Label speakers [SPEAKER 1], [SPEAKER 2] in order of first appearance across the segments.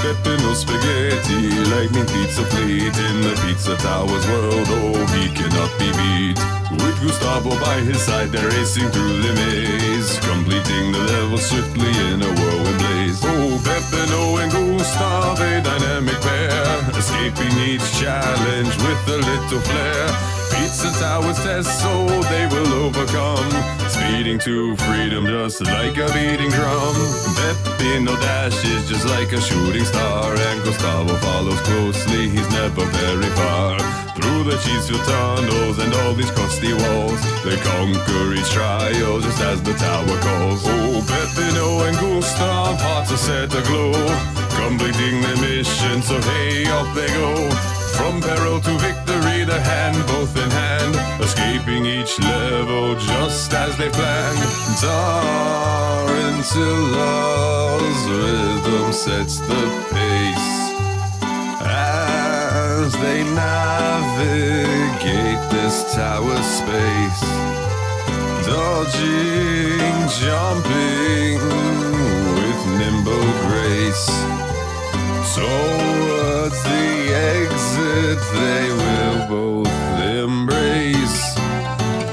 [SPEAKER 1] Peppino spaghetti, lightning pizza plate in the pizza towers world. Oh, he cannot be beat. With Gustavo by his side, they're racing through the maze, completing the level swiftly in a whirlwind blaze. Oh, Peppino and Gustavo, a dynamic pair, escaping each challenge with a little flair. Pizza towers test, so they will overcome. Speeding to freedom, just like a beating drum. Peppino Dash is just like a shooting star, and Gustavo follows closely, he's never very far. Through the cheeseful tunnels and all these crusty walls, they conquer each trial just as the tower calls. Oh, Peppino and Gustav, hearts are set aglow, completing their mission, so hey, off they go. From peril to victory, the hand both in hand, escaping each level just as they planned. Tarantulas rhythm sets the pace as they navigate this tower space. Dodging, jumping with nimble grace. Towards the exit, they will both embrace.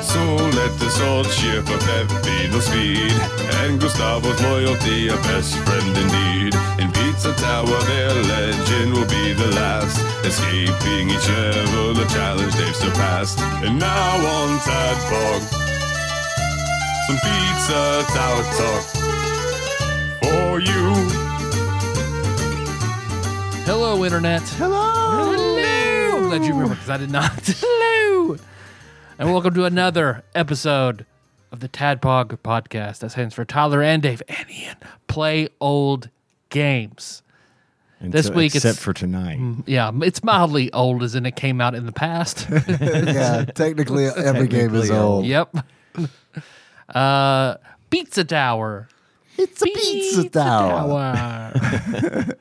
[SPEAKER 1] So let us all cheer for Peppino's speed and Gustavo's loyalty, a best friend indeed. In Pizza Tower, their legend will be the last, escaping each level, the challenge they've surpassed. And now on Tadpog, some Pizza Tower talk for you.
[SPEAKER 2] Hello, internet. Hello. Hello. I'm glad you remember because I did not. Hello. And welcome to another episode of the Tadpog podcast. That stands for Tyler and Dave and Ian play old games. This
[SPEAKER 3] Except-
[SPEAKER 2] week it's- Mm-hmm.
[SPEAKER 3] except for tonight.
[SPEAKER 2] Yeah, it's mildly old as in it came out in the past.
[SPEAKER 4] yeah, technically every game is
[SPEAKER 3] Technically
[SPEAKER 4] old.
[SPEAKER 2] yep. Uh, pizza Tower.
[SPEAKER 4] It's a pizza, tower.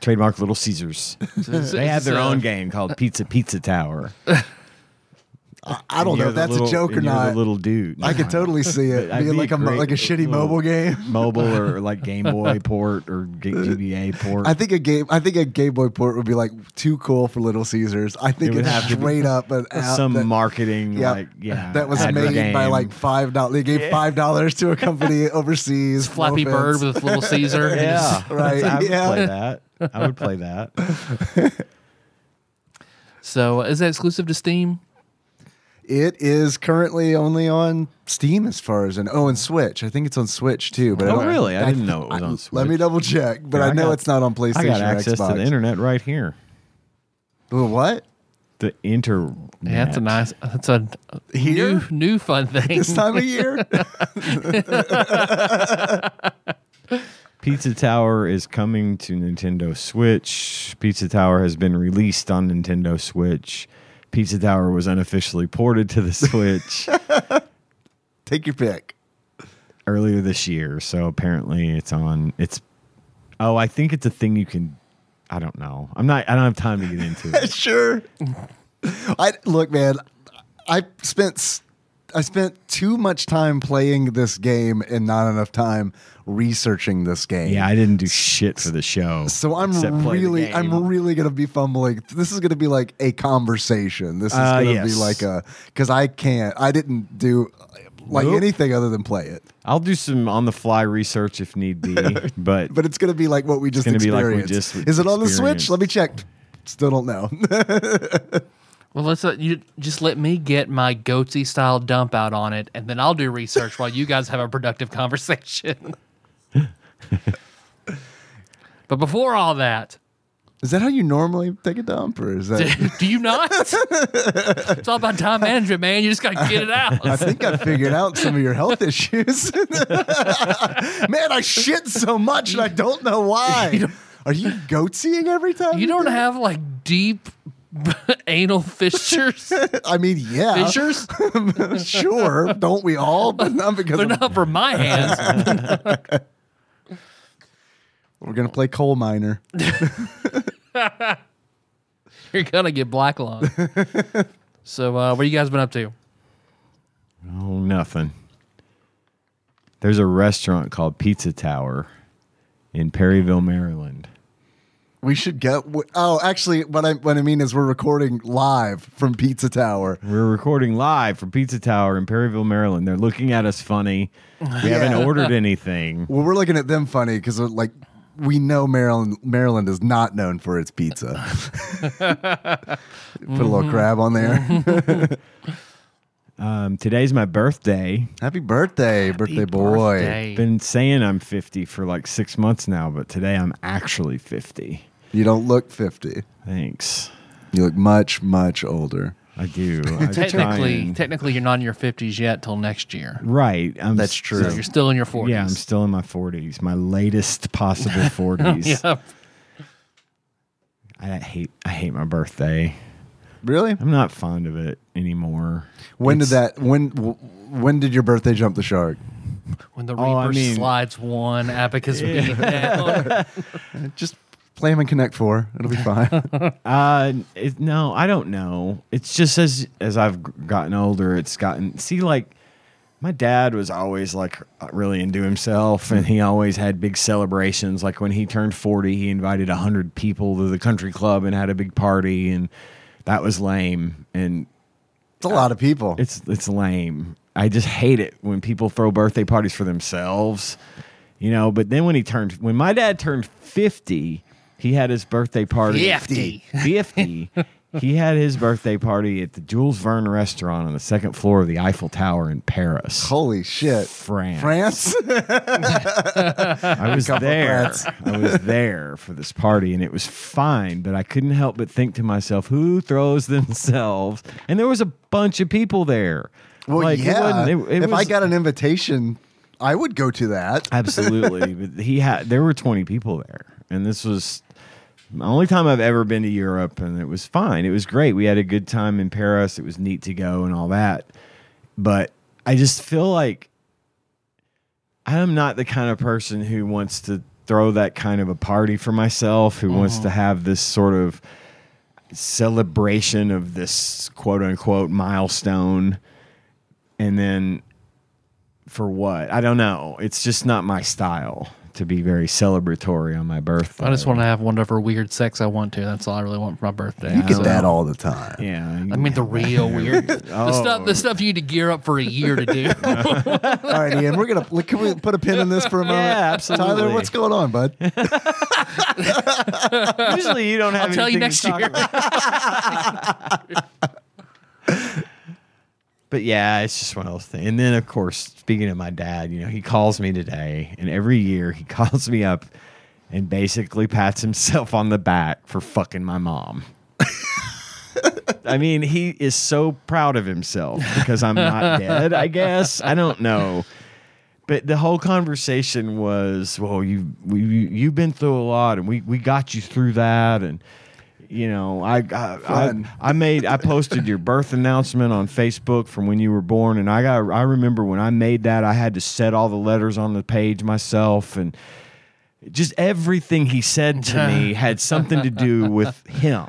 [SPEAKER 3] Trademark Little Caesars. They have
[SPEAKER 2] uh,
[SPEAKER 3] their own game called Pizza Pizza Tower.
[SPEAKER 4] I don't know if that's a joke or not.
[SPEAKER 3] The little dude.
[SPEAKER 4] I could totally see it
[SPEAKER 3] That'd
[SPEAKER 4] being
[SPEAKER 3] be
[SPEAKER 4] like
[SPEAKER 3] a
[SPEAKER 4] a, mo-
[SPEAKER 3] great
[SPEAKER 4] like a shitty
[SPEAKER 3] little-
[SPEAKER 4] mobile game.
[SPEAKER 3] mobile or like Game Boy port or G- GBA port.
[SPEAKER 4] I think a game. I think a Game Boy port would be like too cool for Little Caesars. I think
[SPEAKER 3] It would
[SPEAKER 4] it's
[SPEAKER 3] have to be
[SPEAKER 4] straight up an app
[SPEAKER 3] some
[SPEAKER 4] that,
[SPEAKER 3] marketing
[SPEAKER 4] Yep.
[SPEAKER 3] like yeah
[SPEAKER 4] that was
[SPEAKER 3] ad for
[SPEAKER 4] made by
[SPEAKER 3] game.
[SPEAKER 4] like five dollars. They gave five dollars to a company overseas. no
[SPEAKER 2] Flappy Bird
[SPEAKER 4] offense.
[SPEAKER 2] with Little Caesar.
[SPEAKER 3] yeah
[SPEAKER 4] Right,
[SPEAKER 3] I would
[SPEAKER 4] yeah.
[SPEAKER 3] play that. I would play that.
[SPEAKER 2] So is that exclusive to Steam?
[SPEAKER 4] It is currently only on Steam as far as and oh, and Switch. I think it's on Switch too. But I
[SPEAKER 3] Oh
[SPEAKER 4] don't-
[SPEAKER 3] really? I didn't
[SPEAKER 4] th-
[SPEAKER 3] know it was on Switch.
[SPEAKER 4] Let me double check. But
[SPEAKER 3] Yeah,
[SPEAKER 4] I
[SPEAKER 3] I
[SPEAKER 4] know
[SPEAKER 3] got-
[SPEAKER 4] it's not on PlayStation
[SPEAKER 3] I got
[SPEAKER 4] or
[SPEAKER 3] access
[SPEAKER 4] Xbox.
[SPEAKER 3] to the internet right here.
[SPEAKER 4] The What?
[SPEAKER 3] The internet.
[SPEAKER 2] Yeah, that's a nice. That's a new
[SPEAKER 4] Here?
[SPEAKER 2] new fun thing.
[SPEAKER 4] This time of year?
[SPEAKER 3] Pizza Tower is coming to Nintendo Switch. Pizza Tower has been released on Nintendo Switch. Pizza Tower was unofficially ported to the Switch
[SPEAKER 4] Take your pick.
[SPEAKER 3] earlier this year, so apparently it's on it's Oh, I think it's a thing you can I don't know. I'm not I don't have time to get into it.
[SPEAKER 4] Sure. I look, man. I spent s- I spent too much time playing this game and not enough time researching this game.
[SPEAKER 3] Yeah, I didn't do shit for the show.
[SPEAKER 4] so I'm
[SPEAKER 3] except play the
[SPEAKER 4] really,
[SPEAKER 3] game.
[SPEAKER 4] I'm really gonna be fumbling. This is gonna be like a conversation. This is
[SPEAKER 3] Uh,
[SPEAKER 4] gonna be
[SPEAKER 3] yes.
[SPEAKER 4] like a because I can't. I didn't do like
[SPEAKER 3] Nope.
[SPEAKER 4] anything other than play it.
[SPEAKER 3] I'll do some on the fly research if need be, but
[SPEAKER 4] But it's gonna be like what we just
[SPEAKER 3] gonna be like we
[SPEAKER 4] experienced.
[SPEAKER 3] just
[SPEAKER 4] is it on the Switch?
[SPEAKER 3] experienced.
[SPEAKER 4] Let me check. Still don't know.
[SPEAKER 2] well, let's let you just let me get my goatsy style dump out on it, and then I'll do research while you guys have a productive conversation. but before all that,
[SPEAKER 4] Is that how you normally take a dump, or is that?
[SPEAKER 2] do you not? it's all about time management, man. You just gotta get it
[SPEAKER 4] I
[SPEAKER 2] out.
[SPEAKER 4] think I figured out some of your health issues. Man, I shit so much and I don't know why. Are you goat seeing every time?
[SPEAKER 2] You don't
[SPEAKER 4] do it?
[SPEAKER 2] have like deep anal fissures.
[SPEAKER 4] I mean, yeah,
[SPEAKER 2] Fissures?
[SPEAKER 4] sure, don't we all? But not because
[SPEAKER 2] They're
[SPEAKER 4] of-
[SPEAKER 2] not for my hands.
[SPEAKER 4] we're gonna play coal miner.
[SPEAKER 2] You're gonna get black lung. So, uh, what you guys been up to?
[SPEAKER 3] Oh, nothing. There's a restaurant called Pizza Tower in Perryville, Maryland.
[SPEAKER 4] We should get. w- Oh, actually, what I what I mean is we're recording live from Pizza Tower.
[SPEAKER 3] We're recording live from Pizza Tower in Perryville, Maryland. They're looking at us funny. We haven't ordered anything.
[SPEAKER 4] Well, we're looking at them funny because like we know Maryland Maryland is not known for its pizza. Put a little crab on there.
[SPEAKER 3] Um, today's my birthday.
[SPEAKER 4] Happy birthday, birthday boy.
[SPEAKER 2] Birthday.
[SPEAKER 3] Been saying I'm 50 for like six months now, but today I'm actually 50.
[SPEAKER 4] You don't look fifty.
[SPEAKER 3] Thanks.
[SPEAKER 4] You look much much older.
[SPEAKER 3] I do. I'm
[SPEAKER 2] Technically,
[SPEAKER 3] trying.
[SPEAKER 2] technically, you're not in your 50s yet till next year.
[SPEAKER 3] right. I'm
[SPEAKER 4] That's
[SPEAKER 3] s-
[SPEAKER 4] true.
[SPEAKER 2] You're still in your 40s.
[SPEAKER 3] Yeah, I'm still in my 40s, my latest possible 40s.
[SPEAKER 2] Yeah.
[SPEAKER 3] I hate I hate my birthday.
[SPEAKER 4] Really?
[SPEAKER 3] I'm not fond of it anymore.
[SPEAKER 4] When did that? When w- when did your birthday jump the shark?
[SPEAKER 2] When the Reaper
[SPEAKER 3] Oh, I mean-
[SPEAKER 2] slides one, Abacus beat down.
[SPEAKER 4] Just play him in Connect Four. It'll be fine.
[SPEAKER 3] Uh, it, no, I don't know. It's just as as I've g- gotten older, it's gotten see like my dad was always like really into himself, and he always had big celebrations. Like when he turned forty, he invited hundred people to the country club and had a big party, and that was lame. And
[SPEAKER 4] it's a lot of people.
[SPEAKER 3] it's it's lame. I just hate it when people throw birthday parties for themselves, you know. But then when he turned, when my dad turned fifty, he had his birthday party.
[SPEAKER 2] 50.
[SPEAKER 3] fifty. he had his birthday party at the Jules Verne restaurant on the second floor of the Eiffel Tower in Paris.
[SPEAKER 4] Holy shit.
[SPEAKER 3] France.
[SPEAKER 4] France?
[SPEAKER 3] I was
[SPEAKER 4] Couple
[SPEAKER 3] there.
[SPEAKER 4] threats.
[SPEAKER 3] I was there for this party, and it was fine. But I couldn't help but think to myself, who throws themselves? And there was a bunch of people there.
[SPEAKER 4] Well,
[SPEAKER 3] Like, it
[SPEAKER 4] yeah.
[SPEAKER 3] wasn't- it- it
[SPEAKER 4] if I
[SPEAKER 3] was-
[SPEAKER 4] got an invitation, I would go to that.
[SPEAKER 3] Absolutely. but he had there were 20 people there. And this was the only time I've ever been to Europe and it was fine. It was great. We had a good time in Paris. It was neat to go and all that. But I just feel like I am not the kind of person who wants to throw that kind of a party for myself, who wants
[SPEAKER 2] Mm-hmm.
[SPEAKER 3] to have this sort of celebration of this quote unquote milestone and then for what? I don't know. It's just not my style to be very celebratory on my birthday.
[SPEAKER 2] I just want to have whatever weird sex I want to. That's all I really want for my birthday.
[SPEAKER 4] You get
[SPEAKER 2] So-
[SPEAKER 4] that all the time.
[SPEAKER 3] Yeah, Oh.
[SPEAKER 2] I mean, the real weird. The stuff, the stuff you need to gear up for a year to do.
[SPEAKER 4] All right, Ian, we're gonna like, can we put a pin in this for a moment?
[SPEAKER 3] Yeah, absolutely.
[SPEAKER 4] Tyler, what's going on, bud?
[SPEAKER 3] usually you don't have.
[SPEAKER 2] I'll tell you
[SPEAKER 3] anything to
[SPEAKER 2] next
[SPEAKER 3] talk
[SPEAKER 2] year.
[SPEAKER 3] about. but yeah, it's just one of those things. And then, of course, speaking of my dad, you know, he calls me today, and every year he calls me up and basically pats himself on the back for fucking my mom. I mean, he is so proud of himself because I'm not dead, I guess. I don't know. But the whole conversation was, well, you we, you- you've been through a lot, and we we got you through that, and you know, I I, I
[SPEAKER 4] Fun.
[SPEAKER 3] I made I posted your birth announcement on Facebook from when you were born, and I got I remember when I made that, I had to set all the letters on the page myself, and just everything he said to me had something to do with him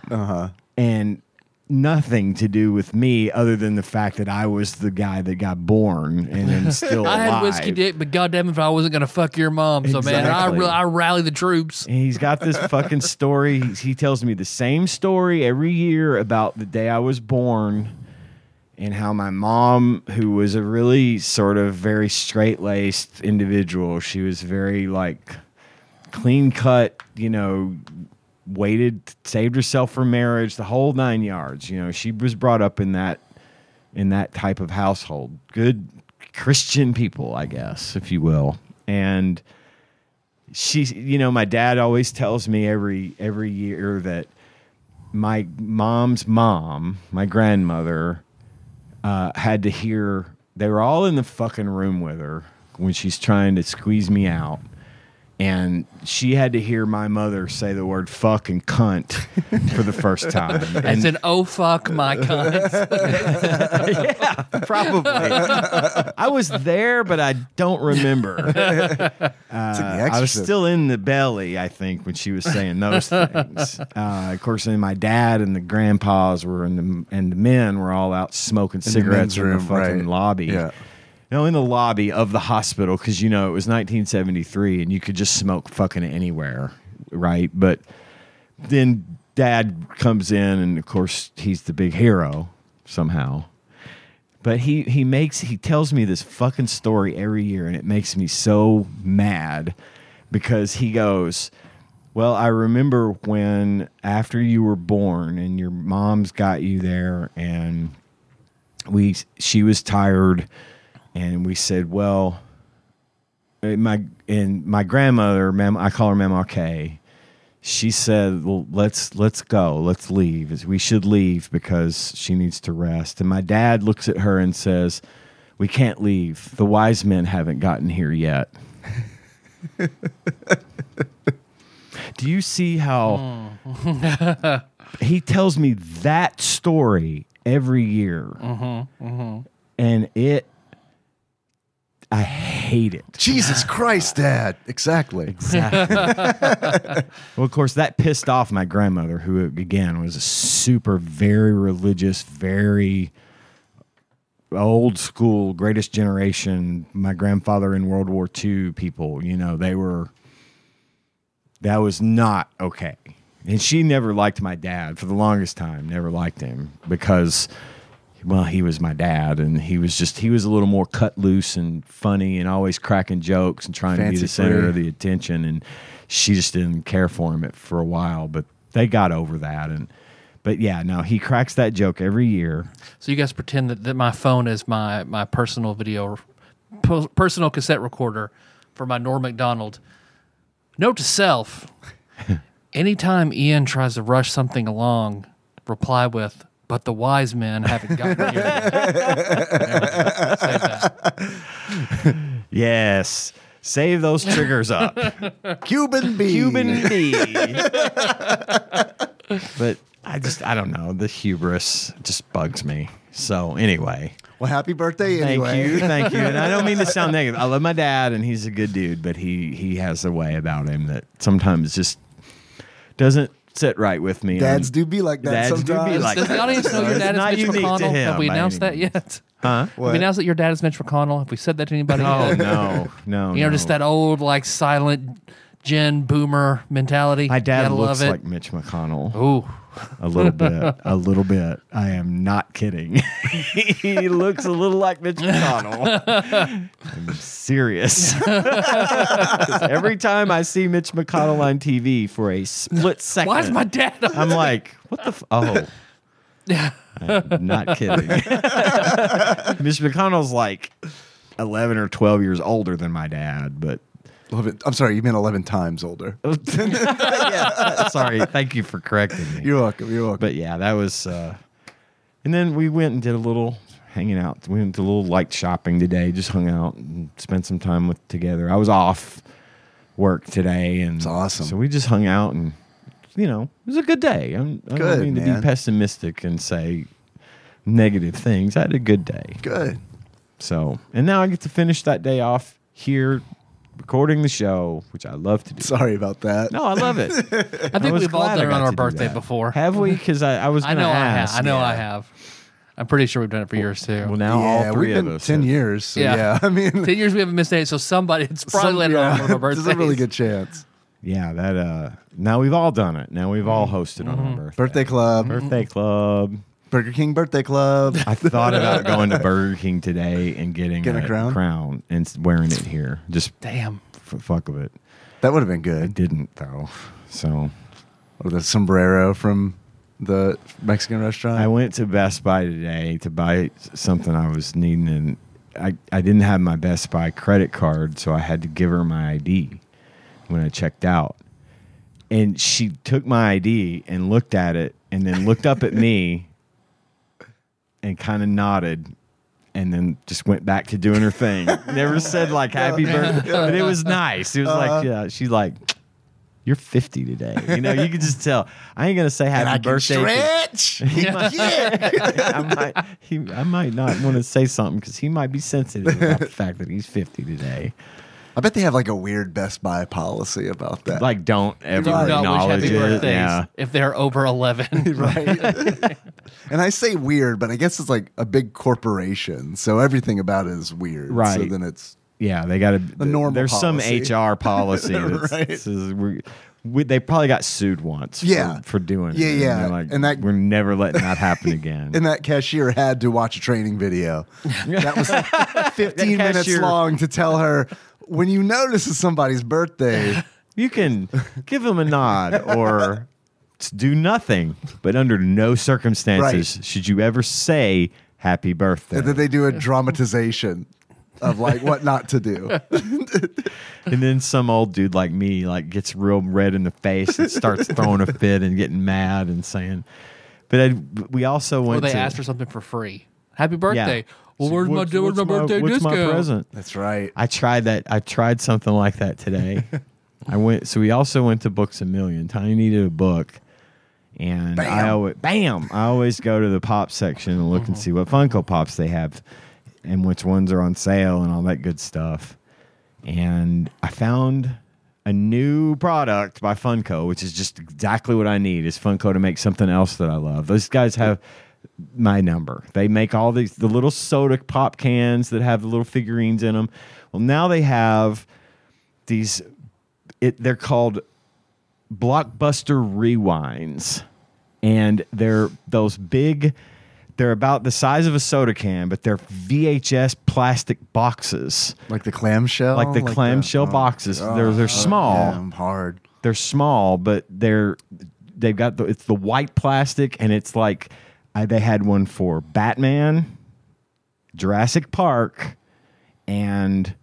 [SPEAKER 3] and nothing to do with me other than the fact that I was the guy that got born and am still
[SPEAKER 2] I
[SPEAKER 3] alive.
[SPEAKER 2] had whiskey dick, but goddamn if I wasn't gonna fuck your mom. So man, I
[SPEAKER 3] Exactly.
[SPEAKER 2] re- I rally the troops.
[SPEAKER 3] And he's got this fucking story. He's- He tells me the same story every year about the day I was born and how my mom, who was a really sort of very straight laced individual, she was very like clean cut, you know, waited, saved herself for marriage, the whole nine yards. You know, she was brought up in that in that type of household. Good Christian people, I guess, if you will. And she you know my dad always tells me every every year that my mom's mom my grandmother uh, had to hear they were all in the fucking room with her when she's trying to squeeze me out And she had to hear my mother say the word fuck and cunt for the first time.
[SPEAKER 2] It's
[SPEAKER 3] And
[SPEAKER 2] an oh fuck my cunt.
[SPEAKER 3] probably. I was there, but I don't remember.
[SPEAKER 4] It's like The
[SPEAKER 3] Uh, I was
[SPEAKER 4] Exorcist.
[SPEAKER 3] still in the belly, I think, when she was saying those things. Uh, of course, then my dad and the grandpas were in the and the men were all out smoking
[SPEAKER 4] the
[SPEAKER 3] cigarettes
[SPEAKER 4] men's
[SPEAKER 3] in the
[SPEAKER 4] room,
[SPEAKER 3] fucking
[SPEAKER 4] right.
[SPEAKER 3] lobby.
[SPEAKER 4] Yeah.
[SPEAKER 3] No, in the lobby of the hospital because you know it was 1973 and you could just smoke fucking anywhere, right? But then Dad comes in and of course he's the big hero somehow. But he he makes he tells me this fucking story every year and it makes me so mad because he goes, "Well, I remember when after you were born and your mom's got you there and we she was tired and we said, "Well, and Uh, my and my grandmother, Mam, I call her Mama K. She said, "Well, let's let's go, let's leave. Is- We should leave because she needs to rest." And my dad looks at her and says, "We can't leave. The wise men haven't gotten here yet." Do you see how he tells me that story every year, and it? I hate it.
[SPEAKER 4] Jesus Christ, Dad. Exactly.
[SPEAKER 3] Well, of course, that pissed off my grandmother, who again was a super, very religious, very old school, greatest generation. My grandfather in World War II people, you know, they were, that was not okay. And she never liked my dad for the longest time, never liked him because, well, he was my dad and he was just, he was a little more cut loose and funny and always cracking jokes and trying to be
[SPEAKER 4] Fancy
[SPEAKER 3] the center
[SPEAKER 4] free.
[SPEAKER 3] of the attention. And she just didn't care for him at- for a while, but they got over that. And, but yeah, no, he cracks that joke every year.
[SPEAKER 2] so you guys pretend that, that my phone is my my personal video, po- personal cassette recorder for my Norm Macdonald. Note to self: Anytime Ian tries to rush something along, reply with "But the wise men haven't gotten here." yet." Say that.
[SPEAKER 3] Yes. Save those triggers up.
[SPEAKER 4] Cuban B.
[SPEAKER 3] Cuban D. but I just, I don't know. The hubris just bugs me. So, anyway,
[SPEAKER 4] Well, happy birthday
[SPEAKER 3] thank
[SPEAKER 4] anyway.
[SPEAKER 3] you. Thank you. And I don't mean to sound negative. I love my dad and he's a good dude, but he, he has a way about him that sometimes just doesn't sit right with me.
[SPEAKER 4] Dads
[SPEAKER 3] Um,
[SPEAKER 4] do be like that
[SPEAKER 3] Dads do be
[SPEAKER 4] sometimes.
[SPEAKER 3] like
[SPEAKER 2] Does the audience know your
[SPEAKER 3] It's
[SPEAKER 2] dad
[SPEAKER 3] not
[SPEAKER 2] is Mitch
[SPEAKER 3] unique to
[SPEAKER 2] McConnell? Have
[SPEAKER 3] him
[SPEAKER 2] we
[SPEAKER 3] by
[SPEAKER 2] announced that
[SPEAKER 3] any means.
[SPEAKER 2] yet?
[SPEAKER 3] Huh?
[SPEAKER 2] Have we announced that your dad is Mitch McConnell? Have we said that to anybody?
[SPEAKER 3] Oh,
[SPEAKER 2] yet?
[SPEAKER 3] no. No.
[SPEAKER 2] You know,
[SPEAKER 3] no.
[SPEAKER 2] just that old like silent Gen boomer mentality.
[SPEAKER 3] My
[SPEAKER 2] You
[SPEAKER 3] dad
[SPEAKER 2] gotta
[SPEAKER 3] looks
[SPEAKER 2] love it.
[SPEAKER 3] like Mitch McConnell.
[SPEAKER 2] Ooh,
[SPEAKER 3] A little bit. A little bit. I am not kidding. he looks a little like Mitch McConnell. I'm serious. 'Cause every time I see Mitch McConnell on TV for a split second,
[SPEAKER 2] why is my dad?
[SPEAKER 3] I'm like, what the? F- oh. I'm not kidding. Mitch McConnell's like 11 or 12 years older than my dad, but.
[SPEAKER 4] 11 I'm sorry, you meant 11 times older.
[SPEAKER 3] Oh. yeah. Sorry. Thank you for correcting me.
[SPEAKER 4] You're welcome. You're welcome.
[SPEAKER 3] but yeah, that was. Uh, and then we went and did a little hanging out. We went to a little light shopping today. Just hung out and spent some time with together. I was off work today, and it's
[SPEAKER 4] awesome.
[SPEAKER 3] So we just hung out, and you know, it was a good day. I'm, I
[SPEAKER 4] Good,
[SPEAKER 3] don't mean to
[SPEAKER 4] man.
[SPEAKER 3] be pessimistic and say negative things. I had a good day.
[SPEAKER 4] Good.
[SPEAKER 3] So, and now I get to finish that day off here, recording the show, which I love to do.
[SPEAKER 4] Sorry about that.
[SPEAKER 3] No, I love it.
[SPEAKER 2] I think
[SPEAKER 3] was
[SPEAKER 2] we've all
[SPEAKER 3] glad I
[SPEAKER 2] done it on
[SPEAKER 3] got
[SPEAKER 2] our
[SPEAKER 3] to do
[SPEAKER 2] birthday
[SPEAKER 3] that.
[SPEAKER 2] before.
[SPEAKER 3] Have we? Because I, I was
[SPEAKER 2] I
[SPEAKER 3] going to
[SPEAKER 2] know I have.
[SPEAKER 3] ask.
[SPEAKER 2] I know I have. I'm pretty sure we've done it for years too.
[SPEAKER 3] Well, now
[SPEAKER 4] yeah,
[SPEAKER 3] all three
[SPEAKER 4] we've been
[SPEAKER 3] of us.
[SPEAKER 4] 10
[SPEAKER 3] have-
[SPEAKER 4] years. So
[SPEAKER 2] Yeah.
[SPEAKER 4] yeah. I mean,
[SPEAKER 2] Ten years we haven't missed a day, so somebody it's probably
[SPEAKER 4] some-
[SPEAKER 2] later
[SPEAKER 4] yeah,
[SPEAKER 2] on one of our
[SPEAKER 4] There's
[SPEAKER 2] birthdays.
[SPEAKER 4] a really good chance.
[SPEAKER 3] Yeah, that. uh Now we've all done it. Now we've all hosted on our birthday.
[SPEAKER 4] Mm-hmm. Birthday club,
[SPEAKER 3] Birthday club.
[SPEAKER 4] Burger King birthday club.
[SPEAKER 3] I thought about going to Burger King today and getting
[SPEAKER 4] Get a crown?
[SPEAKER 3] and s- wearing it here. Just
[SPEAKER 2] Damn.
[SPEAKER 3] for fuck of it.
[SPEAKER 4] That would have been
[SPEAKER 3] I
[SPEAKER 4] good.
[SPEAKER 3] didn't though. So
[SPEAKER 4] Or the sombrero from the Mexican
[SPEAKER 3] I
[SPEAKER 4] restaurant.
[SPEAKER 3] went to Best Buy today to buy s- something I was needing, and I I didn't have my Best Buy credit card, so I had to give her my ID when I checked out. And she took my ID and looked at it, and then looked up at me and kind of nodded, and then just went back to doing her thing. Never said like happy birthday, but it was nice. It was
[SPEAKER 4] Uh-huh.
[SPEAKER 3] like, yeah, she's like, you're 50 today. You know, you can just tell. I ain't gonna say happy
[SPEAKER 4] and I can
[SPEAKER 3] birthday. 'cause
[SPEAKER 4] stretch. yeah.
[SPEAKER 3] I might, he, I might not want to say something because he might be sensitive about the fact that he's 50 today.
[SPEAKER 4] I bet they have like a weird Best Buy policy about that.
[SPEAKER 3] Like, don't ever
[SPEAKER 2] Do not
[SPEAKER 3] acknowledge
[SPEAKER 2] wish happy
[SPEAKER 3] it.
[SPEAKER 2] birthdays
[SPEAKER 3] Yeah.
[SPEAKER 2] if they're over 11.
[SPEAKER 4] right? and I say weird, but I guess it's like a big corporation, so everything about it is weird. So
[SPEAKER 3] Right.
[SPEAKER 4] then it's
[SPEAKER 3] Yeah, they got to.
[SPEAKER 4] normal
[SPEAKER 3] There's
[SPEAKER 4] policy.
[SPEAKER 3] some HR policy. That's,
[SPEAKER 4] Right.
[SPEAKER 3] this is- we- we- they probably got sued once. for-
[SPEAKER 4] Yeah.
[SPEAKER 3] For, doing
[SPEAKER 4] Yeah,
[SPEAKER 3] it. And
[SPEAKER 4] yeah.
[SPEAKER 3] they're like,
[SPEAKER 4] And that-
[SPEAKER 3] we're never letting that happen again.
[SPEAKER 4] and that cashier had to watch a training video. That was 15
[SPEAKER 3] That
[SPEAKER 4] minutes
[SPEAKER 3] cashier-
[SPEAKER 4] long to tell her when you notice it's somebody's birthday.
[SPEAKER 3] you can give them a nod or s- do nothing, but under no circumstances should you ever say happy birthday.
[SPEAKER 4] And then they do a dramatization of like what not to do.
[SPEAKER 3] and then some old dude like me like gets real red in the face and starts throwing a fit and getting mad and saying. But I, we also went.
[SPEAKER 2] Or they
[SPEAKER 3] to,
[SPEAKER 2] asked for something for free. Happy birthday. Well,
[SPEAKER 3] So
[SPEAKER 2] where's my,
[SPEAKER 3] what's-
[SPEAKER 2] where's my
[SPEAKER 3] what's
[SPEAKER 2] birthday
[SPEAKER 3] what's my
[SPEAKER 2] discount?
[SPEAKER 3] present?
[SPEAKER 4] That's right.
[SPEAKER 3] I tried that. I tried something like that today. I went. So we also went to Books a Million. Tiny needed a book, and I
[SPEAKER 4] Bam. Uh-huh.
[SPEAKER 3] always bam. I always go to the pop section and look and see what Funko Pops they have, and which ones are on sale and all that good stuff. And I found a new product by Funko, which is just exactly what I need. Is Funko to make something else that I love? Those guys have my number. They make all these the little soda pop cans that have the little figurines in them. Well, now they have these. It they're called blockbuster rewinds, and they're those big. They're about the size of a soda can, but they're VHS plastic boxes,
[SPEAKER 4] Like the clamshell.
[SPEAKER 3] like the clamshell
[SPEAKER 4] oh,
[SPEAKER 3] boxes. they're they're small
[SPEAKER 4] yeah, I'm hard.
[SPEAKER 3] they're small, but they're they've got the, it's the white plastic, and it's like I, they had one for Batman, Jurassic Park, and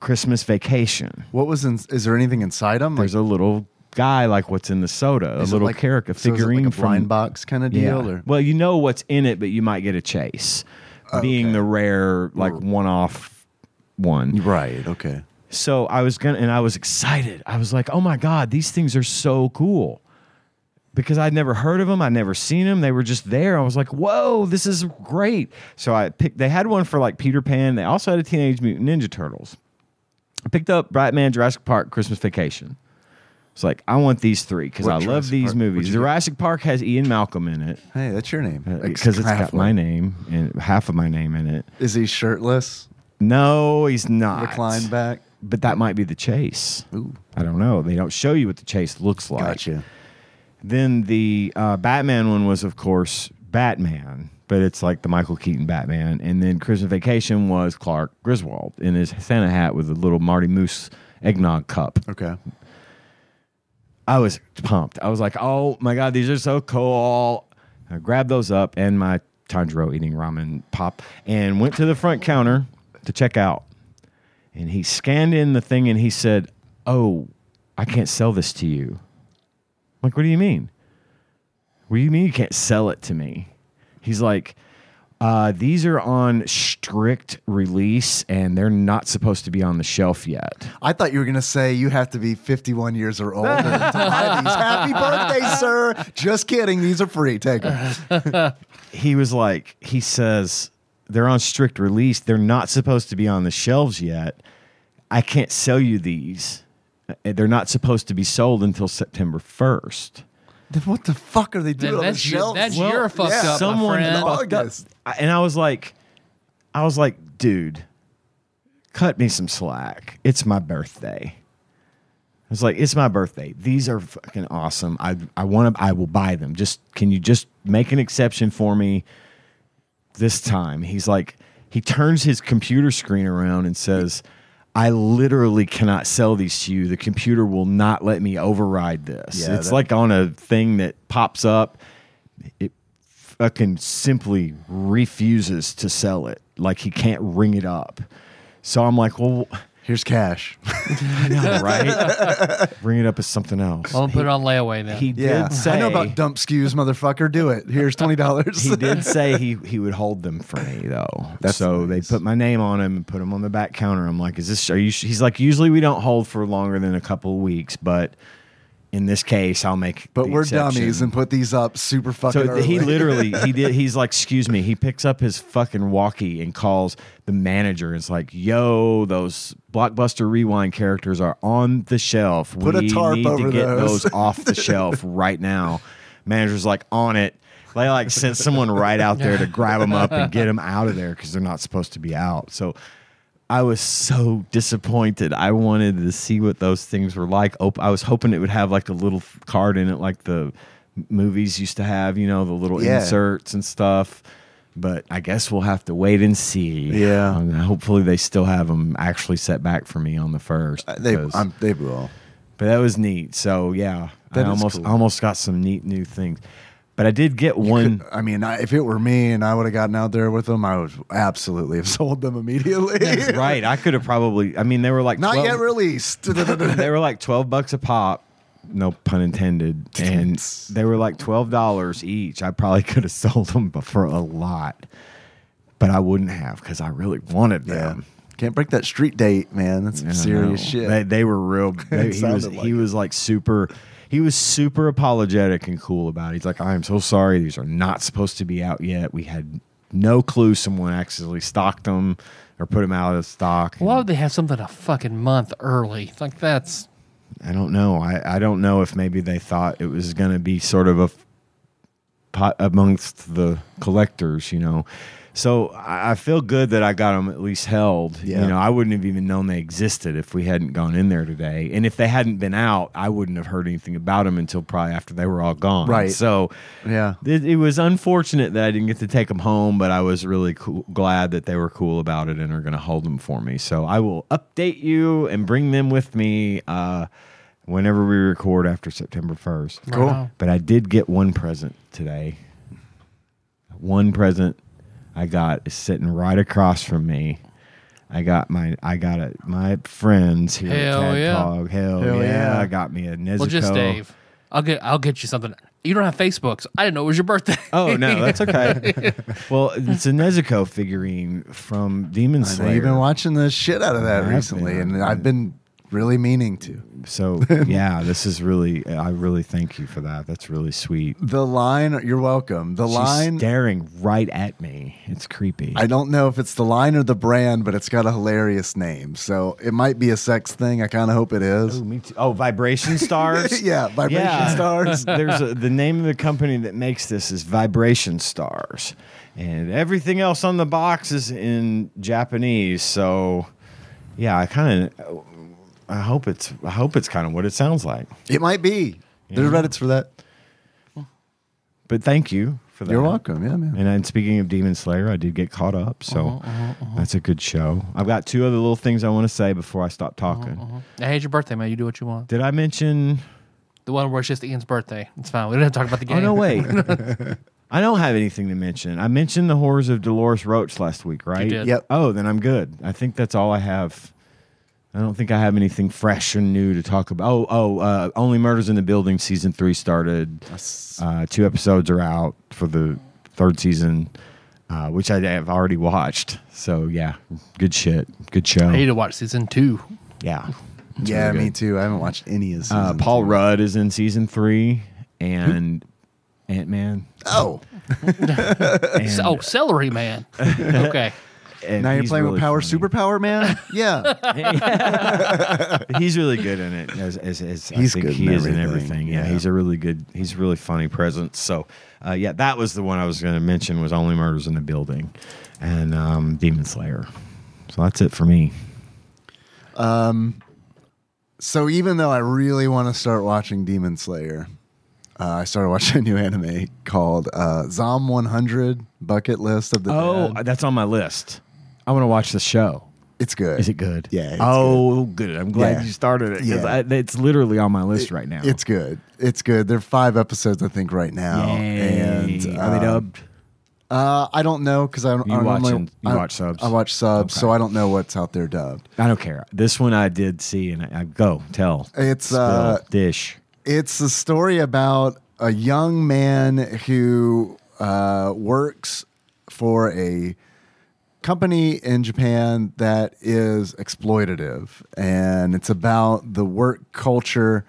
[SPEAKER 3] Christmas Vacation.
[SPEAKER 4] What was in? Is there anything inside them?
[SPEAKER 3] There's a little guy like what's in the soda, a little character figurine
[SPEAKER 4] so is it like a blind
[SPEAKER 3] from
[SPEAKER 4] box kind of deal. Or?
[SPEAKER 3] well, you know what's in it, but you might get a chase, being the rare like one-off one.
[SPEAKER 4] Right. Okay.
[SPEAKER 3] So I was gonna, and I was excited. I was like, "Oh my god, these things are so cool!" Because I'd never heard of them, I'd never seen them. They were just there. I was like, "Whoa, this is great!" So I picked. They had one for like Peter Pan. They also had a Teenage Mutant Ninja Turtles. I picked up Batman, Jurassic Park, Christmas Vacation. It's like I want these three because
[SPEAKER 4] What
[SPEAKER 3] I love
[SPEAKER 4] Jurassic
[SPEAKER 3] these
[SPEAKER 4] Park? What'd
[SPEAKER 3] movies.
[SPEAKER 4] you get?
[SPEAKER 3] Jurassic Park has Ian Malcolm in it
[SPEAKER 4] Hey, that's your name.
[SPEAKER 3] because Uh, it's got
[SPEAKER 4] Extravagant.
[SPEAKER 3] my name and half of my name in it.
[SPEAKER 4] Is he shirtless?
[SPEAKER 3] No, he's not.
[SPEAKER 4] Reclined back.
[SPEAKER 3] but that might be the chase.
[SPEAKER 4] Ooh.
[SPEAKER 3] I don't know. They don't show you what the chase looks like.
[SPEAKER 4] Gotcha.
[SPEAKER 3] Then the uh, Batman one was, of course, Batman, but it's like the Michael Keaton Batman. And then Christmas Vacation was Clark Griswold in his Santa hat with a little Marty Moose eggnog cup.
[SPEAKER 4] Okay.
[SPEAKER 3] I was pumped. I was like, oh my God, these are so cool. I grabbed those up and my Tanjiro eating ramen pop and went to the front counter to check out. And he scanned in the thing and he said, oh, I can't sell this to you. I'm like, what do you mean? What do you mean you can't sell it to me? He's like, uh, these are on strict release and they're not supposed to be on the shelf yet.
[SPEAKER 4] I thought you were gonna say you have to be 51 years or older to buy these. Happy birthday, sir! Just kidding. These are free. Take
[SPEAKER 3] Uh,
[SPEAKER 4] them.
[SPEAKER 3] he was like, he says they're on strict release. They're not supposed to be on the shelves yet. I can't sell you these. Uh, They're not supposed to be sold until September first.
[SPEAKER 4] Then what the fuck are they doing
[SPEAKER 2] Then
[SPEAKER 4] on the
[SPEAKER 2] that's your-
[SPEAKER 4] shelves?
[SPEAKER 2] that's Well, your fucked up, my friend.
[SPEAKER 4] fucked
[SPEAKER 3] fucked up.
[SPEAKER 4] August.
[SPEAKER 3] I- And I was like, I was like, dude, cut me some slack. It's my birthday. I was like, it's my birthday. These are fucking awesome. I I want to. I will buy them. Just can you just make an exception for me this time? He's like, he turns his computer screen around and says. I literally cannot sell these to you. The computer will not let me override this.
[SPEAKER 4] Yeah,
[SPEAKER 3] it's
[SPEAKER 4] that-
[SPEAKER 3] like on a thing that pops up it fucking simply refuses to sell it. Like he can't ring it up. So I'm like, well,
[SPEAKER 4] Here's cash.
[SPEAKER 3] right? Bring it up as something else.
[SPEAKER 2] I'll put it on layaway now.
[SPEAKER 3] he
[SPEAKER 4] Yeah,
[SPEAKER 3] did say
[SPEAKER 4] I know about dump skews, motherfucker. Do it. Here's twenty dollars.
[SPEAKER 3] he did say he he would hold them for me though.
[SPEAKER 4] That's
[SPEAKER 3] so
[SPEAKER 4] nice.
[SPEAKER 3] they put my name on him and put him on the back counter. I'm like, is this? Are you? sh-" He's like, usually we don't hold for longer than a couple of weeks, but in this case, I'll make.
[SPEAKER 4] But
[SPEAKER 3] the
[SPEAKER 4] we're
[SPEAKER 3] exception."
[SPEAKER 4] dummies and put these up super fucking.
[SPEAKER 3] So
[SPEAKER 4] early.
[SPEAKER 3] he literally he did he's like excuse me he picks up his fucking walkie and calls the manager and is like yo those blockbuster rewind characters are on the shelf
[SPEAKER 4] Put a
[SPEAKER 3] we
[SPEAKER 4] tarp
[SPEAKER 3] need
[SPEAKER 4] over
[SPEAKER 3] to get
[SPEAKER 4] those."
[SPEAKER 3] those off the shelf right now manager's like on it they like sent someone right out there to grab them up and get them out of there because they're not supposed to be out so I was so disappointed. I wanted to see what those things were like. Op- I was hoping it would have like a little f- card in it, like the m- movies used to have, you know, the little
[SPEAKER 4] Yeah.
[SPEAKER 3] inserts and stuff. But I guess we'll have to wait and see.
[SPEAKER 4] Yeah.
[SPEAKER 3] And hopefully they still have them actually set back for me on the first.
[SPEAKER 4] Uh, They,
[SPEAKER 3] because-
[SPEAKER 4] I'm, they will.
[SPEAKER 3] but that was neat. So yeah,
[SPEAKER 4] That
[SPEAKER 3] I
[SPEAKER 4] is
[SPEAKER 3] almost
[SPEAKER 4] cool.
[SPEAKER 3] almost got some neat new things. But I did get one.
[SPEAKER 4] I mean, I, if it were me and I would have gotten out there with them, I would absolutely have sold them immediately.
[SPEAKER 3] right, I could have probably. I mean, they were like
[SPEAKER 4] uh, Not
[SPEAKER 3] 12
[SPEAKER 4] yet released.
[SPEAKER 3] they were like 12 bucks a pop no pun intended and they were like $12 each i probably could have sold them for a lot but i wouldn't have because i really wanted
[SPEAKER 4] yeah.
[SPEAKER 3] them
[SPEAKER 4] Can't break that street date, man. That's some
[SPEAKER 3] I don't
[SPEAKER 4] serious
[SPEAKER 3] know.
[SPEAKER 4] shit.
[SPEAKER 3] they, they were real they, he was
[SPEAKER 4] sounded like
[SPEAKER 3] he
[SPEAKER 4] it.
[SPEAKER 3] was like super he was super apologetic and cool about it he's like i am so sorry these are not supposed to be out yet we had no clue someone accidentally stocked them or put them out of stock
[SPEAKER 2] Why
[SPEAKER 3] And-
[SPEAKER 2] would they have something a fucking month early? Like that's
[SPEAKER 3] I don't know. I, I don't know if maybe they thought it was going to be sort of a f- pot amongst the collectors, you know. So I, I feel good that I got them at least held.
[SPEAKER 4] Yeah.
[SPEAKER 3] You know, I wouldn't have even known they existed if we hadn't gone in there today. And if they hadn't been out, I wouldn't have heard anything about them until probably after they were all gone.
[SPEAKER 4] Right.
[SPEAKER 3] So
[SPEAKER 4] yeah.
[SPEAKER 3] it, it was unfortunate that I didn't get to take them home, but I was really cool, glad that they were cool about it and are going to hold them for me. So I will update you and bring them with me uh, whenever we record after September 1st.
[SPEAKER 4] Cool.
[SPEAKER 2] Wow.
[SPEAKER 3] But I did get one present today. One present I got is sitting right across from me. I got my I got a, my friends here
[SPEAKER 2] Hell
[SPEAKER 3] at Tad
[SPEAKER 2] yeah.
[SPEAKER 3] Cog. Hell,
[SPEAKER 4] Hell
[SPEAKER 3] yeah.
[SPEAKER 4] yeah.
[SPEAKER 3] I got me a Nezuko.
[SPEAKER 2] well, just Dave. I'll get I'll get you something. You don't have Facebooks. I didn't know it was your birthday.
[SPEAKER 3] Oh no, that's okay. well, it's a Nezuko figurine from Demon
[SPEAKER 4] I
[SPEAKER 3] Slayer.
[SPEAKER 4] know you've been watching the shit out of that
[SPEAKER 3] I've been,
[SPEAKER 4] recently, and
[SPEAKER 3] I've
[SPEAKER 4] I've been really meaning to.
[SPEAKER 3] so yeah, this is really. I really thank you for that. That's really sweet.
[SPEAKER 4] The line, you're welcome. The
[SPEAKER 3] She's
[SPEAKER 4] line,
[SPEAKER 3] staring right at me. It's creepy.
[SPEAKER 4] I don't know if it's the line or the brand, but it's got a hilarious name. So it might be a sex thing. I kind of hope it is.
[SPEAKER 3] Ooh, me too. Oh, vibration stars.
[SPEAKER 4] yeah, vibration
[SPEAKER 3] Yeah.
[SPEAKER 4] stars.
[SPEAKER 3] There's a, the name of the company that makes this is Vibration Stars, and everything else on the box is in Japanese. So, yeah, I kind of, I hope it's, I hope it's kind of what it sounds like.
[SPEAKER 4] It might be. There's Reddits for that.
[SPEAKER 3] But thank you for that.
[SPEAKER 4] You're welcome. Yeah, man.
[SPEAKER 3] And then speaking of Demon Slayer, I did get caught up, so
[SPEAKER 4] Uh-huh,
[SPEAKER 3] that's a good show. I've got two other little things I want to say before I stop
[SPEAKER 4] Uh-huh,
[SPEAKER 3] talking.
[SPEAKER 2] I hate your birthday, man. You do what you want.
[SPEAKER 3] Did I mention?
[SPEAKER 2] The one where it's just Ian's birthday. It's fine. We don't have to talk about the game.
[SPEAKER 3] Oh no, wait. I don't have anything to mention. I mentioned the horrors of Dolores Roach last week, right?
[SPEAKER 2] did.
[SPEAKER 4] Yep.
[SPEAKER 3] Oh, then I'm good. I think that's all I have. I don't think I have anything fresh and new to talk about. Oh, oh, uh, Only Murders in the Building season three started. Uh, two episodes are out for the third season, uh, which I have already watched. So yeah, good shit, good
[SPEAKER 2] I need
[SPEAKER 3] show.
[SPEAKER 2] to watch season two.
[SPEAKER 3] Yeah, It's
[SPEAKER 4] yeah,
[SPEAKER 3] really
[SPEAKER 4] me
[SPEAKER 3] good.
[SPEAKER 4] too. I haven't watched any of season.
[SPEAKER 3] Uh, Paul
[SPEAKER 4] two.
[SPEAKER 3] Rudd is in season three, and Ant Man.
[SPEAKER 4] Oh,
[SPEAKER 2] So- oh, Celery Man. okay.
[SPEAKER 4] now you're playing with power, superpower, man. Yeah,
[SPEAKER 3] he's really good in it. As, as, as I
[SPEAKER 4] He's
[SPEAKER 3] think
[SPEAKER 4] good
[SPEAKER 3] he
[SPEAKER 4] in
[SPEAKER 3] is in
[SPEAKER 4] everything,
[SPEAKER 3] everything. Yeah,
[SPEAKER 4] yeah.
[SPEAKER 3] he's a really good. He's a really funny presence. So, uh, yeah, that was the one I was going to mention was Only Murders in the Building, and um, Demon Slayer. So that's it for me.
[SPEAKER 4] So even though I really want to start watching Demon Slayer, uh, I started watching a new anime called uh, Zom 100 Bucket List of the
[SPEAKER 3] Oh,
[SPEAKER 4] Dead.
[SPEAKER 3] that's on my list. I want to watch the show.
[SPEAKER 4] It's good.
[SPEAKER 3] Is it good?
[SPEAKER 4] Yeah, it's
[SPEAKER 3] oh, good. I'm glad
[SPEAKER 4] Yeah.
[SPEAKER 3] you started it 'cause
[SPEAKER 4] Yeah.
[SPEAKER 3] I- it's literally on my list right now.
[SPEAKER 4] It's good. It's good. There are five episodes, I think, right now.
[SPEAKER 3] Yay.
[SPEAKER 4] And
[SPEAKER 3] are they
[SPEAKER 4] um,
[SPEAKER 3] dubbed?
[SPEAKER 4] Uh, I don't know because I, don't-
[SPEAKER 3] You
[SPEAKER 4] I don't
[SPEAKER 3] watch
[SPEAKER 4] normally-
[SPEAKER 3] in- you
[SPEAKER 4] I-
[SPEAKER 3] watch subs?
[SPEAKER 4] I watch subs, so I don't know what's out there dubbed.
[SPEAKER 3] I don't care. This one I did see, and I, I go tell.
[SPEAKER 4] It's,
[SPEAKER 3] Spill.
[SPEAKER 4] uh,
[SPEAKER 3] dish.
[SPEAKER 4] It's a story about a young man who uh, works for a company in Japan that is exploitative, and it's about the work culture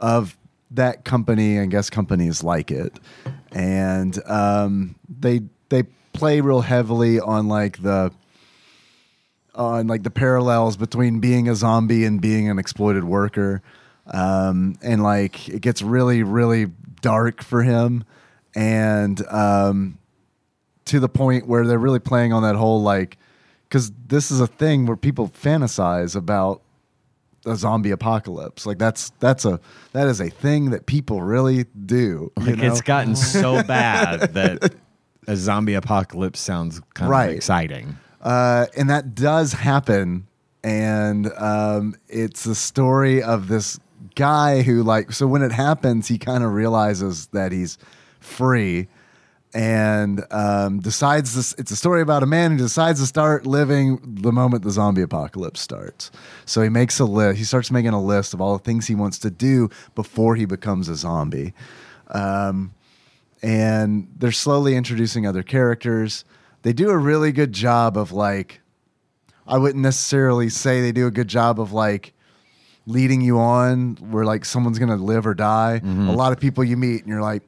[SPEAKER 4] of that company. I guess companies like it, and um, they they play real heavily on like the on uh, like the parallels between being a zombie and being an exploited worker. Um, and like it gets really, really dark for him. And um, to the point where they're really playing on that whole like, because this is a thing where people fantasize about a zombie apocalypse. Like that's that's a that is a thing that people really do. you
[SPEAKER 3] Like it's
[SPEAKER 4] know?
[SPEAKER 3] gotten so bad that a zombie apocalypse sounds kind
[SPEAKER 4] Right.
[SPEAKER 3] of exciting.
[SPEAKER 4] uh, and that does happen. And um, it's the story of this guy who, like, so when it happens, he kind of realizes that he's free and um, decides this. It's a story about a man who decides to start living the moment the zombie apocalypse starts. So he makes a list, he starts making a list of all the things he wants to do before he becomes a zombie and they're slowly introducing other characters. They do a really good job of like I wouldn't necessarily say they do a good job of like leading you on where like someone's going to live or die.
[SPEAKER 3] Mm-hmm.
[SPEAKER 4] A lot of people you meet and you're like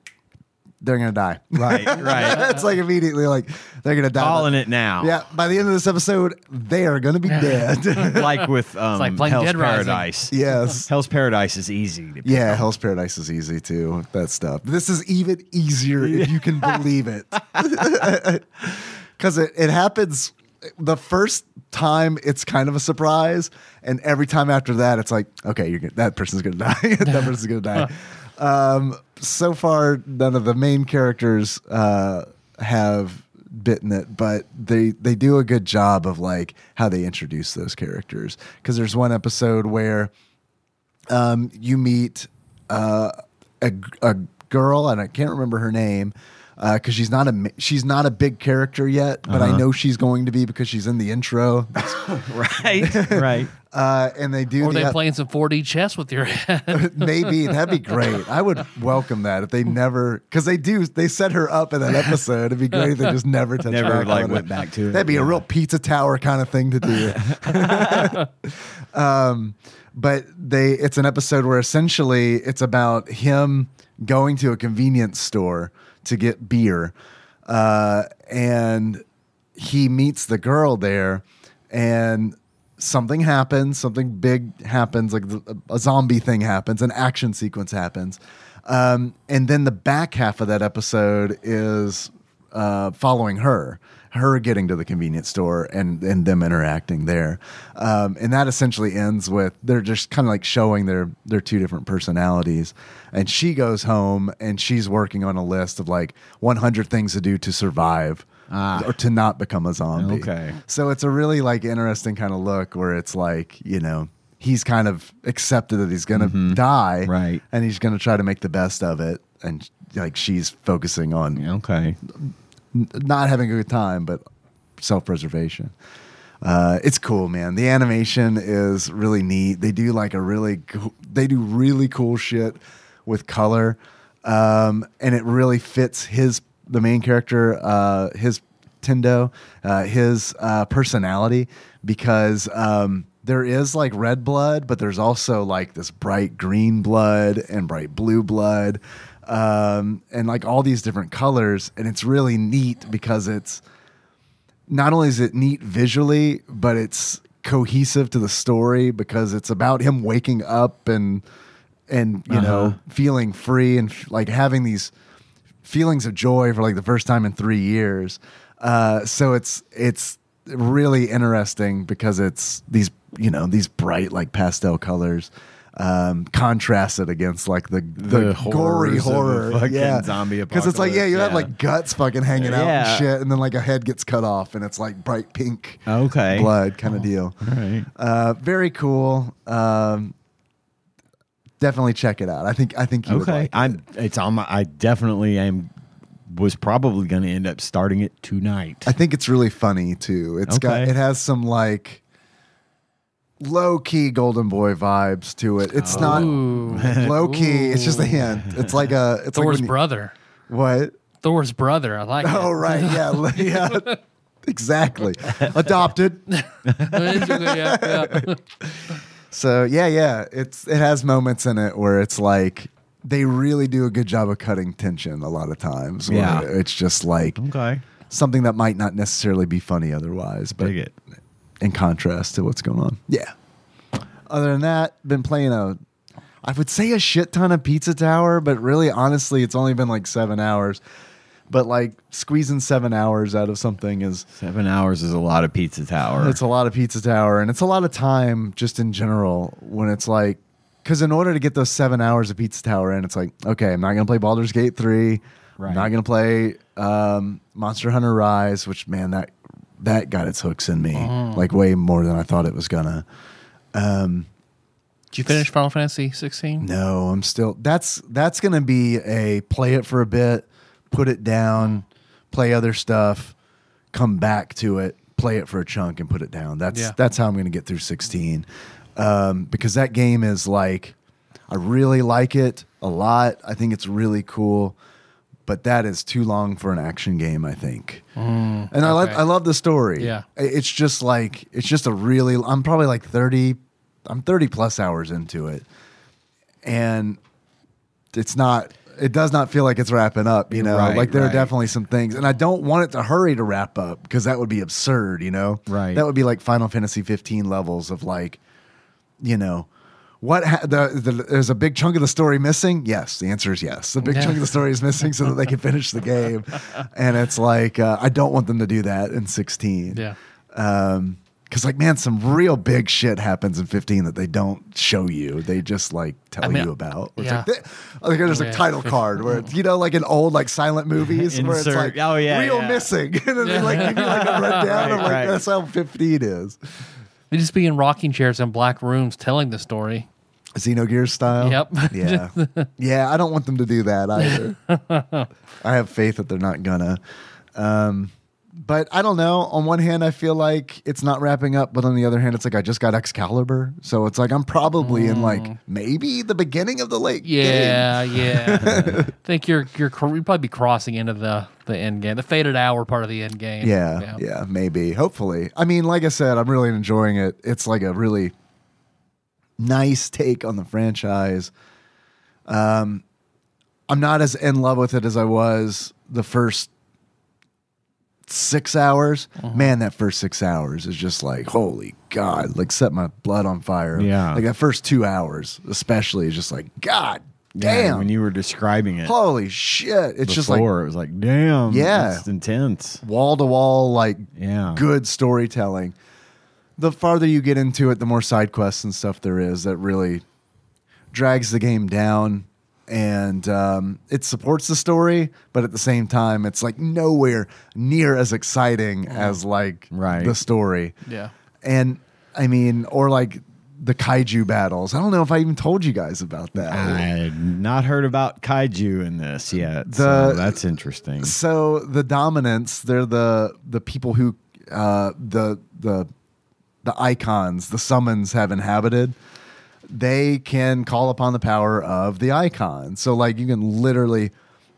[SPEAKER 4] they're going to die.
[SPEAKER 3] Right, right.
[SPEAKER 4] it's like immediately like they're going to die.
[SPEAKER 3] Calling it now.
[SPEAKER 4] Yeah, by the end of this episode, they are going to be dead.
[SPEAKER 3] Like with um,
[SPEAKER 2] like playing
[SPEAKER 3] Hell's
[SPEAKER 2] Dead Rising.
[SPEAKER 3] Paradise.
[SPEAKER 4] yes.
[SPEAKER 3] Hell's Paradise is easy. To pick
[SPEAKER 4] Yeah,
[SPEAKER 3] up.
[SPEAKER 4] Hell's Paradise is easy too. That stuff. This is even easier if you can believe it. Because it, it happens the first time, it's kind of a surprise. And every time after that, it's like, okay, you're gonna, that person's going to die. that person's going to die. um, so far, none of the main characters uh, have bitten it, but they, they do a good job of like how they introduce those characters. Because there's one episode where um, you meet uh, a, a girl, and I can't remember her name because she's not a ma- she's not a big character yet, but
[SPEAKER 3] Uh-huh.
[SPEAKER 4] I know she's going to be because she's in the intro.
[SPEAKER 3] Right, right.
[SPEAKER 4] Uh, and they do
[SPEAKER 2] Or
[SPEAKER 4] the
[SPEAKER 2] they playing some 4D chess with your head.
[SPEAKER 4] maybe that'd be great. I would welcome that if they never because they do they set her up in that episode. It'd be great if they just never touched
[SPEAKER 3] Never,
[SPEAKER 4] back
[SPEAKER 3] like,
[SPEAKER 4] on
[SPEAKER 3] went
[SPEAKER 4] it.
[SPEAKER 3] back to it.
[SPEAKER 4] That'd be a
[SPEAKER 3] Yeah.
[SPEAKER 4] real pizza tower kind of thing to do. um, but they it's an episode where essentially it's about him going to a convenience store to get beer, uh, and he meets the girl there, and something happens, something big happens, like th- a zombie thing happens, an action sequence happens, um, and then the back half of that episode is uh, following her, her getting to the convenience store and and them interacting there, um, and that essentially ends with they're just kind of like showing their their two different personalities, and she goes home and she's working on a list of like 100 things to do to survive.
[SPEAKER 3] Ah.
[SPEAKER 4] Or to not become a zombie.
[SPEAKER 3] Okay.
[SPEAKER 4] So it's a really like interesting kind of look where it's like, you know, he's kind of accepted that he's going to die.
[SPEAKER 3] Mm-hmm. Right.
[SPEAKER 4] And he's going to try to make the best of it. And like she's focusing on
[SPEAKER 3] Okay.
[SPEAKER 4] n- not having a good time, but self preservation. Uh, it's cool, man. The animation is really neat. They do like a really, co- they do really cool shit with color, um, and it really fits his the main character, uh, his Tendo, uh, his uh, personality because um, there is like red blood, but there's also like this bright green blood and bright blue blood, um, and like all these different colors, and it's really neat because it's not only is it neat visually, but it's cohesive to the story because it's about him waking up and and you
[SPEAKER 3] Uh-huh.
[SPEAKER 4] know feeling free and f- like having these feelings of joy for like the first time in three years. Uh, so it's it's really interesting because it's these you know these bright like pastel colors um contrasted against like the the,
[SPEAKER 3] The horrors
[SPEAKER 4] gory
[SPEAKER 3] of the
[SPEAKER 4] horror
[SPEAKER 3] fucking
[SPEAKER 4] yeah
[SPEAKER 3] zombie
[SPEAKER 4] because it's like yeah you have
[SPEAKER 3] apocalypse, yeah.
[SPEAKER 4] like guts fucking hanging out
[SPEAKER 3] Yeah.
[SPEAKER 4] and shit, and then like a head gets cut off, and it's like bright pink
[SPEAKER 3] Okay. Oh,
[SPEAKER 4] blood kind of deal.
[SPEAKER 3] All right.
[SPEAKER 4] Uh, very cool. Um, definitely check it out. I think I think you would
[SPEAKER 3] Okay.
[SPEAKER 4] like it.
[SPEAKER 3] I'm. It's on my. I definitely am was probably going to end up starting it tonight.
[SPEAKER 4] I think it's really funny too. It's got
[SPEAKER 3] Okay.
[SPEAKER 4] it has some like low key Golden Boy vibes to it. It's
[SPEAKER 3] Oh.
[SPEAKER 2] Ooh.
[SPEAKER 4] not low key. It's just a hint. It's like a it's like
[SPEAKER 2] Thor's
[SPEAKER 4] when you-
[SPEAKER 2] brother.
[SPEAKER 4] what?
[SPEAKER 2] Thor's brother. I like
[SPEAKER 4] Oh right, yeah, li- yeah. Exactly. Adopted.
[SPEAKER 2] it. yeah, yeah.
[SPEAKER 4] So yeah, yeah. It's it has moments in it where it's like they really do a good job of cutting tension a lot of times. where
[SPEAKER 3] Yeah.
[SPEAKER 4] It's just like
[SPEAKER 3] Okay.
[SPEAKER 4] something that might not necessarily be funny otherwise, but
[SPEAKER 3] Dig it.
[SPEAKER 4] in contrast to what's going on. Yeah. Other than that, been playing a, I would say a shit ton of Pizza Tower, but really, honestly, it's only been like seven hours. But like squeezing seven hours out of something is,
[SPEAKER 3] Seven hours is a lot of Pizza Tower.
[SPEAKER 4] it's a lot of Pizza Tower and it's a lot of time just in general when it's like, because in order to get those seven hours of Pizza Tower in, it's like, okay, I'm not going to play Baldur's Gate 3.
[SPEAKER 3] Right.
[SPEAKER 4] I'm not going to play um, Monster Hunter Rise, which, man, that that got its hooks in me
[SPEAKER 3] Mm.
[SPEAKER 4] like way more than I thought it was going to.
[SPEAKER 2] Did you finish Final Fantasy 16?
[SPEAKER 4] No, I'm still. That's that's gonna be a play it for a bit, put it down, play other stuff, come back to it, play it for a chunk, and put it down. That's
[SPEAKER 2] Yeah.
[SPEAKER 4] that's how I'm gonna get through 16, um, because that game is like, I really like it a lot. I think it's really cool, but that is too long for an action game. I think, and I like
[SPEAKER 2] Mm, okay.
[SPEAKER 4] I love the story.
[SPEAKER 2] Yeah.
[SPEAKER 4] I- it's just like it's just a really. I'm probably like 30. I'm 30 plus hours into it and it's not it does not feel like it's wrapping up you know
[SPEAKER 3] Right,
[SPEAKER 4] like there
[SPEAKER 3] right.
[SPEAKER 4] are definitely some things and i don't want it to hurry to wrap up because that would be absurd you know
[SPEAKER 3] Right.
[SPEAKER 4] that would be like final fantasy 15 levels of like you know what ha- the, the, there's a big chunk of the story missing yes the answer is yes the big chunk of the story is missing so that they can finish the game and it's like uh, i don't want them to do that in 16
[SPEAKER 2] Yeah.
[SPEAKER 4] because like man some real big shit happens in 15 that they don't show you they just like tell
[SPEAKER 2] I mean,
[SPEAKER 4] you about It's
[SPEAKER 2] yeah.
[SPEAKER 4] like, th- like there's a
[SPEAKER 2] Yeah.
[SPEAKER 4] title card where it's you know like in old like silent movies where it's
[SPEAKER 3] Insert-
[SPEAKER 4] like
[SPEAKER 3] oh, yeah,
[SPEAKER 4] real
[SPEAKER 3] yeah.
[SPEAKER 4] missing and then they like give you like a rundown of
[SPEAKER 3] Right,
[SPEAKER 4] like
[SPEAKER 3] right.
[SPEAKER 4] that's how 15 is
[SPEAKER 2] They just be in rocking chairs in black rooms telling the story.
[SPEAKER 4] Xenogears style
[SPEAKER 2] Yep.
[SPEAKER 4] yeah yeah i don't want them to do that either i have faith that they're not gonna um but I don't know. On one hand, I feel like it's not wrapping up, but on the other hand, it's like I just got Excalibur, so it's like I'm probably in like maybe the beginning of the late game.
[SPEAKER 2] Mm. Yeah, yeah. I think you're you're cr- you'd probably be crossing into the the end game, the faded hour part of the end game.
[SPEAKER 4] Yeah, yeah, maybe. Hopefully. I mean, like I said, I'm really enjoying it. It's like a really nice take on the franchise. Um, I'm not as in love with it as I was the first six hours.
[SPEAKER 3] Uh-huh.
[SPEAKER 4] Man, that first six hours is just like, holy God, like set my blood on fire.
[SPEAKER 3] Yeah.
[SPEAKER 4] Like that first two hours, especially, is just like, God
[SPEAKER 3] Yeah,
[SPEAKER 4] damn.
[SPEAKER 3] When you were describing it
[SPEAKER 4] holy shit. It's just like
[SPEAKER 3] before, it was like, damn.
[SPEAKER 4] Yeah.
[SPEAKER 3] It's intense.
[SPEAKER 4] wall to wall, like
[SPEAKER 3] Yeah.
[SPEAKER 4] good storytelling. The farther you get into it, the more side quests and stuff there is that really drags the game down. And um, it supports the story, but at the same time, it's like nowhere near as exciting as like
[SPEAKER 3] Right.
[SPEAKER 4] the story.
[SPEAKER 2] Yeah.
[SPEAKER 4] And I mean, or like the kaiju battles. I don't know if I even told you guys about that.
[SPEAKER 3] I had not heard about kaiju in this yet.
[SPEAKER 4] The-
[SPEAKER 3] so that's interesting.
[SPEAKER 4] So the dominants, they're the the people who uh, the the the icons, the summons have inhabited. They can call upon the power of the icon. So like you can literally,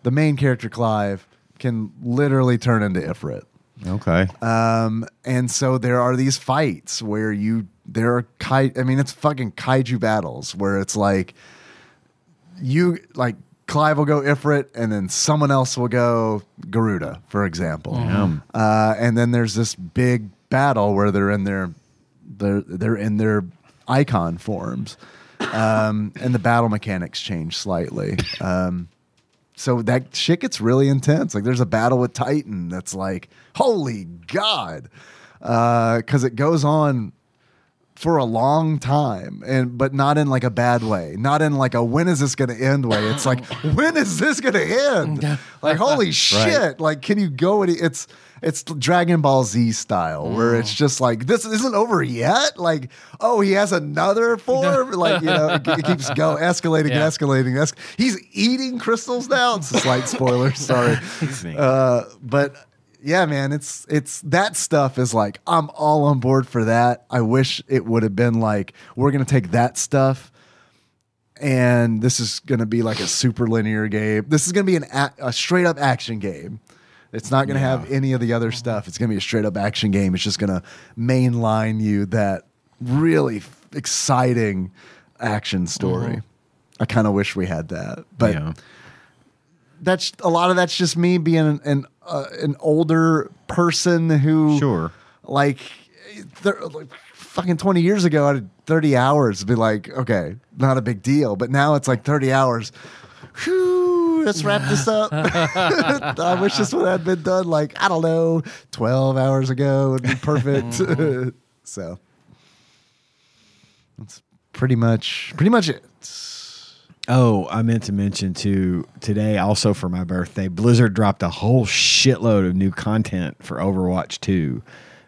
[SPEAKER 4] the main character Clive can literally turn into Ifrit.
[SPEAKER 3] Okay.
[SPEAKER 4] Um, and so there are these fights where you there are kai. I mean, it's fucking kaiju battles where it's like you like Clive will go Ifrit, and then someone else will go Garuda, for example. Uh, and then there's this big battle where they're in their they're they're in their icon forms, um, and the battle mechanics change slightly. Um, so that shit gets really intense. Like there's a battle with Titan Uh, that's like, holy god, because it goes on for a long time and but not in like a bad way not in like a when is this going to end way it's like when is this going to end like holy shit like can you go any it's it's dragon ball z style where it's just like this isn't over yet like oh he has another form like you know it, it keeps go escalating
[SPEAKER 2] Yeah.
[SPEAKER 4] escalating escalating he's eating crystals now it's a slight spoiler sorry
[SPEAKER 3] me.
[SPEAKER 4] uh, but yeah, man, it's it's that stuff is like I'm all on board for that. I wish it would have been like we're gonna take that stuff, and this is gonna be like a super linear game. This is gonna be an a, a straight up action game. It's not gonna have any of the other stuff. It's gonna be a straight up action game. It's just gonna mainline you that really f- exciting action story. I kind of wish we had that, but
[SPEAKER 3] yeah.
[SPEAKER 4] that's a lot of that's just me being an an, uh, an older person who
[SPEAKER 3] Sure.
[SPEAKER 4] like, thir- like fucking 20 years ago I had 30 hours to be like okay not a big deal but now it's like 30 hours Whew, let's wrap this up I wish this would have been done like I don't know 12 hours ago would be perfect so that's pretty much pretty much it
[SPEAKER 3] Oh, I meant to mention too today, also for my birthday, Blizzard dropped a whole shitload of new content for Overwatch 2.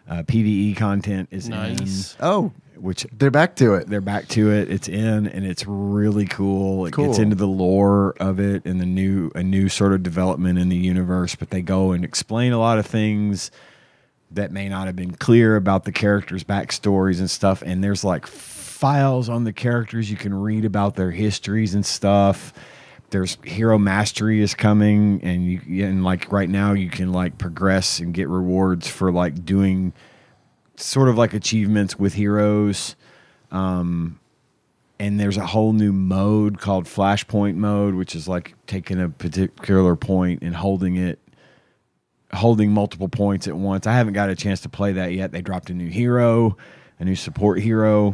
[SPEAKER 3] Uh, PVE content is
[SPEAKER 2] Nice.
[SPEAKER 4] oh
[SPEAKER 3] in, which
[SPEAKER 4] they're back to it
[SPEAKER 3] they're back to it. It's in, and it's really cool. It
[SPEAKER 4] Cool.
[SPEAKER 3] gets into the lore of it and the new a new sort of development in the universe. But they go and explain a lot of things that may not have been clear about the characters' backstories and stuff. And there's like files on the characters you can read about their histories and stuff. There's hero mastery is coming, and you and like right now you can like progress and get rewards for like doing sort of like achievements with heroes and there's a whole new mode called flashpoint mode which is like taking a particular point and holding it holding multiple points at once i haven't got a chance to play that yet they dropped a new hero a new support hero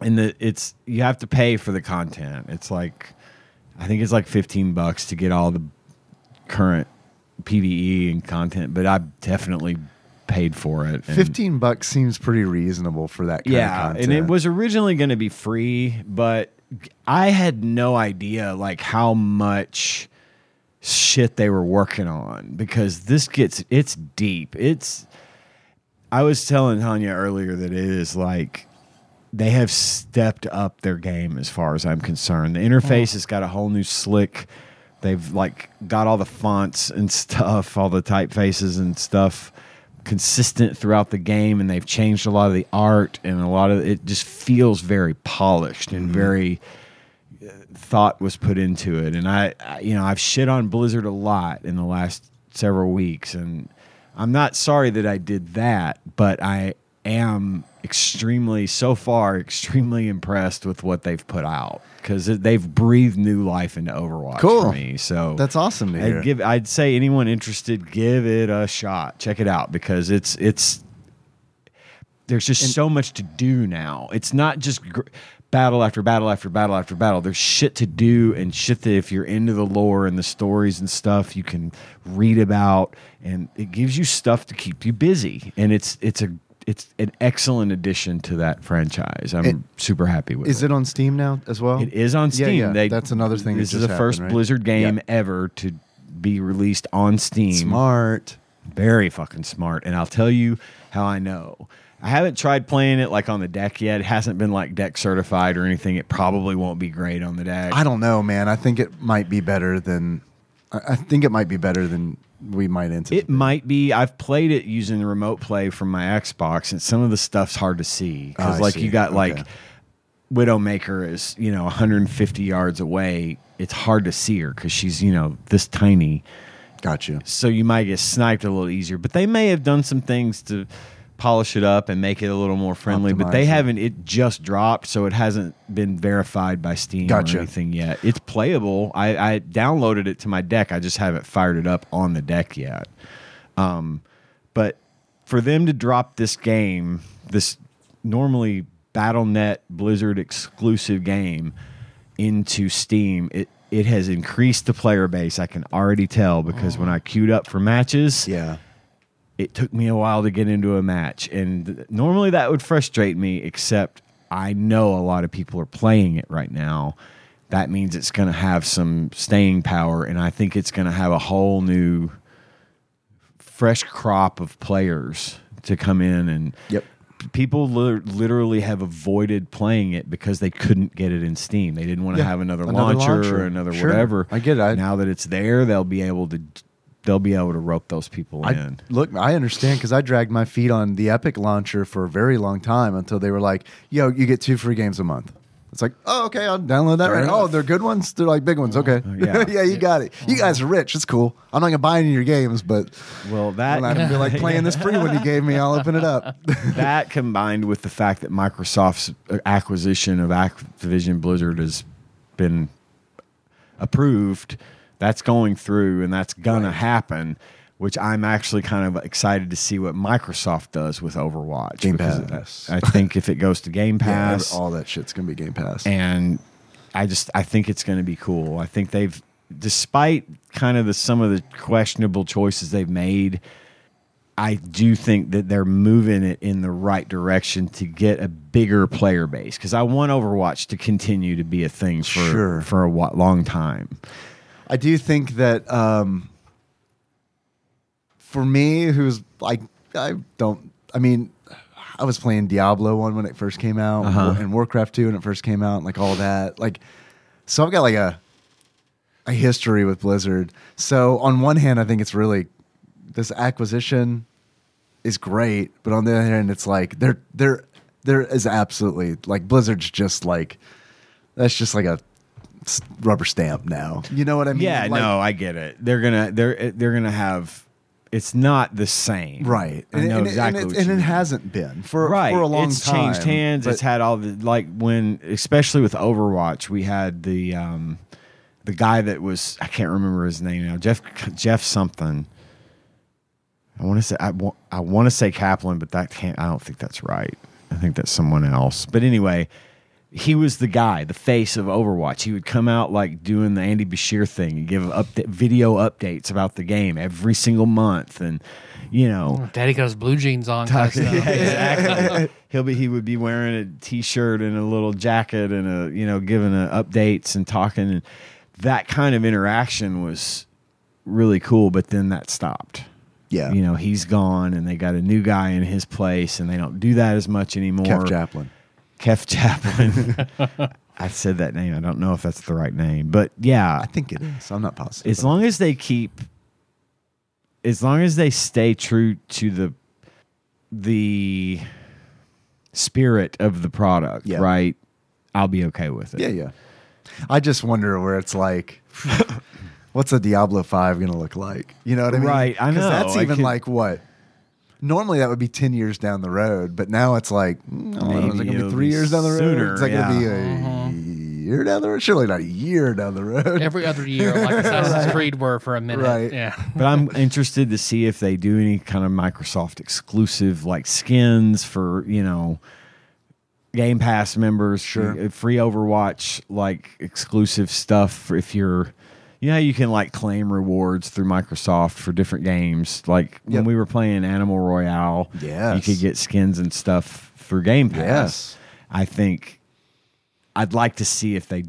[SPEAKER 3] and the, it's you have to pay for the content it's like i think it's like 15 bucks to get all the current pve and content but i've definitely paid for it and-
[SPEAKER 4] 15 bucks seems pretty reasonable for that kind of
[SPEAKER 3] yeah
[SPEAKER 4] content.
[SPEAKER 3] and it was originally going to be free but i had no idea like how much shit they were working on because this gets it's deep it's i was telling tanya earlier that it is like they have stepped up their game as far as i'm concerned the interface has got a whole new slick they've like got all the fonts and stuff all the typefaces and stuff consistent throughout the game and they've changed a lot of the art and a lot of it just feels very polished and very thought was put into it. And I, I, you know, I've shit on Blizzard a lot in the last several weeks, and I'm not sorry that I did that, but I am extremely, so far, extremely impressed with what they've put out because they've breathed new life into Overwatch
[SPEAKER 4] Cool.
[SPEAKER 3] for me. So
[SPEAKER 4] That's awesome to hear.
[SPEAKER 3] I'd give, I'd say anyone interested, give it a shot. Check it out because it's it's there's just so much to do now. It's not just gr- battle after battle after battle after battle. There's shit to do and shit that if you're into the lore and the stories and stuff, you can read about, and it gives you stuff to keep you busy. And it's it's a it's an excellent addition to that franchise. I'm
[SPEAKER 4] It-
[SPEAKER 3] super happy with.
[SPEAKER 4] Is it on Steam now as well?
[SPEAKER 3] It is on
[SPEAKER 4] Oh. Yeah,
[SPEAKER 3] Steam.
[SPEAKER 4] yeah,
[SPEAKER 3] They-
[SPEAKER 4] that's another thing that
[SPEAKER 3] This is
[SPEAKER 4] just
[SPEAKER 3] the first
[SPEAKER 4] happened, right?
[SPEAKER 3] Blizzard game
[SPEAKER 4] Yeah.
[SPEAKER 3] ever to be released on Steam.
[SPEAKER 4] Smart.
[SPEAKER 3] Very fucking smart. And I'll tell you how I know. I haven't tried playing it like on the deck yet. It hasn't been like deck certified or anything. It probably won't be great on the deck.
[SPEAKER 4] I don't know, man. I think it might be better than. I I think it might be better than we might anticipate.
[SPEAKER 3] It might be. I've played it using the remote play from my Xbox, and some of the stuff's hard to see
[SPEAKER 4] Oh,
[SPEAKER 3] because,
[SPEAKER 4] I
[SPEAKER 3] like,
[SPEAKER 4] see.
[SPEAKER 3] you got
[SPEAKER 4] Okay.
[SPEAKER 3] like Widowmaker is you know 150 yards away. It's hard to see her because she's you know this tiny.
[SPEAKER 4] Got you.
[SPEAKER 3] so you might get sniped a little easier. But they may have done some things to polish it up and make it a little more friendly. but
[SPEAKER 4] Optimize
[SPEAKER 3] they
[SPEAKER 4] it.
[SPEAKER 3] haven't. It just dropped, so it hasn't been verified by Steam
[SPEAKER 4] Gotcha.
[SPEAKER 3] or anything yet. It's playable. I, I downloaded it to my deck. I just haven't fired it up on the deck yet. Um, but for them to drop this game, this normally BattleNet Blizzard exclusive game into Steam, it it has increased the player base. I can already tell because when I queued up for matches,
[SPEAKER 4] Yeah.
[SPEAKER 3] It took me a while to get into a match, and th- normally that would frustrate me. Except I know a lot of people are playing it right now. That means it's going to have some staying power, and I think it's going to have a whole new, fresh crop of players to come in and
[SPEAKER 4] Yep.
[SPEAKER 3] people lit- literally have avoided playing it because they couldn't get it in Steam. They didn't want to
[SPEAKER 4] Yeah,
[SPEAKER 3] have another,
[SPEAKER 4] another
[SPEAKER 3] launcher,
[SPEAKER 4] launcher.
[SPEAKER 3] or another
[SPEAKER 4] Sure,
[SPEAKER 3] whatever.
[SPEAKER 4] I get it. I-
[SPEAKER 3] now that it's there, they'll be able to they'll be able to rope those people
[SPEAKER 4] I,
[SPEAKER 3] in.
[SPEAKER 4] look, I understand because I dragged my feet on the Epic launcher for a very long time until they were like, "Yo, you get two free games a month." It's like, "Oh, okay, I'll download that." Right? now. Oh, they're good ones. They're like big ones. Okay,
[SPEAKER 3] Uh, yeah.
[SPEAKER 4] yeah, you got it. You guys are rich. It's cool. I'm not gonna buy any of your games, but
[SPEAKER 3] Well,
[SPEAKER 4] I'm not gonna
[SPEAKER 3] that
[SPEAKER 4] be like playing this free one you gave me. I'll open it up.
[SPEAKER 3] that combined with the fact that Microsoft's uh, acquisition of Activision Blizzard has been approved, that's going through and that's gonna happen. Which I'm actually kind of excited to see what Microsoft does with Overwatch.
[SPEAKER 4] Game
[SPEAKER 3] because
[SPEAKER 4] Pass.
[SPEAKER 3] I think if it goes to Game
[SPEAKER 4] Yeah,
[SPEAKER 3] Pass,
[SPEAKER 4] all that shit's gonna be Game Pass.
[SPEAKER 3] and I just I think it's going to be cool. I think they've, despite kind of the some of the questionable choices they've made, I do think that they're moving it in the right direction to get a bigger player base because I want Overwatch to continue to be a thing for
[SPEAKER 4] Sure.
[SPEAKER 3] for a wa- long time.
[SPEAKER 4] I do think that um, for me, who's like, I don't, I mean, I was playing Diablo 1 when it first came out
[SPEAKER 3] Uh-huh.
[SPEAKER 4] and Warcraft 2 when it first came out, like all that. Like, so I've got like a, a history with Blizzard. So on one hand, I think it's really, this acquisition is great, but on the other hand, it's like, there, there, there is absolutely like Blizzard's just like, that's just like a s- rubber stamp now. You know what I mean?
[SPEAKER 3] yeah,
[SPEAKER 4] Like,
[SPEAKER 3] no, I get it. They're gonna they're they're gonna have. It's not the same,
[SPEAKER 4] Right.
[SPEAKER 3] I know
[SPEAKER 4] and,
[SPEAKER 3] exactly.
[SPEAKER 4] it,
[SPEAKER 3] what
[SPEAKER 4] and
[SPEAKER 3] you
[SPEAKER 4] it
[SPEAKER 3] mean.
[SPEAKER 4] hasn't been for,
[SPEAKER 3] right.
[SPEAKER 4] for a long
[SPEAKER 3] it's
[SPEAKER 4] time.
[SPEAKER 3] changed hands.
[SPEAKER 4] but
[SPEAKER 3] It's had all the like when, especially with Overwatch, we had the um, the guy that was I can't remember his name now. Jeff Jeff something. I want to say I, wa- I want to say Kaplan, but that can't. I don't think that's right. I think that's someone else. But anyway, he was the guy, the face of Overwatch. He would come out like doing the Andy Bashir thing and give upda- video updates about the game every single month, and you know
[SPEAKER 4] Mm.
[SPEAKER 2] Daddy got his blue jeans on. Type stuff.
[SPEAKER 3] exactly. He'll be he would be wearing a t-shirt and a little jacket and a you know giving a updates and talking and that kind of interaction was really cool. But then that stopped.
[SPEAKER 4] yeah,
[SPEAKER 3] You know he's gone and they got a new guy in his place and they don't do that as much anymore.
[SPEAKER 4] Kev Chaplin.
[SPEAKER 3] Kef Chaplin. I said that name. I don't know if that's the right name, but yeah,
[SPEAKER 4] I think it is. I'm not positive.
[SPEAKER 3] as long as they keep as long as they stay true to the the spirit of the product
[SPEAKER 4] Yeah.
[SPEAKER 3] right i'll be okay with it
[SPEAKER 4] yeah, yeah. I just wonder where it's like, what's a Diablo Five going to look like? You know what I mean?
[SPEAKER 3] Right, I
[SPEAKER 4] 'Cause
[SPEAKER 3] know.
[SPEAKER 4] That's
[SPEAKER 3] I
[SPEAKER 4] even
[SPEAKER 3] could-
[SPEAKER 4] like what. Normally that would be ten years down the road, but now it's like, mm, I don't know,
[SPEAKER 3] Maybe
[SPEAKER 4] is it going to
[SPEAKER 3] it'll
[SPEAKER 4] be three
[SPEAKER 3] be
[SPEAKER 4] years down the road?
[SPEAKER 3] sooner,
[SPEAKER 4] is that
[SPEAKER 3] yeah. Uh-huh.
[SPEAKER 4] going to be a year down the road? Surely not a year down the road.
[SPEAKER 2] Every other year, like Assassin's Creed were for a minute.
[SPEAKER 4] Right.
[SPEAKER 2] Yeah.
[SPEAKER 3] but i'm interested to see if they do any kind of microsoft exclusive like skins for you know game pass members
[SPEAKER 4] Sure.
[SPEAKER 3] uh, free overwatch like exclusive stuff for if you're you know how you can like claim rewards through Microsoft for different games. Like when
[SPEAKER 4] Yep.
[SPEAKER 3] we were playing Animal Royale, you
[SPEAKER 4] Yes.
[SPEAKER 3] could get skins and stuff through Game Pass.
[SPEAKER 4] Yes.
[SPEAKER 3] I think I'd like to see if they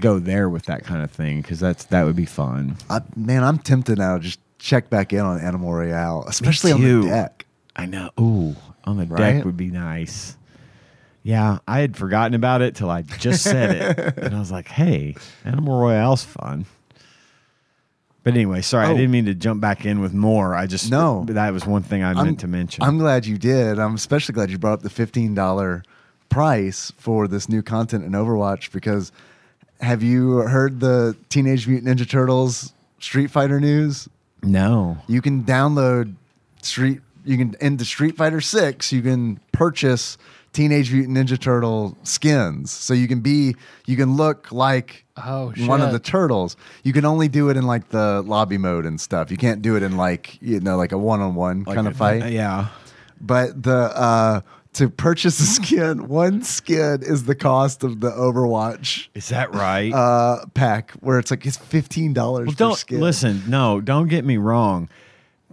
[SPEAKER 3] go there with that kind of thing because that's that would be fun.
[SPEAKER 4] I, man, I'm tempted now to just check back in on Animal Royale, especially on
[SPEAKER 3] too.
[SPEAKER 4] the deck.
[SPEAKER 3] I know. Ooh, on the deck
[SPEAKER 4] Right?
[SPEAKER 3] would be nice. Yeah, I had forgotten about it till I just said it, and I was like, "Hey, Animal Royale's fun." But anyway, sorry, I
[SPEAKER 4] Oh.
[SPEAKER 3] didn't mean to jump back in with more. I just
[SPEAKER 4] No.
[SPEAKER 3] but that was one thing I meant to mention.
[SPEAKER 4] I'm glad you did. I'm especially glad you brought up the fifteen dollar price for this new content in Overwatch because have you heard the Teenage Mutant Ninja Turtles Street Fighter news?
[SPEAKER 3] no,
[SPEAKER 4] You can download Street. You can in the Street Fighter Six. You can purchase Teenage Mutant Ninja Turtle skins, so you can be. You can look like
[SPEAKER 2] Oh,
[SPEAKER 4] one
[SPEAKER 2] shit.
[SPEAKER 4] of the turtles. You can only do it in like the lobby mode and stuff. You can't do it in like you know like a one on one kind of fight
[SPEAKER 3] yeah.
[SPEAKER 4] but the uh to purchase a skin, one skin is the cost of the Overwatch
[SPEAKER 3] Is that right?
[SPEAKER 4] uh pack, where it's like it's fifteen dollars
[SPEAKER 3] Well, don't
[SPEAKER 4] per skin.
[SPEAKER 3] listen. No, don't get me wrong.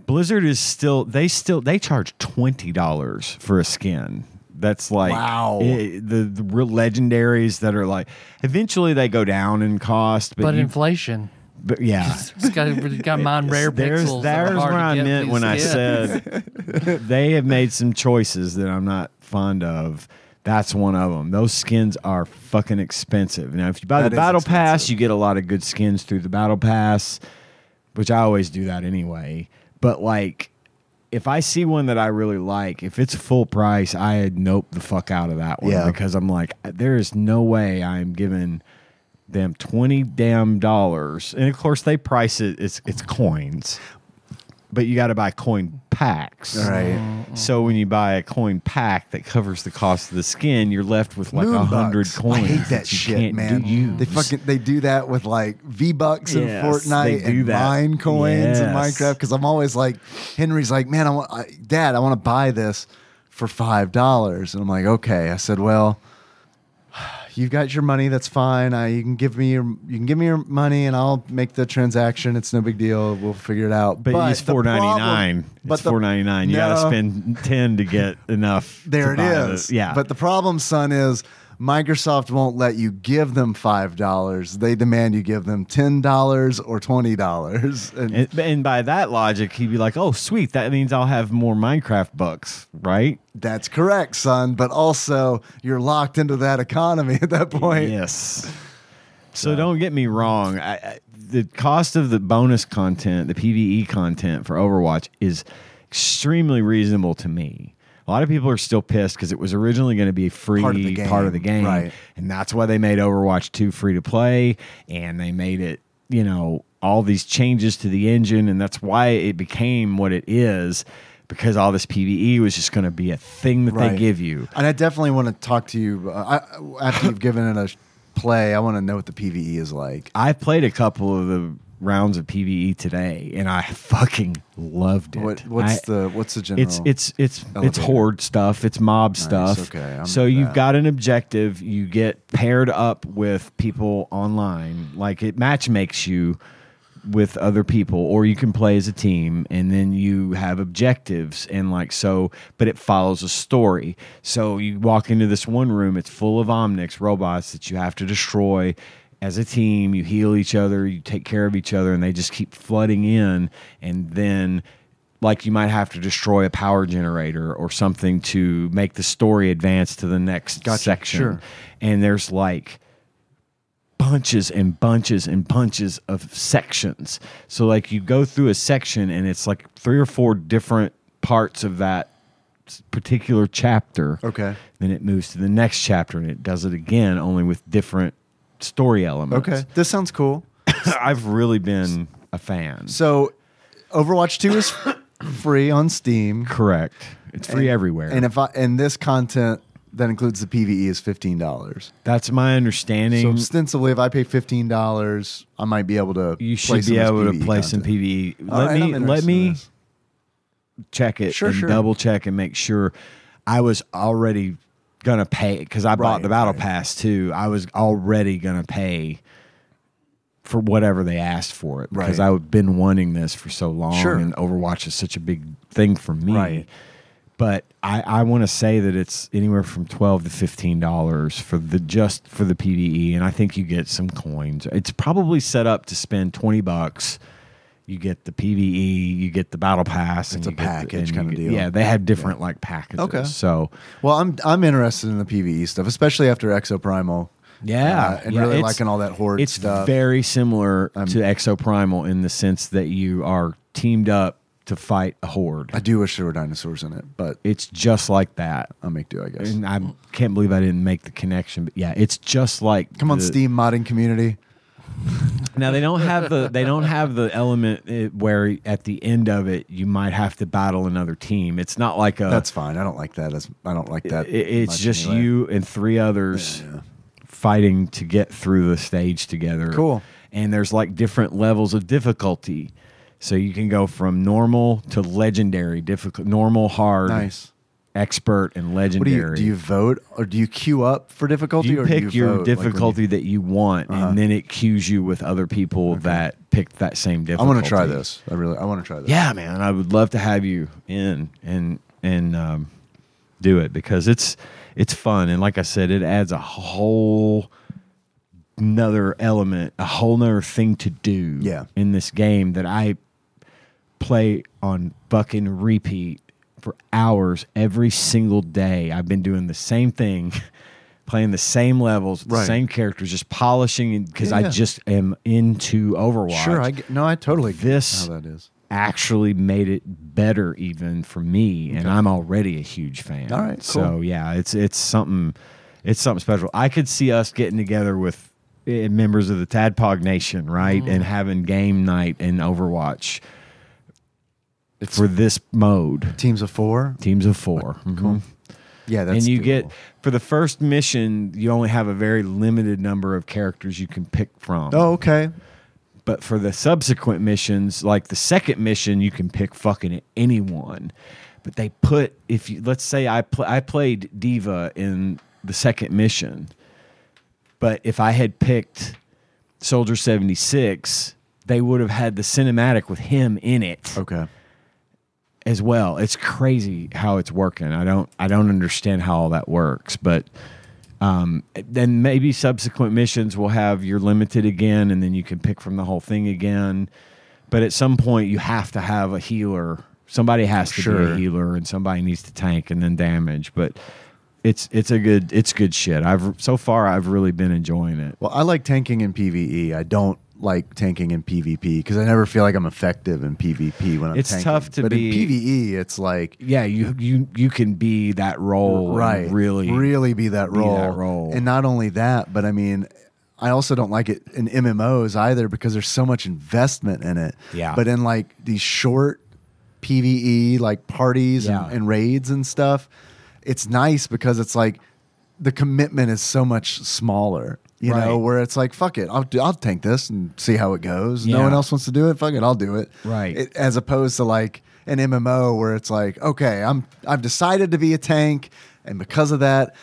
[SPEAKER 3] Blizzard is still they still they charge twenty dollars for a skin. That's like
[SPEAKER 4] Wow.
[SPEAKER 3] it- the, the real legendaries that are like eventually they go down in cost, but,
[SPEAKER 2] But
[SPEAKER 3] you-
[SPEAKER 2] inflation.
[SPEAKER 3] but yeah.
[SPEAKER 2] It's got, it's got mine rare
[SPEAKER 3] There's,
[SPEAKER 2] pixels. that are
[SPEAKER 3] there's
[SPEAKER 2] hard
[SPEAKER 3] what
[SPEAKER 2] to
[SPEAKER 3] I
[SPEAKER 2] get
[SPEAKER 3] meant
[SPEAKER 2] these-
[SPEAKER 3] when I
[SPEAKER 2] yeah.
[SPEAKER 3] said they have made some choices that I'm not fond of. That's one of them. Those skins are fucking expensive. Now, if you buy
[SPEAKER 4] That
[SPEAKER 3] the
[SPEAKER 4] is
[SPEAKER 3] battle pass,
[SPEAKER 4] expensive.
[SPEAKER 3] you get a lot of good skins through the battle pass, which I always do that anyway. But like, if I see one that I really like, if it's full price, I had nope the fuck out of that one
[SPEAKER 4] Yeah.
[SPEAKER 3] because I'm like, there is no way I'm giving them twenty damn dollars. And of course, they price it. It's it's coins, but you got to buy coin packs.
[SPEAKER 4] All right.
[SPEAKER 3] So when you buy a coin pack that covers the cost of the skin, you're left with like
[SPEAKER 4] Moon
[SPEAKER 3] a hundred
[SPEAKER 4] bucks.
[SPEAKER 3] coins.
[SPEAKER 4] I hate that,
[SPEAKER 3] you
[SPEAKER 4] shit,
[SPEAKER 3] can't
[SPEAKER 4] man.
[SPEAKER 3] do- use.
[SPEAKER 4] They fucking they do that with like V bucks in
[SPEAKER 3] Yes,
[SPEAKER 4] Fortnite
[SPEAKER 3] they do
[SPEAKER 4] and
[SPEAKER 3] that.
[SPEAKER 4] mine coins in
[SPEAKER 3] Yes.
[SPEAKER 4] Minecraft. Because I'm always like, Henry's like, man, I want, I, Dad, I want to buy this for five dollars, and I'm like, okay. I said, well, you've got your money. That's fine. I, you can give me your you can give me your money, and I'll make the transaction. It's no big deal. We'll figure it out.
[SPEAKER 3] But, it's
[SPEAKER 4] the
[SPEAKER 3] four ninety nine.
[SPEAKER 4] problem- but
[SPEAKER 3] It's
[SPEAKER 4] the-
[SPEAKER 3] four ninety nine. You gotta
[SPEAKER 4] No.
[SPEAKER 3] spend ten to get enough. to
[SPEAKER 4] There it
[SPEAKER 3] buy
[SPEAKER 4] is.
[SPEAKER 3] the- yeah.
[SPEAKER 4] But the problem, son, is Microsoft won't let you give them five dollars. They demand you give them ten dollars or twenty dollars. And
[SPEAKER 3] and, and by that logic, he'd be like, "Oh, sweet, that means I'll have more Minecraft bucks, right?"
[SPEAKER 4] that's correct, son. But also, you're locked into that economy at that point.
[SPEAKER 3] Yes. So don't get me wrong. I, I, the cost of the bonus content, the PVE content for Overwatch, is extremely reasonable to me. A lot of people are still pissed because it was originally going to be free
[SPEAKER 4] Part of the
[SPEAKER 3] part of the
[SPEAKER 4] game,
[SPEAKER 3] game,
[SPEAKER 4] right.
[SPEAKER 3] and that's why they made Overwatch 2 free to play, and they made it, you know, all these changes to the engine, and that's why it became what it is, because all this PVE was just going to be a thing that they
[SPEAKER 4] Right.
[SPEAKER 3] give you.
[SPEAKER 4] And I definitely want to talk to you uh, I, after you've given it a sh- play. I want to know what the PVE is like.
[SPEAKER 3] I played a couple of the rounds of PVE today, and I fucking loved it.
[SPEAKER 4] What, what's
[SPEAKER 3] I-
[SPEAKER 4] the what's the general?
[SPEAKER 3] It's it's it's it's
[SPEAKER 4] Elevator.
[SPEAKER 3] horde stuff. It's mob stuff.
[SPEAKER 4] okay, I'm
[SPEAKER 3] so
[SPEAKER 4] into
[SPEAKER 3] you've
[SPEAKER 4] that.
[SPEAKER 3] got an objective. You get paired up with people online. Like it match makes you with other people, or you can play as a team, and then you have objectives and like so. But it follows a story. So you walk into this one room. It's full of Omnics robots that you have to destroy. As a team, you heal each other, you take care of each other, and they just keep flooding in. And then like you might have to destroy a power generator or something to make the story advance to the next section.
[SPEAKER 4] Sure.
[SPEAKER 3] And there's like bunches and bunches and bunches of sections. So like you go through a section and it's like three or four different parts of that s- particular chapter.
[SPEAKER 4] Okay.
[SPEAKER 3] Then it moves to the next chapter and it does it again only with different story elements.
[SPEAKER 4] okay. This sounds cool.
[SPEAKER 3] I've really been a fan.
[SPEAKER 4] So, Overwatch Two is free on Steam.
[SPEAKER 3] Correct. It's free everywhere.
[SPEAKER 4] And if I and this content that includes the PVE is fifteen dollars.
[SPEAKER 3] That's my
[SPEAKER 4] So
[SPEAKER 3] understanding.
[SPEAKER 4] ostensibly, if I pay fifteen dollars, I might be able to.
[SPEAKER 3] you
[SPEAKER 4] play
[SPEAKER 3] should
[SPEAKER 4] some
[SPEAKER 3] be
[SPEAKER 4] of this
[SPEAKER 3] able to
[SPEAKER 4] PvE
[SPEAKER 3] play some
[SPEAKER 4] content.
[SPEAKER 3] PVE.
[SPEAKER 4] All
[SPEAKER 3] Let
[SPEAKER 4] right,
[SPEAKER 3] me
[SPEAKER 4] I'm
[SPEAKER 3] let
[SPEAKER 4] interested in
[SPEAKER 3] me
[SPEAKER 4] this.
[SPEAKER 3] check it
[SPEAKER 4] Sure,
[SPEAKER 3] and
[SPEAKER 4] sure.
[SPEAKER 3] double check and make sure. I was already gonna pay because I bought
[SPEAKER 4] Right,
[SPEAKER 3] the battle
[SPEAKER 4] right.
[SPEAKER 3] pass too. I was already gonna pay for whatever they asked for it because
[SPEAKER 4] Right.
[SPEAKER 3] I've been wanting this for so long,
[SPEAKER 4] Sure.
[SPEAKER 3] and Overwatch is such a big thing for me.
[SPEAKER 4] Right.
[SPEAKER 3] But I, I want to say that it's anywhere from twelve to fifteen dollars for the just for the PVE, and I think you get some coins. It's probably set up to spend twenty bucks. You get the PVE, you get the battle pass. and
[SPEAKER 4] It's a
[SPEAKER 3] you get the-
[SPEAKER 4] package
[SPEAKER 3] and you
[SPEAKER 4] kinda
[SPEAKER 3] get-
[SPEAKER 4] deal.
[SPEAKER 3] Yeah, they have different like packages.
[SPEAKER 4] Okay.
[SPEAKER 3] so
[SPEAKER 4] Well, I'm I'm interested in the PVE stuff, especially after Exoprimal.
[SPEAKER 3] yeah,
[SPEAKER 4] uh, and
[SPEAKER 3] yeah,
[SPEAKER 4] really
[SPEAKER 3] it's-
[SPEAKER 4] liking all that horde
[SPEAKER 3] It's
[SPEAKER 4] stuff.
[SPEAKER 3] very similar to Exoprimal in the sense that you are teamed up to fight a horde.
[SPEAKER 4] I do wish there were dinosaurs in it, but Um,
[SPEAKER 3] It's just like that.
[SPEAKER 4] I'll make do, I guess.
[SPEAKER 3] and I can't believe I didn't make the connection. But yeah, it's just like
[SPEAKER 4] Come on,
[SPEAKER 3] the-
[SPEAKER 4] Steam modding community.
[SPEAKER 3] Now they don't have the they don't have the element eh, where at the end of it you might have to battle another team. It's not like a
[SPEAKER 4] That's fine. I don't like that. As, I don't like that.
[SPEAKER 3] i- Uh, it's
[SPEAKER 4] much
[SPEAKER 3] just
[SPEAKER 4] anyway.
[SPEAKER 3] you and three others fighting to get through the stage together.
[SPEAKER 4] Cool.
[SPEAKER 3] And there's like different levels of difficulty. So you can go from normal to legendary difficult normal hard
[SPEAKER 4] Nice.
[SPEAKER 3] expert and
[SPEAKER 4] What do
[SPEAKER 3] legendary.
[SPEAKER 4] you do? You vote or do you queue up for difficulty?
[SPEAKER 3] You
[SPEAKER 4] or
[SPEAKER 3] pick
[SPEAKER 4] do you
[SPEAKER 3] your
[SPEAKER 4] vote? Like, when you- Uh-huh.
[SPEAKER 3] difficulty that you want, and then it cues you with other people that picked that same
[SPEAKER 4] I
[SPEAKER 3] difficulty.
[SPEAKER 4] want to try this. I really, I want to try this.
[SPEAKER 3] Yeah, man, I would love to have you in and and um, do it because it's it's fun and like I said, it adds a whole another element, a whole nother thing to do.
[SPEAKER 4] Yeah.
[SPEAKER 3] in this game that I play on fucking repeat for hours every single day. I've been doing the same thing, playing the same levels, the
[SPEAKER 4] Right.
[SPEAKER 3] same characters, just polishing because
[SPEAKER 4] Yeah, yeah.
[SPEAKER 3] I just am into Overwatch.
[SPEAKER 4] Sure, I get, no, I totally get
[SPEAKER 3] This-
[SPEAKER 4] how that is.
[SPEAKER 3] Actually made it better even for me, and I'm already a huge fan.
[SPEAKER 4] All right,
[SPEAKER 3] so
[SPEAKER 4] cool.
[SPEAKER 3] yeah, it's it's something, it's something special. I could see us getting together with eh, members of the Tadpog Nation, right,
[SPEAKER 4] Mm.
[SPEAKER 3] and having game night in Overwatch for this mode.
[SPEAKER 4] Teams of four.
[SPEAKER 3] Teams of 4 Mhm.
[SPEAKER 4] Yeah, that's
[SPEAKER 3] And you get
[SPEAKER 4] doable.
[SPEAKER 3] for the first mission, you only have a very limited number of characters you can pick from.
[SPEAKER 4] Oh, okay.
[SPEAKER 3] But for the subsequent missions, like the second mission, you can pick fucking anyone. But they put if you let's say I pl- I played Diva in the second mission, but if I had picked Soldier seventy six, they would have had the cinematic with him in it
[SPEAKER 4] Okay.
[SPEAKER 3] as well. It's crazy how it's working. I don't I don't understand how all that works, but um, then maybe subsequent missions will have you're limited again, and then you can pick from the whole thing again. But at some point, you have to have a healer. Somebody has to be a
[SPEAKER 4] Sure.
[SPEAKER 3] healer, and somebody needs to tank and then damage. But it's it's a good it's good shit. I've so far I've really been enjoying it.
[SPEAKER 4] Well, I like tanking in PVE. I don't like tanking in PvP because I never feel like I'm effective in PvP when I'm
[SPEAKER 3] It's
[SPEAKER 4] tanking.
[SPEAKER 3] tough to
[SPEAKER 4] but
[SPEAKER 3] be-
[SPEAKER 4] in PvE, it's like
[SPEAKER 3] Yeah, you you you can be that role and
[SPEAKER 4] right
[SPEAKER 3] really
[SPEAKER 4] really be that
[SPEAKER 3] be
[SPEAKER 4] role
[SPEAKER 3] that role.
[SPEAKER 4] and not only that but i mean i also don't like it in mmos either because there's so much investment in it
[SPEAKER 3] Yeah.
[SPEAKER 4] but in like these short pve like parties
[SPEAKER 3] Yeah.
[SPEAKER 4] and, and raids and stuff it's nice because it's like the commitment is so much smaller you
[SPEAKER 3] Right.
[SPEAKER 4] know where it's like fuck it i'll do, i'll tank this and see how it goes no
[SPEAKER 3] Yeah.
[SPEAKER 4] one else wants to do it fuck it i'll do it
[SPEAKER 3] Right.
[SPEAKER 4] It- as opposed to like an MMO where it's like, okay, I'm I've decided to be a tank, and because of that,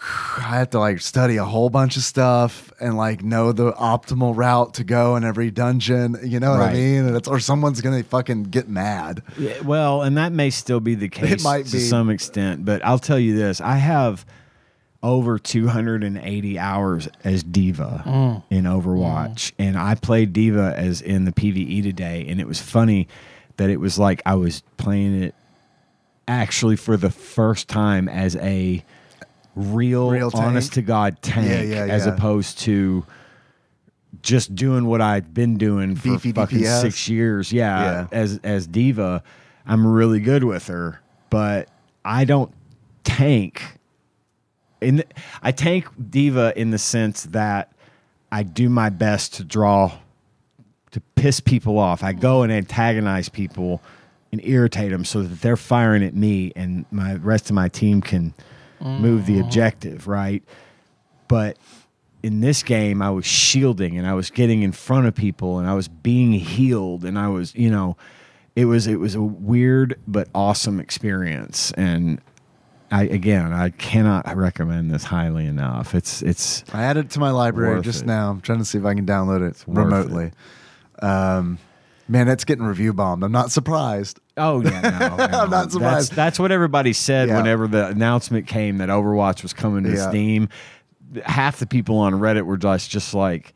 [SPEAKER 4] I have to like study a whole bunch of stuff and like know the optimal route to go in every dungeon. You know what
[SPEAKER 3] Right.
[SPEAKER 4] I mean? And it's or someone's gonna fucking get mad.
[SPEAKER 3] Yeah, well, and that may still be the case
[SPEAKER 4] might
[SPEAKER 3] to
[SPEAKER 4] be.
[SPEAKER 3] some extent, but I'll tell you this: I have over 280 hours as Diva
[SPEAKER 4] Mm.
[SPEAKER 3] in Overwatch, and I played Diva as in the PVE today, and it was funny that it was like I was playing it actually for the first time as a real,
[SPEAKER 4] Real tank?
[SPEAKER 3] honest to god tank,
[SPEAKER 4] yeah,
[SPEAKER 3] as
[SPEAKER 4] yeah.
[SPEAKER 3] opposed to just doing what I've been doing for
[SPEAKER 4] Beefy
[SPEAKER 3] fucking
[SPEAKER 4] DPS?
[SPEAKER 3] six years. Yeah,
[SPEAKER 4] Yeah.
[SPEAKER 3] as as diva, I'm really good with her, but I don't tank. In the, I tank diva in the sense that I do my best to draw to piss people off. I go and antagonize people and irritate them so that they're firing at me and my rest of my team can move the objective, right? But in this game I was shielding and I was getting in front of people and I was being healed and I was, you know, it was it was a weird but awesome experience and I again, I cannot recommend this highly enough. It's it's
[SPEAKER 4] I added it to my library
[SPEAKER 3] Worth
[SPEAKER 4] just
[SPEAKER 3] it.
[SPEAKER 4] now. I'm trying to see if I can download it
[SPEAKER 3] worth it.
[SPEAKER 4] remotely. Um, man, that's getting review bombed. I'm not surprised.
[SPEAKER 3] Oh yeah, no, no.
[SPEAKER 4] I'm not
[SPEAKER 3] That's,
[SPEAKER 4] surprised.
[SPEAKER 3] that's what everybody said
[SPEAKER 4] Yeah.
[SPEAKER 3] whenever the announcement came that Overwatch was coming to
[SPEAKER 4] Yeah.
[SPEAKER 3] Steam. Half the people on Reddit were just just like,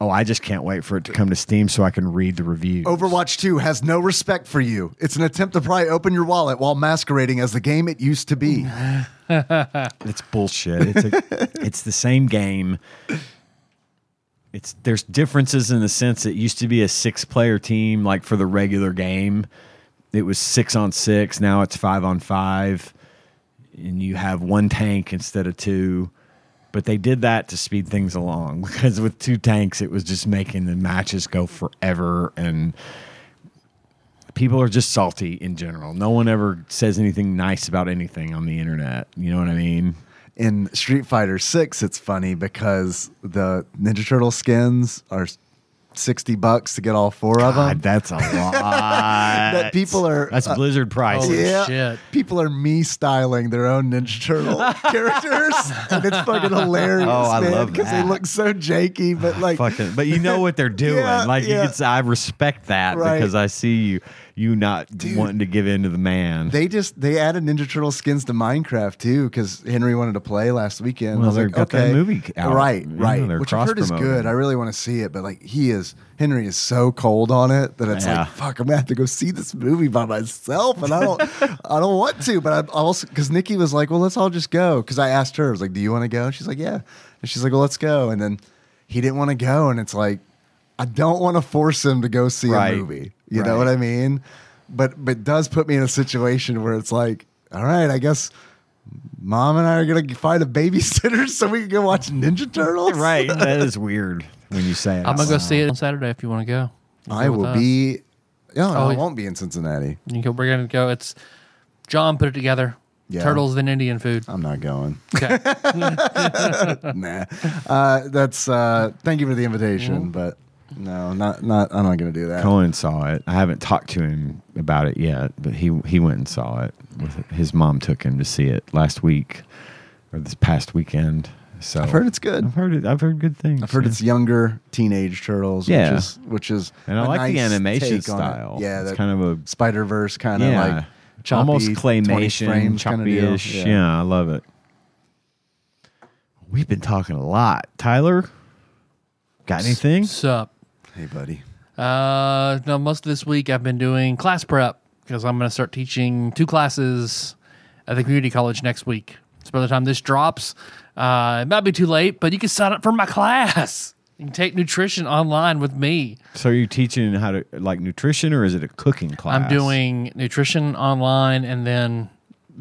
[SPEAKER 3] "Oh, I just can't wait for it to come to Steam so I can read the reviews."
[SPEAKER 4] Overwatch 2 has no respect for you. It's an attempt to pry open your wallet while masquerading as the game it used to be.
[SPEAKER 3] It's bullshit. It's a, it's the same game. It's there's differences in the sense it used to be a six player team like for the regular game. It was six on six. Now it's five on five, and you have one tank instead of two. But they did that to speed things along because with two tanks, it was just making the matches go forever and people are just salty in general. No one ever says anything nice about anything on the internet. You know what I mean?
[SPEAKER 4] in Street Fighter Six, it's funny because the Ninja Turtle skins are 60 bucks to get all four of them.
[SPEAKER 3] God, that's a lot. that
[SPEAKER 4] Um, people are- uh,
[SPEAKER 3] That's Blizzard price.
[SPEAKER 2] Holy
[SPEAKER 4] yeah.
[SPEAKER 2] shit.
[SPEAKER 4] People are me styling their own Ninja Turtle characters, and it's fucking hilarious.
[SPEAKER 3] Oh, I
[SPEAKER 4] man,
[SPEAKER 3] love
[SPEAKER 4] they
[SPEAKER 3] that. Ah,
[SPEAKER 4] look so janky, but like,
[SPEAKER 3] Fucking, but you know what they're doing.
[SPEAKER 4] Yeah,
[SPEAKER 3] like you
[SPEAKER 4] yeah.
[SPEAKER 3] can, I respect that
[SPEAKER 4] Right.
[SPEAKER 3] because I see you, you not wanting to give in to the man.
[SPEAKER 4] they just they added Ninja Turtle skins to Minecraft too because Henry wanted to play last weekend.
[SPEAKER 3] Well,
[SPEAKER 4] I was
[SPEAKER 3] they've
[SPEAKER 4] like,
[SPEAKER 3] got that
[SPEAKER 4] okay,
[SPEAKER 3] movie out.
[SPEAKER 4] right,
[SPEAKER 3] You know,
[SPEAKER 4] right,
[SPEAKER 3] they're
[SPEAKER 4] which I've heard is
[SPEAKER 3] cross-promoting.
[SPEAKER 4] good. I really want to see it, but like he is Henry is so cold on it that it's
[SPEAKER 3] Yeah.
[SPEAKER 4] like fuck, I'm gonna have to go see this movie by myself, and I don't, I don't want to. But I also because Nikki was like, well, let's all just go because I asked her, I was like, do you want to go? And she's like, yeah, and she's like, well, let's go, and then he didn't want to go, and it's like. I don't want to force him to go see
[SPEAKER 3] Right.
[SPEAKER 4] a movie. You
[SPEAKER 3] Right.
[SPEAKER 4] know what I mean? But but does put me in a situation where it's like, all right, I guess mom and I are gonna find a babysitter so we can go watch Ninja Turtles.
[SPEAKER 3] right. That is weird when you say it.
[SPEAKER 2] I'm
[SPEAKER 3] out
[SPEAKER 2] gonna go
[SPEAKER 3] loud.
[SPEAKER 2] see it on Saturday if you want to go. You
[SPEAKER 4] I
[SPEAKER 2] go with
[SPEAKER 4] will
[SPEAKER 2] us.
[SPEAKER 4] be. No, no,
[SPEAKER 2] Oh,
[SPEAKER 4] I
[SPEAKER 2] yeah.
[SPEAKER 4] won't be in Cincinnati.
[SPEAKER 2] You go. We're gonna go. It's John put it together.
[SPEAKER 4] Yeah.
[SPEAKER 2] Turtles and Indian food.
[SPEAKER 4] I'm not going.
[SPEAKER 2] Okay.
[SPEAKER 4] nah. Uh, that's uh, thank you for the invitation,
[SPEAKER 3] Mm-hmm.
[SPEAKER 4] but no, not not. I'm not gonna do that.
[SPEAKER 3] Cohen saw it. I haven't talked to him about it yet, but he he went and saw it. With his mom took him to see it last week or this past weekend. So
[SPEAKER 4] I've heard it's good.
[SPEAKER 3] I've heard it. I've heard good things.
[SPEAKER 4] I've heard it's younger teenage turtles,
[SPEAKER 3] Yeah.
[SPEAKER 4] which is which is
[SPEAKER 3] And I
[SPEAKER 4] a
[SPEAKER 3] like the
[SPEAKER 4] nice
[SPEAKER 3] animation
[SPEAKER 4] take on it.
[SPEAKER 3] style.
[SPEAKER 4] Yeah,
[SPEAKER 3] it's
[SPEAKER 4] that-
[SPEAKER 3] kind of a
[SPEAKER 4] Spider Verse kind of
[SPEAKER 3] yeah,
[SPEAKER 4] like choppy,
[SPEAKER 3] almost
[SPEAKER 4] 20
[SPEAKER 3] claymation,
[SPEAKER 4] frames kinda deal.
[SPEAKER 3] choppy-ish. Yeah. I love it. We've been talking a lot, Tyler. Got anything?
[SPEAKER 2] Sup.
[SPEAKER 4] Hey, buddy.
[SPEAKER 2] Uh, no, most of this week I've been doing class prep because I'm going to start teaching two classes at the community college next week. So by the time this drops, uh, it might be too late, but you can sign up for my class. You can take nutrition online with me.
[SPEAKER 3] So are you teaching how to like nutrition, or is it a cooking class?
[SPEAKER 2] I'm doing nutrition online and then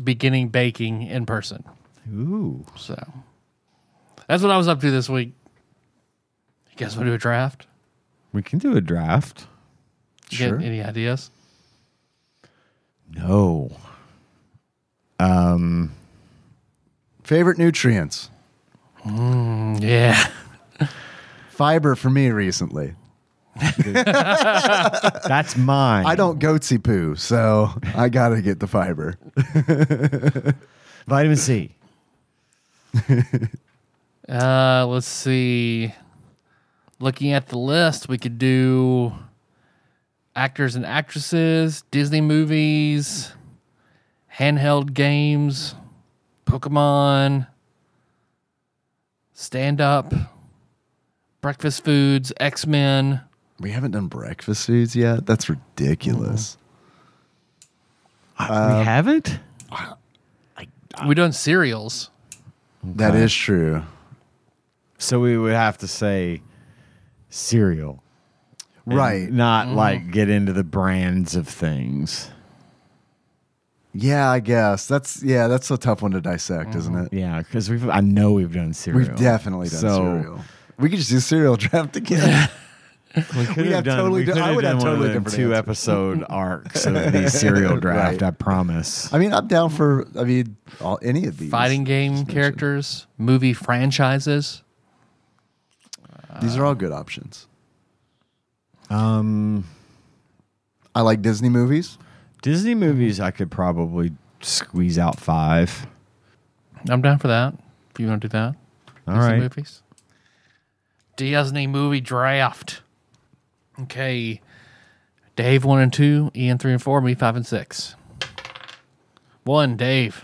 [SPEAKER 2] beginning baking in person.
[SPEAKER 3] Ooh,
[SPEAKER 2] So that's what I was up to this week. You guys want to do a draft?
[SPEAKER 3] we can do a draft.
[SPEAKER 2] You get
[SPEAKER 4] Sure.
[SPEAKER 2] Any ideas?
[SPEAKER 3] No,
[SPEAKER 4] Favorite nutrients?
[SPEAKER 2] Yeah.
[SPEAKER 4] Fiber for me recently.
[SPEAKER 3] that's mine.
[SPEAKER 4] I don't goatsy poo, so I gotta get the fiber.
[SPEAKER 3] vitamin C.
[SPEAKER 2] Uh, let's see. Looking at the list, we could do actors and actresses, Disney movies, handheld games, Pokemon, stand up, breakfast foods, X Men.
[SPEAKER 4] We haven't done breakfast foods yet. That's ridiculous.
[SPEAKER 3] we have it.
[SPEAKER 2] We've done cereals.
[SPEAKER 3] Oh,
[SPEAKER 4] That is true.
[SPEAKER 3] So we would have to say cereal, and
[SPEAKER 4] Right.
[SPEAKER 3] Not
[SPEAKER 2] Mm-hmm.
[SPEAKER 3] like get into the brands of things.
[SPEAKER 4] Yeah, I guess. That's yeah, that's a tough one to dissect, isn't it?
[SPEAKER 3] Mm-hmm. Yeah, because we've I know we've done cereal.
[SPEAKER 4] We've definitely done
[SPEAKER 3] So,
[SPEAKER 4] cereal. We could just do cereal draft again.
[SPEAKER 3] We could
[SPEAKER 4] We'd
[SPEAKER 3] have
[SPEAKER 4] have
[SPEAKER 3] done.
[SPEAKER 4] totally
[SPEAKER 3] we
[SPEAKER 4] di-
[SPEAKER 3] could
[SPEAKER 4] I
[SPEAKER 3] have
[SPEAKER 4] would
[SPEAKER 3] done
[SPEAKER 4] have
[SPEAKER 3] one
[SPEAKER 4] totally
[SPEAKER 3] of them
[SPEAKER 4] different
[SPEAKER 3] two
[SPEAKER 4] answers.
[SPEAKER 3] episode arcs of the cereal draft.
[SPEAKER 4] Right.
[SPEAKER 3] I promise.
[SPEAKER 4] I mean, I'm down for I mean all, any of these.
[SPEAKER 2] Fighting game characters, movie franchises.
[SPEAKER 4] These are all good options.
[SPEAKER 3] Um,
[SPEAKER 4] I like Disney movies.
[SPEAKER 3] Disney movies. I could probably squeeze out five.
[SPEAKER 2] I'm down for that. If you want to do that,
[SPEAKER 3] All
[SPEAKER 2] Disney
[SPEAKER 3] right.
[SPEAKER 2] movies. Disney movie draft. Okay. Dave one and two, Ian three and four, me five and six. One, Dave.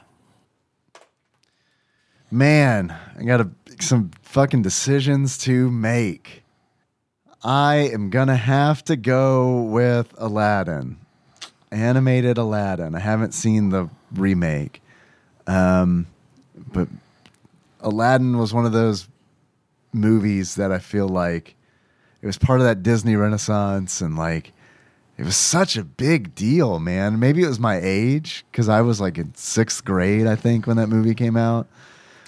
[SPEAKER 4] Man, I got a, some fucking decisions to make. I am going to have to go with Aladdin, animated Aladdin. I haven't seen the remake. Um, but Aladdin was one of those movies that I feel like it was part of that Disney renaissance and like it was such a big deal, man. Maybe it was my age because I was like in sixth grade, I think, when that movie came out.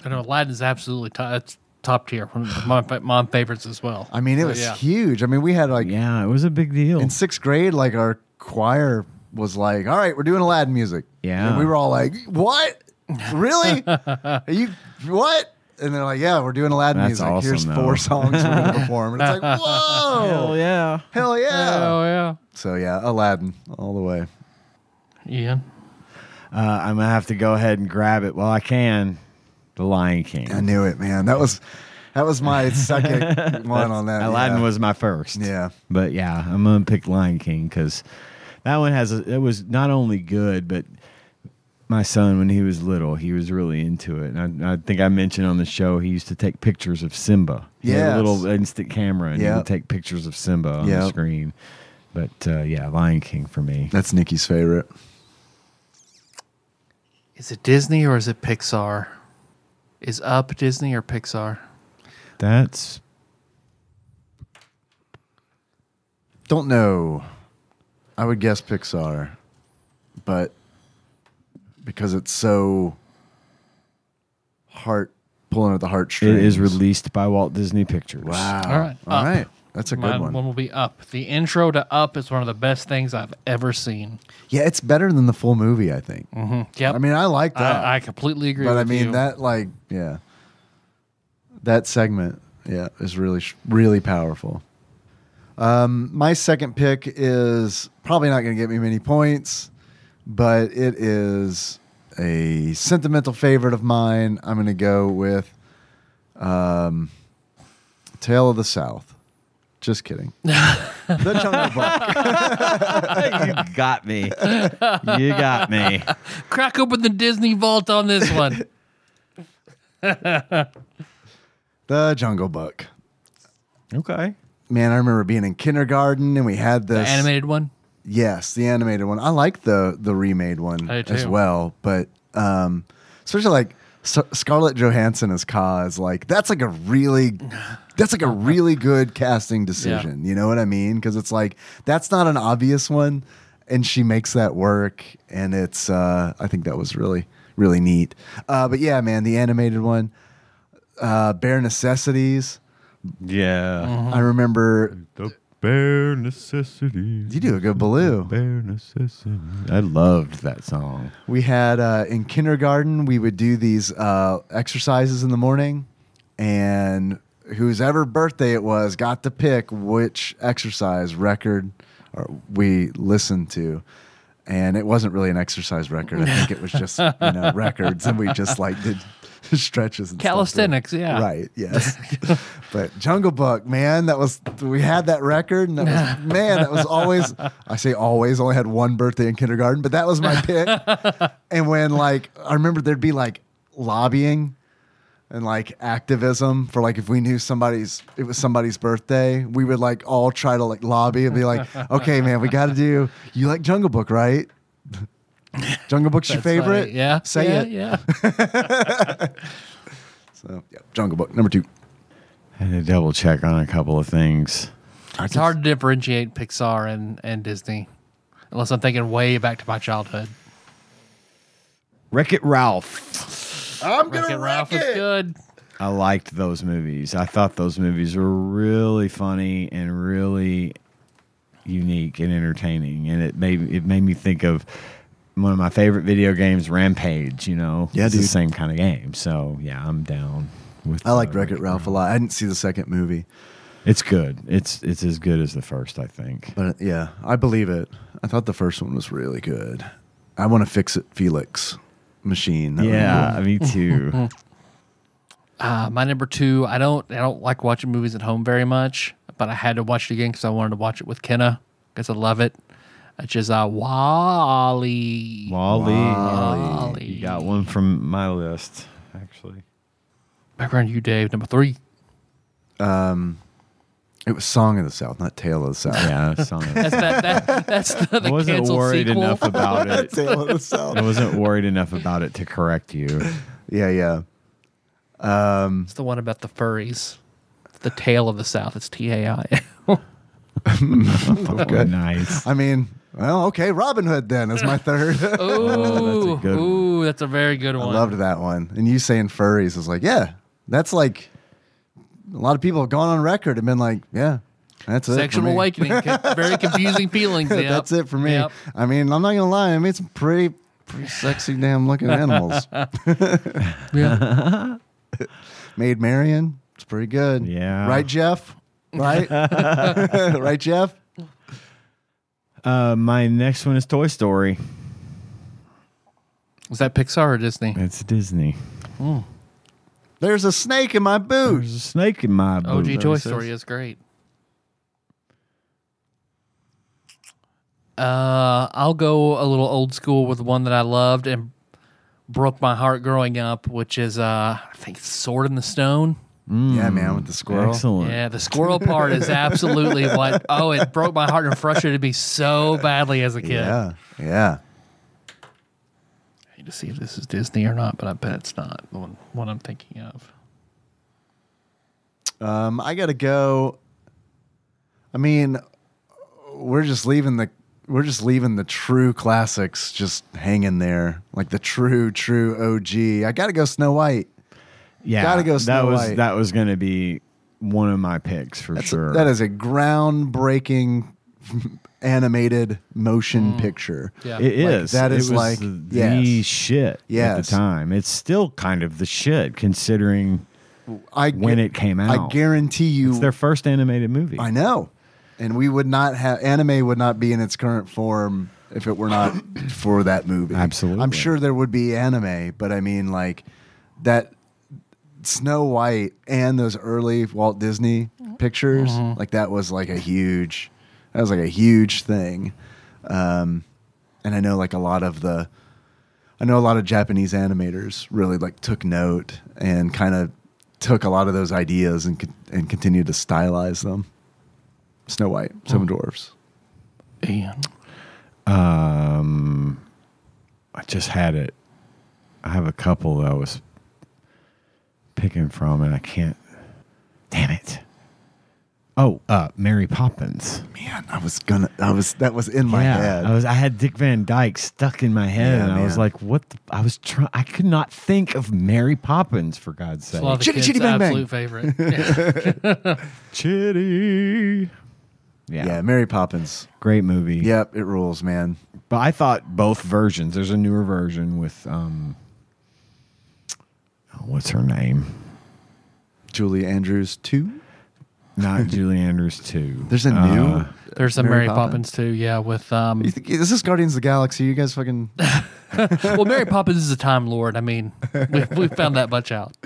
[SPEAKER 2] I know Aladdin's absolutely top, it's top tier. One of my fa- my favorites as well.
[SPEAKER 4] I mean, it
[SPEAKER 2] So,
[SPEAKER 4] was
[SPEAKER 2] Oh, yeah.
[SPEAKER 4] huge. I mean, we had like
[SPEAKER 3] Yeah, it was a big deal.
[SPEAKER 4] in sixth grade, like our choir was like, "All right, we're doing Aladdin music."
[SPEAKER 3] Yeah.
[SPEAKER 4] and we were all like, "What? Really? Are you what?" and they're like, "Yeah, we're doing Aladdin
[SPEAKER 3] That's
[SPEAKER 4] music.
[SPEAKER 3] awesome,
[SPEAKER 4] Here's
[SPEAKER 3] though.
[SPEAKER 4] four songs we're gonna perform." And it's like, "Whoa,
[SPEAKER 3] Hell yeah.
[SPEAKER 4] hell yeah!"
[SPEAKER 2] Oh yeah,
[SPEAKER 4] So yeah, Aladdin all the way.
[SPEAKER 2] Ian.
[SPEAKER 3] Uh, I'm going to have to go ahead and grab it while I can. The Lion King.
[SPEAKER 4] I knew it, man. That was that was my second one on that.
[SPEAKER 3] Aladdin
[SPEAKER 4] uh, yeah.
[SPEAKER 3] was my first.
[SPEAKER 4] Yeah.
[SPEAKER 3] But yeah, I'm gonna pick Lion King because that one has a, it was not only good, but my son when he was little, he was really into it. And I, I think I mentioned on the show he used to take pictures of Simba. He had
[SPEAKER 4] Yes.
[SPEAKER 3] a little instant camera and he
[SPEAKER 4] Yep.
[SPEAKER 3] would take pictures of Simba on the
[SPEAKER 4] Yep.
[SPEAKER 3] screen. But uh, yeah, Lion King for me.
[SPEAKER 4] That's Nikki's favorite.
[SPEAKER 2] Is it Disney or is it Pixar? Is Up Disney or Pixar?
[SPEAKER 3] That's
[SPEAKER 4] Don't know. I would guess Pixar, but because it's so heart pulling at the heartstrings,
[SPEAKER 3] it is released by Walt Disney Pictures.
[SPEAKER 4] Wow.
[SPEAKER 2] All right,
[SPEAKER 4] All
[SPEAKER 2] Up.
[SPEAKER 4] right. That's a
[SPEAKER 2] My
[SPEAKER 4] good one.
[SPEAKER 2] will be Up. The intro to Up is one of the best things I've ever seen.
[SPEAKER 4] Yeah, it's better than the full movie, I think.
[SPEAKER 2] Yep.
[SPEAKER 4] I mean, I like that.
[SPEAKER 2] I, I completely agree.
[SPEAKER 4] but I
[SPEAKER 2] with
[SPEAKER 4] mean
[SPEAKER 2] you.
[SPEAKER 4] that like yeah. That segment, yeah, is really sh- really powerful. Um, my second pick is probably not going to get me many points, but it is a sentimental favorite of mine. I'm going to go with um, "Tale of the South." Just kidding. the Jungle Book.
[SPEAKER 3] you got me. You got me.
[SPEAKER 2] crack open the Disney vault on this one.
[SPEAKER 4] The Jungle Book.
[SPEAKER 3] Okay.
[SPEAKER 4] Man, I remember being in kindergarten and we had
[SPEAKER 2] the
[SPEAKER 4] this
[SPEAKER 2] animated one.
[SPEAKER 4] Yes, the animated one. I like the the remade one
[SPEAKER 2] I do
[SPEAKER 4] as
[SPEAKER 2] too.
[SPEAKER 4] well, but um, especially like S- Scarlett Johansson as Ka is like that's like a really that's like a really good casting decision. You know what I mean? Because it's like that's not an obvious one, and she makes that work, and it's uh, I think that was really really neat. Uh, but yeah, man, the animated one, uh, Bare Necessities.
[SPEAKER 3] Yeah.
[SPEAKER 2] Mm-hmm.
[SPEAKER 4] I remember
[SPEAKER 3] The bare necessities.
[SPEAKER 4] you do a good Baloo.
[SPEAKER 3] Bare necessity. I loved that song.
[SPEAKER 4] We had uh, in kindergarten, we would do these uh, exercises in the morning, and whosever birthday it was got to pick which exercise record or we listened to. And it wasn't really an exercise record. I think it was just you know records, and we just like did stretches and stuff.
[SPEAKER 2] Calisthenics, yeah.
[SPEAKER 4] Right. Yes. but Jungle Book, man, that was we had that record, and that was man, that was always. I say always. Only had one birthday in kindergarten, but that was my pick. and when like I remember, there'd be like lobbying. And like activism for like if we knew somebody's it was somebody's birthday, we would like all try to like lobby and be like, okay, man, we got to do. You like Jungle Book, right? Jungle Book's your
[SPEAKER 2] That's funny.
[SPEAKER 4] favorite.
[SPEAKER 2] Yeah.
[SPEAKER 4] say
[SPEAKER 2] yeah,
[SPEAKER 4] it.
[SPEAKER 2] Yeah.
[SPEAKER 4] So yeah, Jungle Book number two.
[SPEAKER 3] I had to double check on a couple of things.
[SPEAKER 2] it's hard to differentiate Pixar and, and Disney, unless I'm thinking way back to my childhood.
[SPEAKER 3] Wreck It Ralph.
[SPEAKER 4] I'm
[SPEAKER 2] Wreck-It Ralph was good.
[SPEAKER 3] I liked those movies. I thought those movies were really funny and really unique and entertaining. And it made it made me think of one of my favorite video games, Rampage. You know,
[SPEAKER 4] Yeah,
[SPEAKER 3] it's the
[SPEAKER 4] dude.
[SPEAKER 3] same kind of game. So yeah, I'm down with.
[SPEAKER 4] I like
[SPEAKER 3] uh,
[SPEAKER 4] Wreck It Ralph a lot. I didn't see the second movie,
[SPEAKER 3] It's good. It's it's as good as the first, I think.
[SPEAKER 4] but uh, yeah, I believe it. I thought the first one was really good. I want to fix it, Felix machine. That was
[SPEAKER 3] Yeah, me too.
[SPEAKER 2] Uh, my number two, I don't I don't like watching movies at home very much, but I had to watch it again because I wanted to watch it with Kenna because I love it. Which is uh, Wally.
[SPEAKER 3] Wally.
[SPEAKER 2] Wall-E.
[SPEAKER 3] You got one from my list, actually.
[SPEAKER 2] Back around to you, Dave. Number three.
[SPEAKER 4] cool. It was Song of the South, not Tale of the South.
[SPEAKER 3] Yeah, that's on it.
[SPEAKER 2] That's that, that that's the, the
[SPEAKER 3] I wasn't
[SPEAKER 2] canceled
[SPEAKER 3] worried
[SPEAKER 2] sequel.
[SPEAKER 3] enough about it.
[SPEAKER 4] Tale of the
[SPEAKER 3] I
[SPEAKER 4] South.
[SPEAKER 3] wasn't worried enough about it to correct you. Oh,
[SPEAKER 4] Yeah, yeah.
[SPEAKER 2] It's the one about the furries. It's the Tale of the South. It's T A I.
[SPEAKER 3] Oh, nice.
[SPEAKER 4] I mean, well, okay, Robin Hood then is my third.
[SPEAKER 2] Ooh,
[SPEAKER 4] I Oh,
[SPEAKER 3] good one.
[SPEAKER 2] ooh, that's a very good one.
[SPEAKER 4] loved that one. And you saying furries is like, yeah, that's like a lot of people have gone on record and been like, yeah, that's it. for
[SPEAKER 2] Sexual
[SPEAKER 4] me.
[SPEAKER 2] awakening, Co- very confusing feelings. Yep.
[SPEAKER 4] That's it for me.
[SPEAKER 2] Yep.
[SPEAKER 4] I mean, I'm not gonna lie. I made some pretty, pretty sexy damn looking animals.
[SPEAKER 2] Yeah.
[SPEAKER 4] Made Marion. It's pretty good.
[SPEAKER 3] Yeah.
[SPEAKER 4] Right, Jeff? Right? right, Jeff?
[SPEAKER 3] Uh, my next one is Toy Story.
[SPEAKER 2] Was that Pixar or Disney?
[SPEAKER 3] It's Disney.
[SPEAKER 4] There's a snake in my boot.
[SPEAKER 3] There's a snake in my boot.
[SPEAKER 2] OG Toy Story is great. Uh, I'll go a little old school with one that I loved and broke my heart growing up, which is uh, I think Sword in the Stone.
[SPEAKER 4] Yeah, man, with the squirrel.
[SPEAKER 3] Excellent.
[SPEAKER 2] Yeah, the squirrel part is absolutely what. Oh, it broke my heart and frustrated me so badly as a kid.
[SPEAKER 4] Yeah. Yeah.
[SPEAKER 2] I need to see if this is Disney or not, but I bet it's not the one, one I'm thinking of.
[SPEAKER 4] Um, I gotta go. I mean, we're just leaving the we're just leaving the true classics just hanging there, like the true true OG. I gotta go Snow White.
[SPEAKER 3] Yeah,
[SPEAKER 4] Gotta go
[SPEAKER 3] that
[SPEAKER 4] Snow
[SPEAKER 3] was
[SPEAKER 4] White.
[SPEAKER 3] that was going to be one of my picks for
[SPEAKER 4] That's
[SPEAKER 3] sure.
[SPEAKER 4] that is a groundbreaking animated motion picture.
[SPEAKER 2] Yeah.
[SPEAKER 3] It
[SPEAKER 4] Like,
[SPEAKER 3] is.
[SPEAKER 4] that
[SPEAKER 3] It
[SPEAKER 4] is
[SPEAKER 3] was
[SPEAKER 4] like-
[SPEAKER 3] the
[SPEAKER 4] yes.
[SPEAKER 3] shit at
[SPEAKER 4] Yes.
[SPEAKER 3] the time. It's still kind of the shit considering
[SPEAKER 4] I
[SPEAKER 3] when
[SPEAKER 4] gu-
[SPEAKER 3] it came
[SPEAKER 4] I
[SPEAKER 3] out.
[SPEAKER 4] guarantee you.
[SPEAKER 3] it's their first animated movie.
[SPEAKER 4] I know, and we would not have anime would not be in its current form if it were not for that movie.
[SPEAKER 3] Absolutely.
[SPEAKER 4] I'm sure there would be anime, but I mean like that Snow White and those early Walt Disney pictures,
[SPEAKER 3] Mm-hmm.
[SPEAKER 4] like that was like a huge, that was like a huge thing. Um, and I know like a lot of the, I know a lot of Japanese animators really like took note and kind of took a lot of those ideas and con- and continued to stylize them. Snow White,
[SPEAKER 3] Mm.
[SPEAKER 4] Seven Dwarfs.
[SPEAKER 2] And
[SPEAKER 3] Um, I just had it. I have a couple that I was picking from, and I can't. Damn it! Oh, uh, Mary Poppins.
[SPEAKER 4] Man, I was gonna, I was that was in my head.
[SPEAKER 3] I was. I had Dick Van Dyke stuck in my head,
[SPEAKER 4] Yeah,
[SPEAKER 3] and I was
[SPEAKER 4] man.
[SPEAKER 3] like, "What?" The, I was trying. I could not think of Mary Poppins for God's
[SPEAKER 2] it's
[SPEAKER 3] sake.
[SPEAKER 2] a lot of the
[SPEAKER 4] Chitty,
[SPEAKER 2] kids'
[SPEAKER 4] chitty, bang, bang.
[SPEAKER 2] absolute favorite. Yeah.
[SPEAKER 3] Chitty. Yeah,
[SPEAKER 4] yeah. Mary Poppins.
[SPEAKER 3] great movie.
[SPEAKER 4] Yep, it rules, man.
[SPEAKER 3] but I thought both versions. There's a newer version with um, oh, what's her name?
[SPEAKER 4] Julie Andrews too.
[SPEAKER 3] Not Julie Andrews too.
[SPEAKER 4] There's a
[SPEAKER 3] Uh,
[SPEAKER 4] new.
[SPEAKER 2] There's some
[SPEAKER 4] Mary
[SPEAKER 2] Mary Poppins. too, yeah. With um,
[SPEAKER 4] You think, is this Guardians of the Galaxy? You guys fucking
[SPEAKER 2] well, Mary Poppins is a time lord. I mean, we, we found that much out.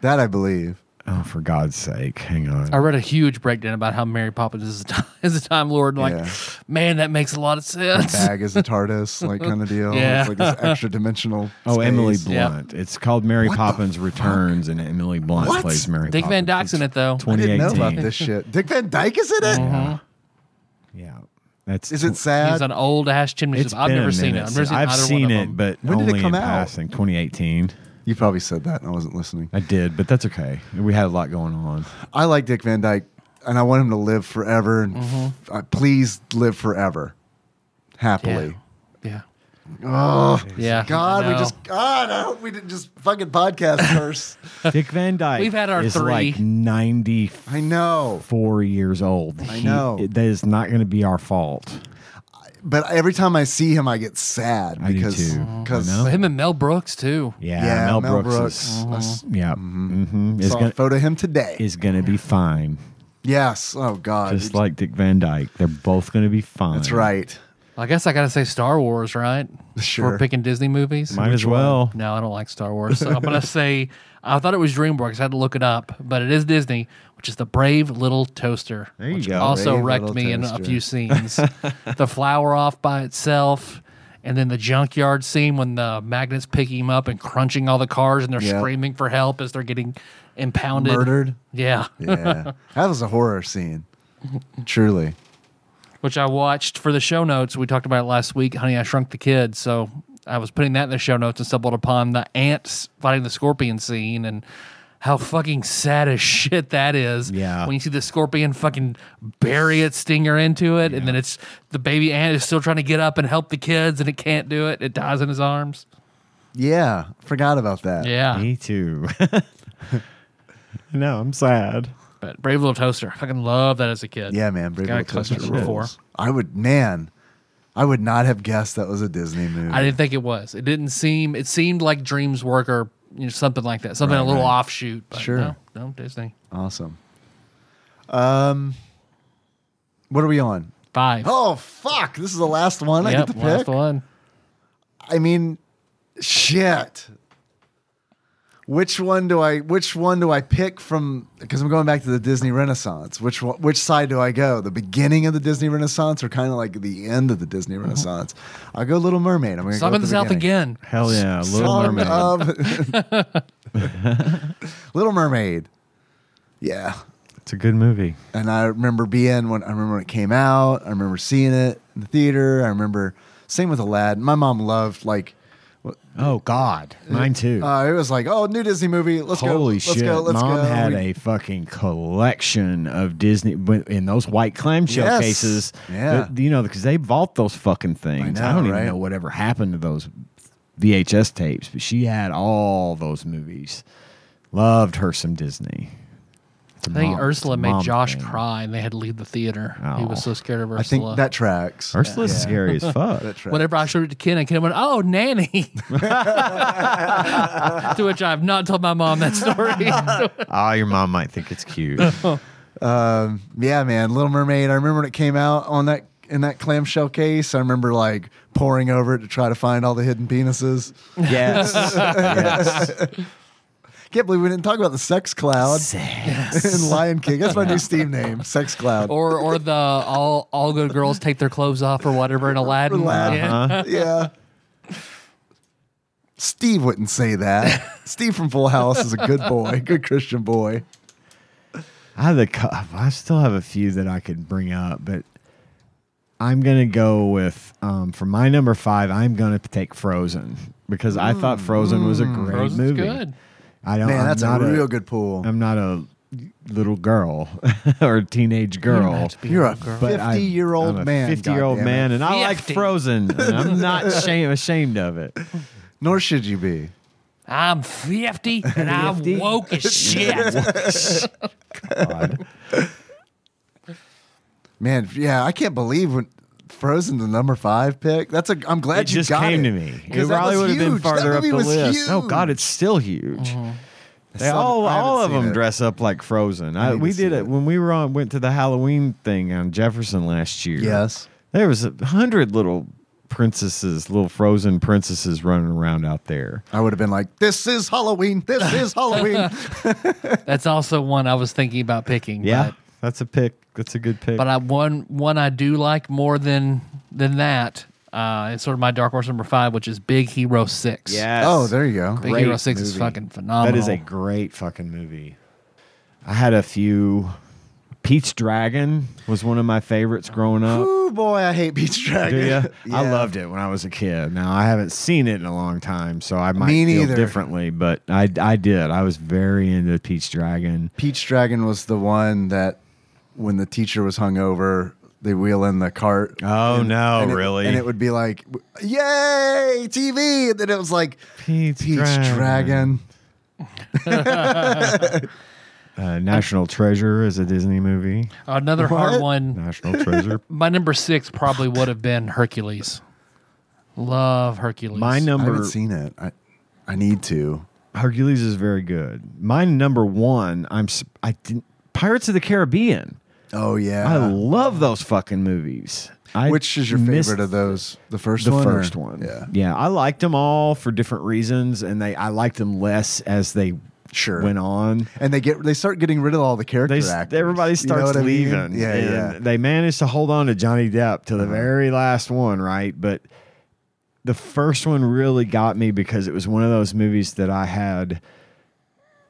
[SPEAKER 4] that I believe.
[SPEAKER 3] oh, for God's sake, hang on.
[SPEAKER 2] I read a huge breakdown about how Mary Poppins is a time, is a time lord. and Like,
[SPEAKER 4] Yeah.
[SPEAKER 2] man, that makes a lot of sense.
[SPEAKER 4] Bag is a TARDIS, like kind of deal.
[SPEAKER 2] Yeah.
[SPEAKER 4] It's like this extra dimensional.
[SPEAKER 3] Oh,
[SPEAKER 4] space.
[SPEAKER 3] Emily
[SPEAKER 2] Yeah.
[SPEAKER 3] Blunt. It's called Mary
[SPEAKER 4] What the
[SPEAKER 3] Poppins Returns, and Emily Blunt
[SPEAKER 4] What?
[SPEAKER 3] plays Mary
[SPEAKER 2] Dick Van
[SPEAKER 3] Poppins.
[SPEAKER 2] Dyke's in it though.
[SPEAKER 4] I didn't know about
[SPEAKER 3] 2018.
[SPEAKER 4] this shit. Dick Van Dyke is in it. Is
[SPEAKER 3] Yeah, that's
[SPEAKER 4] it
[SPEAKER 2] Uh-huh. He's
[SPEAKER 4] sad?
[SPEAKER 2] an old ass chimney.
[SPEAKER 3] It's
[SPEAKER 2] sweep. I've
[SPEAKER 3] been a
[SPEAKER 2] never seen it.
[SPEAKER 3] minute
[SPEAKER 2] I've never
[SPEAKER 3] since-
[SPEAKER 2] seen
[SPEAKER 3] I've
[SPEAKER 2] either
[SPEAKER 3] seen
[SPEAKER 2] one of
[SPEAKER 3] it,
[SPEAKER 2] them.
[SPEAKER 3] but
[SPEAKER 4] When did it
[SPEAKER 3] only
[SPEAKER 4] come
[SPEAKER 3] in
[SPEAKER 4] out?
[SPEAKER 3] passing. 2018.
[SPEAKER 4] you probably said that, and I wasn't listening.
[SPEAKER 3] I did, but that's okay. We had a lot going on.
[SPEAKER 4] I like Dick Van Dyke, and I want him to live forever. And f- uh, please live forever, happily.
[SPEAKER 2] Mm-hmm. yeah,
[SPEAKER 4] Oh
[SPEAKER 2] yeah.
[SPEAKER 4] God,
[SPEAKER 2] I
[SPEAKER 4] we
[SPEAKER 2] know.
[SPEAKER 4] just God. I hope we didn't just fucking podcast curse.
[SPEAKER 3] Dick Van Dyke.
[SPEAKER 2] We've had our
[SPEAKER 3] is
[SPEAKER 2] three.
[SPEAKER 3] like 94
[SPEAKER 4] I know,
[SPEAKER 3] years old. I
[SPEAKER 4] know.
[SPEAKER 3] that is not going to be our fault.
[SPEAKER 4] but every time I see him, I get sad
[SPEAKER 3] I do
[SPEAKER 4] because
[SPEAKER 3] too. I
[SPEAKER 4] because
[SPEAKER 3] know.
[SPEAKER 2] Well, him and Mel Brooks too.
[SPEAKER 3] Yeah,
[SPEAKER 4] yeah,
[SPEAKER 3] Mel,
[SPEAKER 4] Mel
[SPEAKER 3] Brooks.
[SPEAKER 4] Brooks.
[SPEAKER 3] Is,
[SPEAKER 4] I s-
[SPEAKER 3] yeah, mm-hmm. is
[SPEAKER 4] saw a
[SPEAKER 3] gonna
[SPEAKER 4] photo of him today.
[SPEAKER 3] is gonna be fine.
[SPEAKER 4] yes. Oh God.
[SPEAKER 3] Just like Dick Van Dyke, they're both gonna be fine.
[SPEAKER 4] that's right.
[SPEAKER 2] I guess I gotta say Star Wars, right?
[SPEAKER 4] Sure.
[SPEAKER 2] We're picking Disney movies.
[SPEAKER 3] Might as well.
[SPEAKER 2] No, I don't like Star Wars. So I'm gonna say I thought it was DreamWorks. I had to look it up, but it is Disney, which is the Brave Little Toaster.
[SPEAKER 3] There you
[SPEAKER 2] which
[SPEAKER 3] go.
[SPEAKER 2] Also
[SPEAKER 4] Brave
[SPEAKER 2] wrecked
[SPEAKER 4] Little
[SPEAKER 2] me in a
[SPEAKER 4] Toaster.
[SPEAKER 2] few scenes. the flower off by itself, and then the junkyard scene when the magnets pick him up and crunching all the cars, and they're
[SPEAKER 4] Yeah.
[SPEAKER 2] screaming for help as they're getting impounded.
[SPEAKER 4] Murdered.
[SPEAKER 2] Yeah,
[SPEAKER 4] Yeah, that was a horror scene. Truly.
[SPEAKER 2] which I watched for the show notes. We talked about it last week. Honey, I Shrunk the Kids. So I was putting that in the show notes and stumbled upon the ants fighting the scorpion scene and how fucking sad as shit that is.
[SPEAKER 3] Yeah.
[SPEAKER 2] When you see the scorpion fucking bury its stinger into it, and then it's the baby ant is still trying to get up and help the kids, and it can't do it. It dies in his arms.
[SPEAKER 4] Yeah, forgot about that.
[SPEAKER 2] Yeah.
[SPEAKER 3] Me too. no, I'm sad.
[SPEAKER 2] But Brave Little Toaster. Fucking love that as a kid.
[SPEAKER 4] Yeah, man. Brave
[SPEAKER 2] Gotta
[SPEAKER 4] Little
[SPEAKER 2] collect
[SPEAKER 4] Toaster
[SPEAKER 2] that number four.
[SPEAKER 4] rules. I would, man. I would not have guessed that was a Disney movie.
[SPEAKER 2] I didn't think it was. It didn't seem. It seemed like Dreams Worker you know, something like that, something a little offshoot. But
[SPEAKER 4] Sure.
[SPEAKER 2] No, no Disney
[SPEAKER 4] Awesome. Um, what are we on?
[SPEAKER 2] five.
[SPEAKER 4] Oh fuck! This is the last one I
[SPEAKER 2] yep,
[SPEAKER 4] get to pick.
[SPEAKER 2] last one.
[SPEAKER 4] I mean, shit. Which one do I? Which one do I pick from? Because I'm going back to the Disney Renaissance. Which one, which side do I go? The beginning of the Disney Renaissance, or kind of like the end of the Disney Renaissance? I'll go Little Mermaid. I'm going to go
[SPEAKER 2] Song
[SPEAKER 4] with
[SPEAKER 2] of the, Uh-huh. South
[SPEAKER 4] beginning.
[SPEAKER 2] again.
[SPEAKER 3] Hell yeah, Little
[SPEAKER 4] Song
[SPEAKER 3] Mermaid.
[SPEAKER 4] of- Little Mermaid. Yeah,
[SPEAKER 3] It's a good movie.
[SPEAKER 4] and I remember being when I remember when it came out. I remember seeing it in the theater. I remember same with Aladdin. My mom loved like
[SPEAKER 3] Oh God, mine too.
[SPEAKER 4] uh, it was like oh new Disney movie. Let's go.
[SPEAKER 3] Holy
[SPEAKER 4] let's
[SPEAKER 3] shit!
[SPEAKER 4] Go, let's
[SPEAKER 3] Mom
[SPEAKER 4] go.
[SPEAKER 3] had
[SPEAKER 4] We-
[SPEAKER 3] a fucking collection of Disney in those white clamshell
[SPEAKER 4] Yes.
[SPEAKER 3] cases.
[SPEAKER 4] Yeah.
[SPEAKER 3] that- you know because they vault those fucking things. I,
[SPEAKER 4] know,
[SPEAKER 3] don't even
[SPEAKER 4] right?
[SPEAKER 3] know whatever happened to those VHS tapes, but she had all those movies. Loved her some Disney. It's a
[SPEAKER 2] I think
[SPEAKER 3] mom-
[SPEAKER 2] Ursula
[SPEAKER 3] it's a
[SPEAKER 2] made
[SPEAKER 3] mom
[SPEAKER 2] Josh
[SPEAKER 3] thing.
[SPEAKER 2] cry, and they had to leave the theater. He
[SPEAKER 3] Oh.
[SPEAKER 2] was so scared of Ursula.
[SPEAKER 4] I think that tracks.
[SPEAKER 3] Ursula's
[SPEAKER 4] Yeah.
[SPEAKER 3] scary as fuck.
[SPEAKER 4] That tracks.
[SPEAKER 2] Whenever I showed it to Ken, I Ken went, "Oh, nanny," to which I have not told my mom that story.
[SPEAKER 3] Ah, your mom might think it's cute.
[SPEAKER 4] Um, yeah, man, Little Mermaid. I remember when it came out on that in that clamshell case. I remember like poring over it to try to find all the hidden penises.
[SPEAKER 3] yes. yes.
[SPEAKER 4] Can't believe we didn't talk about the sex cloud in Lion King. That's my new Steam name, Sex Cloud.
[SPEAKER 2] or or the all all good girls take their clothes off or whatever in Aladdin.
[SPEAKER 4] Aladdin. uh-huh.
[SPEAKER 2] Yeah.
[SPEAKER 3] Uh-huh.
[SPEAKER 4] yeah. Steve wouldn't say that. Steve from Full House is a good boy, good Christian boy.
[SPEAKER 3] I have a cou- I still have a few that I could bring up, but I'm gonna go with um, for my number five. I'm gonna take Frozen because I thought Frozen was a great
[SPEAKER 2] Mm. Frozen's
[SPEAKER 3] movie.
[SPEAKER 2] good.
[SPEAKER 3] I don't.
[SPEAKER 4] Man,
[SPEAKER 3] I'm
[SPEAKER 4] that's a
[SPEAKER 3] not
[SPEAKER 4] real good pool.
[SPEAKER 3] I'm not a little girl or teenage girl.
[SPEAKER 4] You're a
[SPEAKER 3] But I-
[SPEAKER 4] 50 year
[SPEAKER 3] I'm
[SPEAKER 4] old
[SPEAKER 3] a
[SPEAKER 4] man.
[SPEAKER 3] 50 year old
[SPEAKER 4] goddammit.
[SPEAKER 3] man, and I like
[SPEAKER 2] 50.
[SPEAKER 3] Frozen. and I'm not shame, ashamed of it.
[SPEAKER 4] Nor should you be.
[SPEAKER 2] I'm 50 and I'm
[SPEAKER 3] 50?
[SPEAKER 2] woke as shit.
[SPEAKER 3] God.
[SPEAKER 4] Man, yeah, I can't believe when Frozen the number five pick. That's a. I'm glad
[SPEAKER 3] it
[SPEAKER 4] you
[SPEAKER 3] just
[SPEAKER 4] got
[SPEAKER 3] came to
[SPEAKER 4] it.
[SPEAKER 3] me.
[SPEAKER 4] 'Cause
[SPEAKER 3] It
[SPEAKER 4] that
[SPEAKER 3] probably
[SPEAKER 4] was
[SPEAKER 3] would have been
[SPEAKER 4] huge. That
[SPEAKER 3] farther up
[SPEAKER 4] movie
[SPEAKER 3] the
[SPEAKER 4] was
[SPEAKER 3] list. Oh
[SPEAKER 4] huge. Uh-huh.
[SPEAKER 3] God, it's still huge. They
[SPEAKER 4] still
[SPEAKER 3] all
[SPEAKER 4] haven't- I
[SPEAKER 3] all of
[SPEAKER 4] haven't
[SPEAKER 3] them
[SPEAKER 4] seen it.
[SPEAKER 3] dress up like Frozen.
[SPEAKER 4] I
[SPEAKER 3] I,
[SPEAKER 4] need
[SPEAKER 3] we
[SPEAKER 4] to
[SPEAKER 3] did
[SPEAKER 4] see
[SPEAKER 3] it
[SPEAKER 4] it.
[SPEAKER 3] when we were on went to the Halloween thing on Jefferson last year.
[SPEAKER 4] Yes.
[SPEAKER 3] there was a hundred little princesses, little Frozen princesses running around out there.
[SPEAKER 4] I would have been like, "This is Halloween. This is Halloween."
[SPEAKER 2] That's also one I was thinking about picking.
[SPEAKER 3] Yeah,
[SPEAKER 2] But,
[SPEAKER 3] that's a pick. That's a good pick.
[SPEAKER 2] but I one one I do like more than than that. Uh, it's sort of my dark horse number five, which is Big Hero Six.
[SPEAKER 3] yes.
[SPEAKER 4] oh, there you go.
[SPEAKER 2] Big
[SPEAKER 3] great
[SPEAKER 2] Hero Six is
[SPEAKER 3] movie.
[SPEAKER 2] fucking
[SPEAKER 3] That
[SPEAKER 2] phenomenal.
[SPEAKER 3] is a great fucking movie. I had a few. Pete's Dragon was one of my favorites growing up.
[SPEAKER 4] Ooh, boy, I hate Beach Dragon.
[SPEAKER 3] Do ya? I
[SPEAKER 4] Yeah.
[SPEAKER 3] loved it when I was a kid. Now I haven't seen it in a long time, so I might
[SPEAKER 4] Me
[SPEAKER 3] feel
[SPEAKER 4] neither.
[SPEAKER 3] differently. But I, I did. I was very into Peach Dragon.
[SPEAKER 4] Peach Dragon was the one that when the teacher was hungover, they wheel in the cart.
[SPEAKER 3] Oh no,
[SPEAKER 4] and it-
[SPEAKER 3] really?
[SPEAKER 4] and it would be like, "Yay, TV!" And then it was like,
[SPEAKER 3] Pete's,
[SPEAKER 4] "Peach Dragon."
[SPEAKER 3] Uh, National Treasure is a Disney movie.
[SPEAKER 2] another hard
[SPEAKER 4] What?
[SPEAKER 2] one.
[SPEAKER 3] National Treasure.
[SPEAKER 2] My number six probably would have been Hercules. Love Hercules.
[SPEAKER 3] My
[SPEAKER 4] I
[SPEAKER 3] number
[SPEAKER 4] haven't seen it. I, I need to.
[SPEAKER 3] Hercules is very good. My number one. I'm s- I didn't Pirates of the Caribbean.
[SPEAKER 4] Oh
[SPEAKER 3] I
[SPEAKER 4] yeah.
[SPEAKER 3] love those fucking movies. I
[SPEAKER 4] Which is your
[SPEAKER 3] missed
[SPEAKER 4] favorite of those? The first
[SPEAKER 3] the
[SPEAKER 4] one. or-
[SPEAKER 3] first one.
[SPEAKER 4] Yeah.
[SPEAKER 3] yeah. I liked them all for different reasons, and they I liked them less as they
[SPEAKER 4] Sure.
[SPEAKER 3] went on.
[SPEAKER 4] And they get they start getting rid of all the
[SPEAKER 3] They
[SPEAKER 4] character
[SPEAKER 3] s-
[SPEAKER 4] actors.
[SPEAKER 3] everybody
[SPEAKER 4] You know
[SPEAKER 3] starts
[SPEAKER 4] what I mean?
[SPEAKER 3] leaving.
[SPEAKER 4] Yeah,
[SPEAKER 3] and
[SPEAKER 4] yeah.
[SPEAKER 3] They managed to hold on to Johnny Depp to the
[SPEAKER 4] Uh-huh.
[SPEAKER 3] very last one, right? But the first one really got me because it was one of those movies that I had.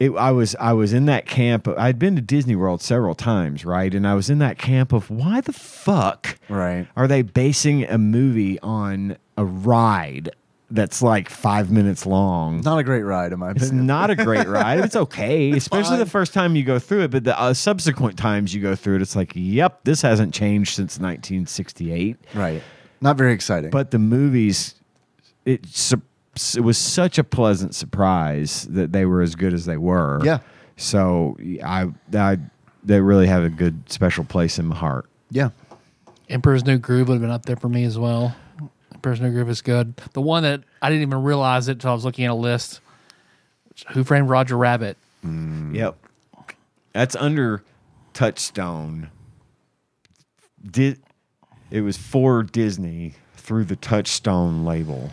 [SPEAKER 3] It, I was I was in that camp. of- I'd been to Disney World several times, right? And I was in that camp of why the fuck
[SPEAKER 4] Right.
[SPEAKER 3] are they basing a movie on a ride that's like five minutes long?
[SPEAKER 4] Not a great ride in my
[SPEAKER 3] It's
[SPEAKER 4] opinion.
[SPEAKER 3] not a great ride. It's okay, especially the
[SPEAKER 4] fine.
[SPEAKER 3] first time you go through it. But the uh, subsequent times you go through it, it's like, yep, this hasn't changed since 1968.
[SPEAKER 4] right. Not very exciting.
[SPEAKER 3] But the movies, it su- it was such a pleasant surprise that they were as good as they were.
[SPEAKER 4] Yeah.
[SPEAKER 3] So I, I they really have a good special place in my heart.
[SPEAKER 4] yeah.
[SPEAKER 2] Emperor's New Groove would have been up there for me as well. Emperor's New Groove is good. The one that I didn't even realize it until I was looking at a list Which Who Framed Roger Rabbit?
[SPEAKER 3] Yep. Um, That's under Touchstone. Did it was for Disney through the Touchstone label.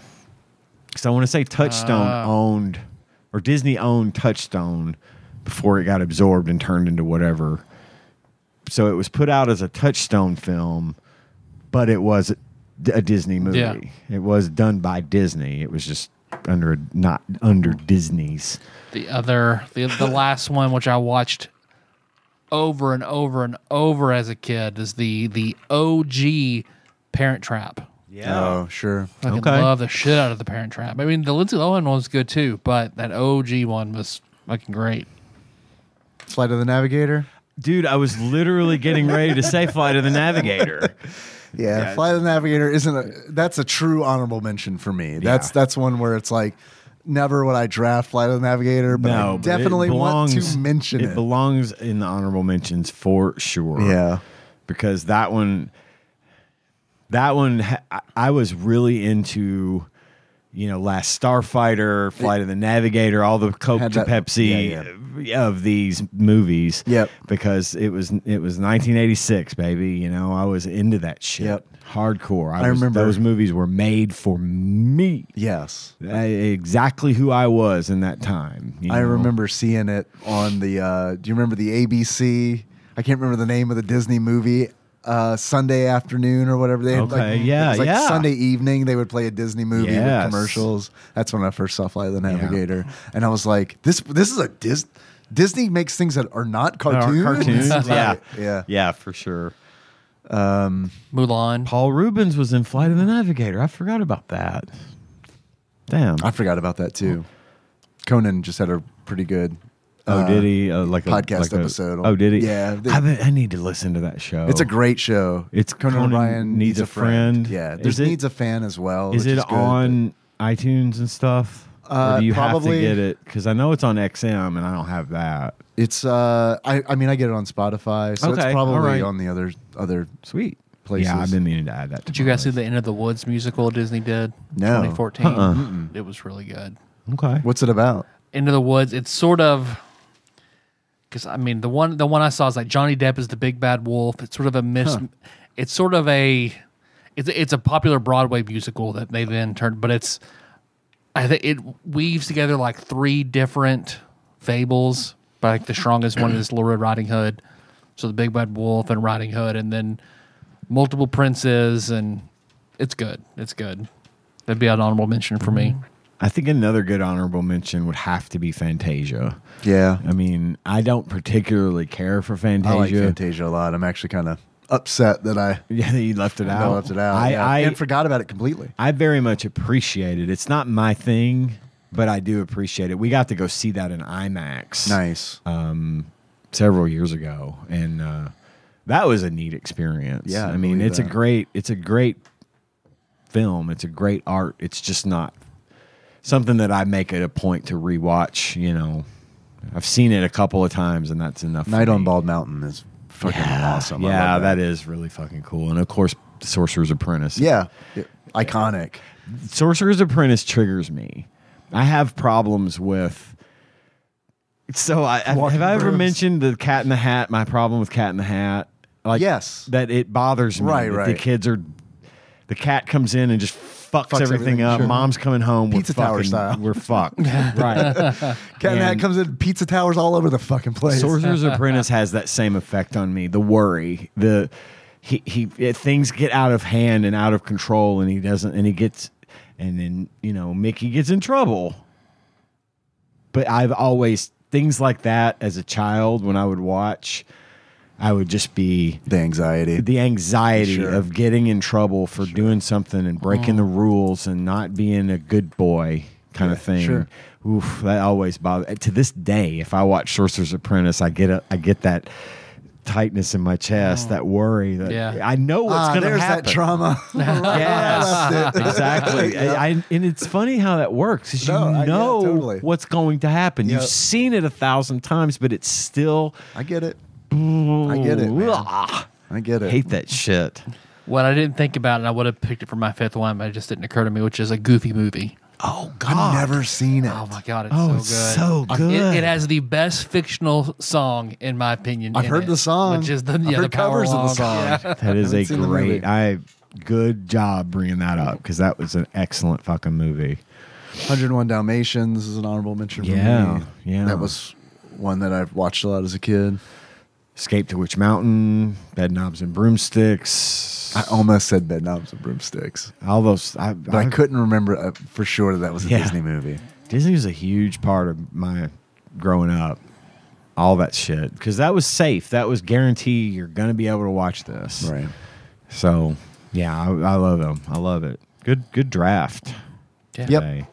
[SPEAKER 3] So I want to say Touchstone owned or Disney owned Touchstone before it got absorbed and turned into whatever. So it was put out as a Touchstone film, but it was a Disney movie.
[SPEAKER 2] Yeah.
[SPEAKER 3] It was done by Disney. It was just under a- not under Disney's.
[SPEAKER 2] The other, the, the last one, which I watched over and over and over as a kid, is the the OG Parent Trap.
[SPEAKER 4] Oh, sure.
[SPEAKER 2] Fucking
[SPEAKER 3] Okay.
[SPEAKER 2] love the shit out of the Parent Trap. I mean, the Lindsay Lohan one was good too, but that OG one was fucking great.
[SPEAKER 4] Flight of the Navigator.
[SPEAKER 3] Dude, I was literally getting ready to say Flight of the Navigator.
[SPEAKER 4] Yeah, Flight of the Navigator isn't a. That's a true honorable mention for me. That's that's one where it's like, never would I draft Flight of the Navigator, but
[SPEAKER 3] No,
[SPEAKER 4] I
[SPEAKER 3] but it
[SPEAKER 4] definitely want
[SPEAKER 3] belongs-
[SPEAKER 4] to mention it.
[SPEAKER 3] It belongs in the honorable mentions for sure.
[SPEAKER 4] yeah,
[SPEAKER 3] Because that one, that one, ha- I- I was really into, you know, Last Starfighter, Flight of the Navigator, all the Coke
[SPEAKER 4] Had
[SPEAKER 3] to
[SPEAKER 4] that-
[SPEAKER 3] Pepsi
[SPEAKER 4] yeah,
[SPEAKER 3] of these movies.
[SPEAKER 4] Yep.
[SPEAKER 3] Because it was it was 1986, baby. You know, I was into that shit.
[SPEAKER 4] Yep.
[SPEAKER 3] Hardcore. I,
[SPEAKER 4] I
[SPEAKER 3] was-
[SPEAKER 4] remember-
[SPEAKER 3] those movies were made for me.
[SPEAKER 4] yes.
[SPEAKER 3] I, exactly who I was in that time. you
[SPEAKER 4] I
[SPEAKER 3] know?
[SPEAKER 4] remember seeing it on the. Uh, do you remember the ABC? I can't remember the name of the Disney movie. Uh, Sunday afternoon or whatever they had,
[SPEAKER 3] Okay,
[SPEAKER 4] like,
[SPEAKER 3] yeah,
[SPEAKER 4] it was like
[SPEAKER 3] yeah.
[SPEAKER 4] Sunday evening they would play a Disney movie
[SPEAKER 3] Yes.
[SPEAKER 4] with commercials. That's when I first saw Flight of the Navigator, and I was like, "This this is a Dis- Disney makes things that are not cartoons."
[SPEAKER 3] cartoons.
[SPEAKER 4] Right,
[SPEAKER 3] yeah,
[SPEAKER 4] yeah.
[SPEAKER 3] yeah, for sure.
[SPEAKER 2] Mulan.
[SPEAKER 3] Paul Rubens was in Flight of the Navigator. I forgot about that. Damn.
[SPEAKER 4] I forgot about that too. Conan just had a pretty good.
[SPEAKER 3] oh,
[SPEAKER 4] uh,
[SPEAKER 3] did he uh, like a,
[SPEAKER 4] podcast
[SPEAKER 3] like a-
[SPEAKER 4] episode on-
[SPEAKER 3] oh, did he?
[SPEAKER 4] Yeah, they-
[SPEAKER 3] I, bet I need to listen to that show.
[SPEAKER 4] It's a great show.
[SPEAKER 3] Oh. It's Conan Needs a Friend.
[SPEAKER 4] Yeah,
[SPEAKER 3] Is
[SPEAKER 4] there's
[SPEAKER 3] it-
[SPEAKER 4] needs a fan as well.
[SPEAKER 3] Is
[SPEAKER 4] which
[SPEAKER 3] it
[SPEAKER 4] good, but-
[SPEAKER 3] on iTunes and stuff?
[SPEAKER 4] Uh,
[SPEAKER 3] or do you
[SPEAKER 4] probably.
[SPEAKER 3] have to get it? Because I know it's on XM, and I don't have that.
[SPEAKER 4] It's uh, I I mean I get it on Spotify, so
[SPEAKER 3] Okay,
[SPEAKER 4] it's probably
[SPEAKER 3] all right.
[SPEAKER 4] on the other other.
[SPEAKER 3] Sweet.
[SPEAKER 4] Places.
[SPEAKER 3] Yeah, I've been meaning to add that. To
[SPEAKER 2] Did you
[SPEAKER 3] my
[SPEAKER 2] guys see
[SPEAKER 3] list.
[SPEAKER 2] the End of the Woods musical Disney did?
[SPEAKER 4] No.
[SPEAKER 2] 2014. It was really good.
[SPEAKER 3] Okay.
[SPEAKER 4] What's it about?
[SPEAKER 2] Into the Woods. It's sort of because I mean the one the one I saw is like Johnny Depp is the big bad wolf. It's sort of a mis. It's sort of a it's it's a popular Broadway musical that they then turned, but it's I think it weaves together like three different fables. But like the strongest one is Little Red Riding Hood, so the big bad wolf and Riding Hood, and then multiple princes, and it's good. It's good. That'd be an honorable mention for me.
[SPEAKER 3] I think another good honorable mention would have to be Fantasia.
[SPEAKER 4] Yeah,
[SPEAKER 3] I mean, I don't particularly care for Fantasia.
[SPEAKER 4] I like Fantasia a lot. I'm actually kind of upset that I
[SPEAKER 3] Yeah, that you left it out.
[SPEAKER 4] left it out.
[SPEAKER 3] I
[SPEAKER 4] yeah.
[SPEAKER 3] I,
[SPEAKER 4] and forgot about it completely.
[SPEAKER 3] I very much appreciate it. It's not my thing, but I do appreciate it. We got to go see that in IMAX
[SPEAKER 4] Nice.
[SPEAKER 3] Uh, several years ago, and uh, that was a neat experience.
[SPEAKER 4] Yeah, I
[SPEAKER 3] I mean,
[SPEAKER 4] believe
[SPEAKER 3] it's a
[SPEAKER 4] that.
[SPEAKER 3] great, it's a great film. It's a great art. It's just not something that I make it a point to rewatch. You know, I've seen it a couple of times, and that's enough. for
[SPEAKER 4] Night on
[SPEAKER 3] me.
[SPEAKER 4] Bald Mountain is fucking awesome. I
[SPEAKER 3] Yeah,
[SPEAKER 4] love
[SPEAKER 3] that is really fucking cool. And of course, Sorcerer's Apprentice.
[SPEAKER 4] Yeah, it- iconic.
[SPEAKER 3] Sorcerer's Apprentice triggers me. I have problems with. So I, I
[SPEAKER 4] Walking
[SPEAKER 3] have I ever
[SPEAKER 4] brooms.
[SPEAKER 3] mentioned the Cat in the Hat? My problem with Cat in the Hat, like
[SPEAKER 4] Yes.
[SPEAKER 3] that it bothers me.
[SPEAKER 4] Right,
[SPEAKER 3] that The
[SPEAKER 4] right.
[SPEAKER 3] kids are. The cat comes in and just fucks, everything,
[SPEAKER 4] everything,
[SPEAKER 3] up.
[SPEAKER 4] sure.
[SPEAKER 3] Mom's coming home.
[SPEAKER 4] Pizza
[SPEAKER 3] we're
[SPEAKER 4] Tower
[SPEAKER 3] fucking,
[SPEAKER 4] style.
[SPEAKER 3] We're fucked. right.
[SPEAKER 4] Cat in the Hat
[SPEAKER 3] And-
[SPEAKER 4] comes in pizza towers all over the fucking place.
[SPEAKER 3] Sorcerer's Apprentice has that same effect on me. The worry, the he he it, things get out of hand and out of control, and he doesn't, and he gets, and then you know Mickey gets in trouble. But I've always things like that as a child when I would watch, I would just be
[SPEAKER 4] the anxiety.
[SPEAKER 3] the anxiety
[SPEAKER 4] Sure.
[SPEAKER 3] of getting in trouble for doing something and breaking the rules and not being a good boy kind of
[SPEAKER 4] Yeah,
[SPEAKER 3] thing.
[SPEAKER 4] sure.
[SPEAKER 3] Oof, that always bothers. To this day, if I watch Sorcerer's Apprentice, I get a, I get that tightness in my chest, that worry that
[SPEAKER 2] Yeah.
[SPEAKER 3] I know what's
[SPEAKER 4] Mm. ah,
[SPEAKER 3] going to
[SPEAKER 4] there's
[SPEAKER 3] happen.
[SPEAKER 4] that trauma.
[SPEAKER 3] Yes,
[SPEAKER 4] it.
[SPEAKER 3] exactly. I, I- and it's funny how that works because you
[SPEAKER 4] No, I- yeah,
[SPEAKER 3] know
[SPEAKER 4] totally.
[SPEAKER 3] what's going to happen. You've
[SPEAKER 4] Yep.
[SPEAKER 3] seen it a thousand times, but it's still.
[SPEAKER 4] I get it. I get it. man.
[SPEAKER 3] Ah,
[SPEAKER 4] I get it.
[SPEAKER 3] hate that shit.
[SPEAKER 2] What I didn't think about, and I would have picked it for my fifth one, but it just didn't occur to me, which is a goofy movie. Oh God,
[SPEAKER 4] I've never seen it.
[SPEAKER 2] Oh my God, it's so
[SPEAKER 3] Oh,
[SPEAKER 2] good.
[SPEAKER 3] it's so
[SPEAKER 2] I- It,
[SPEAKER 3] good.
[SPEAKER 2] it has the best fictional song in my opinion.
[SPEAKER 4] I've
[SPEAKER 2] in
[SPEAKER 4] heard
[SPEAKER 2] it,
[SPEAKER 4] the song.
[SPEAKER 2] which is the
[SPEAKER 4] I've
[SPEAKER 2] yeah, the
[SPEAKER 4] heard
[SPEAKER 2] power
[SPEAKER 4] covers of the
[SPEAKER 2] Walk.
[SPEAKER 4] song.
[SPEAKER 2] Yeah.
[SPEAKER 3] That is a
[SPEAKER 4] Haven't seen the movie.
[SPEAKER 3] great. I good job bringing that up because that was an excellent fucking movie.
[SPEAKER 4] 101 Dalmatians is an honorable mention for
[SPEAKER 3] Yeah,
[SPEAKER 4] me.
[SPEAKER 3] yeah.
[SPEAKER 4] That was one that I've watched a lot as a kid.
[SPEAKER 3] Escape to Witch Mountain, Bed Knobs and Broomsticks.
[SPEAKER 4] I almost said Bedknobs and Broomsticks,
[SPEAKER 3] all those. I,
[SPEAKER 4] but I couldn't remember uh, for sure that that was a
[SPEAKER 3] Yeah.
[SPEAKER 4] Disney movie.
[SPEAKER 3] Disney was a huge part of my growing up. All that shit because that was safe. That was guarantee you're gonna be able to watch this.
[SPEAKER 4] Right.
[SPEAKER 3] So yeah, I, I love them. I love it. Good good draft.
[SPEAKER 2] Yeah.
[SPEAKER 4] Yep.
[SPEAKER 3] today.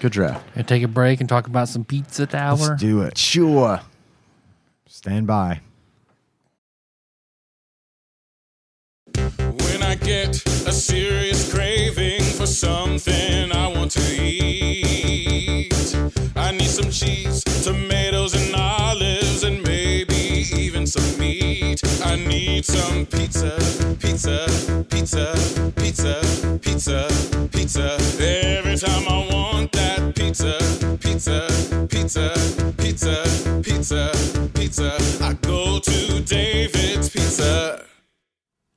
[SPEAKER 4] Good draft.
[SPEAKER 2] Gonna take a break and talk about some pizza tower.
[SPEAKER 3] Let's do it.
[SPEAKER 4] Sure.
[SPEAKER 3] Stand by.
[SPEAKER 1] When I get a serious craving for something I want to eat, I need some cheese, tomatoes, and olives, and maybe even some meat. I need some pizza, pizza, pizza, pizza, pizza, pizza. Every time I want that pizza, pizza, pizza, pizza, pizza, pizza, I go to David's Pizza.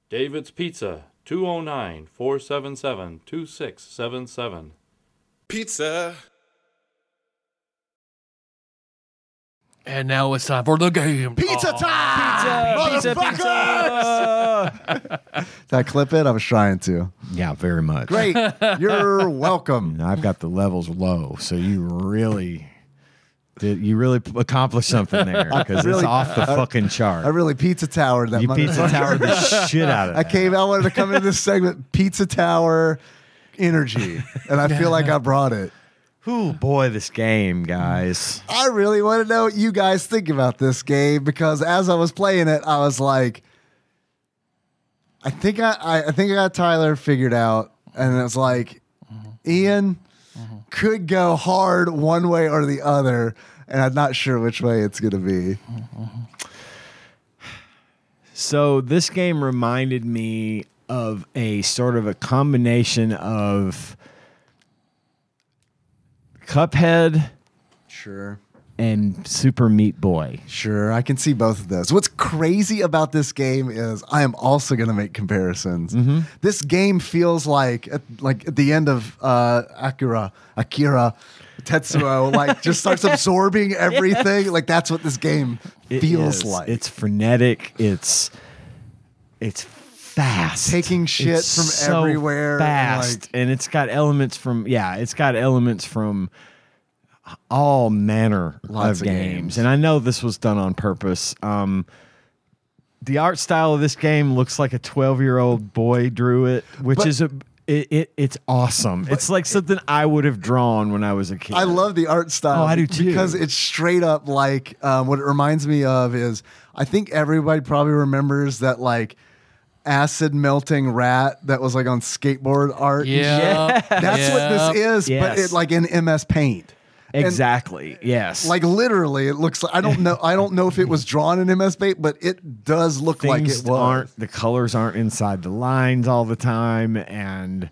[SPEAKER 5] David's Pizza, 209 477 2677.
[SPEAKER 1] Pizza.
[SPEAKER 2] And now it's time for the game.
[SPEAKER 4] Pizza
[SPEAKER 2] Oh,
[SPEAKER 4] time! Pizza, Did I clip it? I was trying to.
[SPEAKER 3] Yeah, very much.
[SPEAKER 4] Great. You're welcome.
[SPEAKER 3] And I've got the levels low, so you really did. You really p- accomplished something there because
[SPEAKER 4] really-
[SPEAKER 3] it's off the fucking chart.
[SPEAKER 4] I really pizza towered that
[SPEAKER 3] you pizza
[SPEAKER 4] motherfucker.
[SPEAKER 3] towered the shit out of
[SPEAKER 4] I
[SPEAKER 3] that.
[SPEAKER 4] came. I wanted to come into this segment, pizza tower energy, and I feel like I brought it.
[SPEAKER 3] Ooh, boy, this game, guys.
[SPEAKER 4] I really want to know what you guys think about this game because as I was playing it, I was like, I think I, I, I think I got Tyler figured out, and it was like, Ian could go hard one way or the other, and I'm not sure which way it's gonna be.
[SPEAKER 3] So this game reminded me of a sort of a combination of Cuphead
[SPEAKER 4] Sure.
[SPEAKER 3] and Super Meat Boy.
[SPEAKER 4] Sure, I can see both of those. What's crazy about this game is I am also going to make comparisons.
[SPEAKER 3] Mm-hmm.
[SPEAKER 4] This game feels like at, like at the end of uh, Akira, Akira, Tetsuo, like just starts absorbing everything. Like that's what this game
[SPEAKER 3] It
[SPEAKER 4] feels
[SPEAKER 3] is.
[SPEAKER 4] like.
[SPEAKER 3] It's frenetic. It's it's fast.
[SPEAKER 4] Taking shit
[SPEAKER 3] It's
[SPEAKER 4] from
[SPEAKER 3] so
[SPEAKER 4] everywhere and,
[SPEAKER 3] Fast.
[SPEAKER 4] like-
[SPEAKER 3] and it's got elements from yeah, it's got elements from all manner
[SPEAKER 4] Lots
[SPEAKER 3] of,
[SPEAKER 4] of
[SPEAKER 3] games.
[SPEAKER 4] games.
[SPEAKER 3] And I know this was done on purpose. Um the art style of this game looks like a 12-year-old boy drew it, which
[SPEAKER 4] But-
[SPEAKER 3] is a it, it it's awesome. It's like something I would have drawn when I was a kid.
[SPEAKER 4] I love the art style.
[SPEAKER 3] Oh, I do too.
[SPEAKER 4] Because it's straight up like um, what it reminds me of is I think everybody probably remembers that like acid melting rat that was like on skateboard art. and
[SPEAKER 2] Yeah.
[SPEAKER 4] That's what this is, but
[SPEAKER 3] Yes.
[SPEAKER 4] it like in MS Paint. And,
[SPEAKER 3] exactly. yes.
[SPEAKER 4] like literally, it looks like I don't know. I don't know if it was drawn in MS Paint, but it does look like
[SPEAKER 3] things
[SPEAKER 4] it was.
[SPEAKER 3] aren't the colors aren't inside the lines all the time and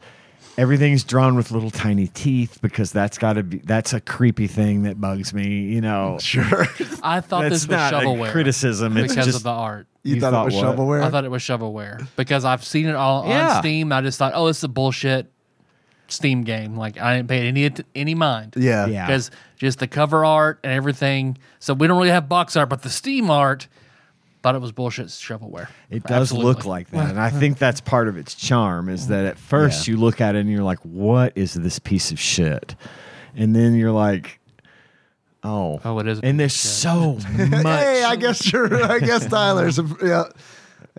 [SPEAKER 3] everything's drawn with little tiny teeth because that's got to be that's a creepy thing that bugs me you
[SPEAKER 2] Mm.
[SPEAKER 3] know
[SPEAKER 4] Sure,
[SPEAKER 2] I thought
[SPEAKER 3] that's
[SPEAKER 2] this was
[SPEAKER 3] not
[SPEAKER 2] shovelware
[SPEAKER 3] a criticism it's
[SPEAKER 2] because
[SPEAKER 3] just
[SPEAKER 2] of the art.
[SPEAKER 4] you,
[SPEAKER 3] You
[SPEAKER 4] thought,
[SPEAKER 3] thought
[SPEAKER 4] it was
[SPEAKER 3] what?
[SPEAKER 4] shovelware.
[SPEAKER 2] I thought it was shovelware because I've seen it all
[SPEAKER 3] Yeah.
[SPEAKER 2] on Steam. I just thought, oh, it's a bullshit Steam game. Like I didn't pay any att- any mind.
[SPEAKER 4] yeah,
[SPEAKER 3] Yeah.
[SPEAKER 2] because just the cover art and everything. So we don't really have box art, but the Steam art. Thought it was bullshit shovelware.
[SPEAKER 3] it does look
[SPEAKER 2] Absolutely.
[SPEAKER 3] like that and i think that's part of its charm is that at first you look at it and you're like what is this piece of shit and then you're like oh
[SPEAKER 2] Oh, it is.
[SPEAKER 3] and there's so much
[SPEAKER 4] Hey, I guess you're. I guess Tyler's. a- Yeah,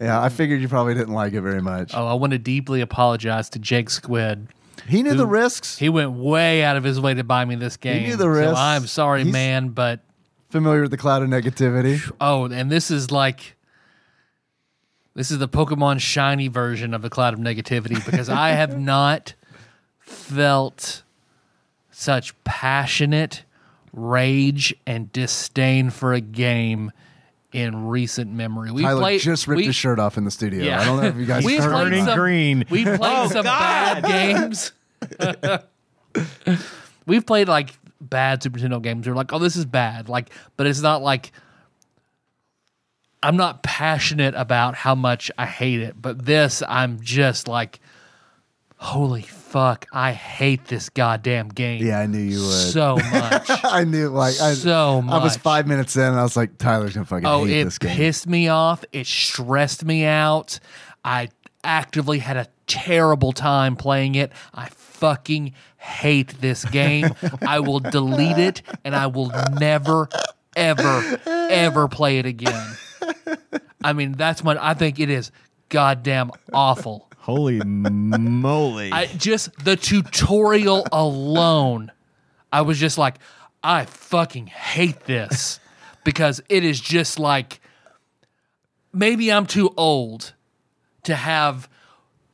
[SPEAKER 4] yeah. I figured you probably didn't like it very much.
[SPEAKER 2] Oh, I want to deeply apologize to Jake Squid.
[SPEAKER 4] he knew the risks.
[SPEAKER 2] He went way out of his way to buy me this game.
[SPEAKER 4] knew the
[SPEAKER 2] so
[SPEAKER 4] risks.
[SPEAKER 2] I'm sorry,
[SPEAKER 4] He's-
[SPEAKER 2] man, but
[SPEAKER 4] familiar with the cloud of negativity.
[SPEAKER 2] oh, and this is like this is the Pokemon shiny version of the cloud of negativity because I have not felt such passionate rage and disdain for a game in recent memory. We
[SPEAKER 4] Tyler
[SPEAKER 2] played
[SPEAKER 4] just ripped
[SPEAKER 2] we-
[SPEAKER 4] his shirt off in the studio.
[SPEAKER 2] Yeah.
[SPEAKER 4] I don't know if you guys
[SPEAKER 2] We
[SPEAKER 4] heard.
[SPEAKER 2] played
[SPEAKER 3] turning
[SPEAKER 2] some-
[SPEAKER 3] green
[SPEAKER 2] We played some
[SPEAKER 3] God.
[SPEAKER 2] bad games. We've played like bad Super Nintendo games. We're like, oh, this is bad. Like, but it's not like I'm not passionate about how much I hate it. But this, I'm just like, holy fuck, I hate this goddamn game.
[SPEAKER 4] Yeah, I knew you would.
[SPEAKER 2] so much.
[SPEAKER 4] I knew like I,
[SPEAKER 2] So
[SPEAKER 4] I was
[SPEAKER 2] much.
[SPEAKER 4] five minutes in, and I was like, Tyler's gonna fucking
[SPEAKER 2] Oh,
[SPEAKER 4] hate
[SPEAKER 2] it
[SPEAKER 4] this game.
[SPEAKER 2] pissed me off. It stressed me out. I actively had a terrible time playing it. I fucking hate this game. I will delete it and I will never, ever, ever play it again. I mean, that's when I think it is goddamn awful.
[SPEAKER 3] Holy moly.
[SPEAKER 2] I just the tutorial alone, I was just like, I fucking hate this because it is just like maybe I'm too old to have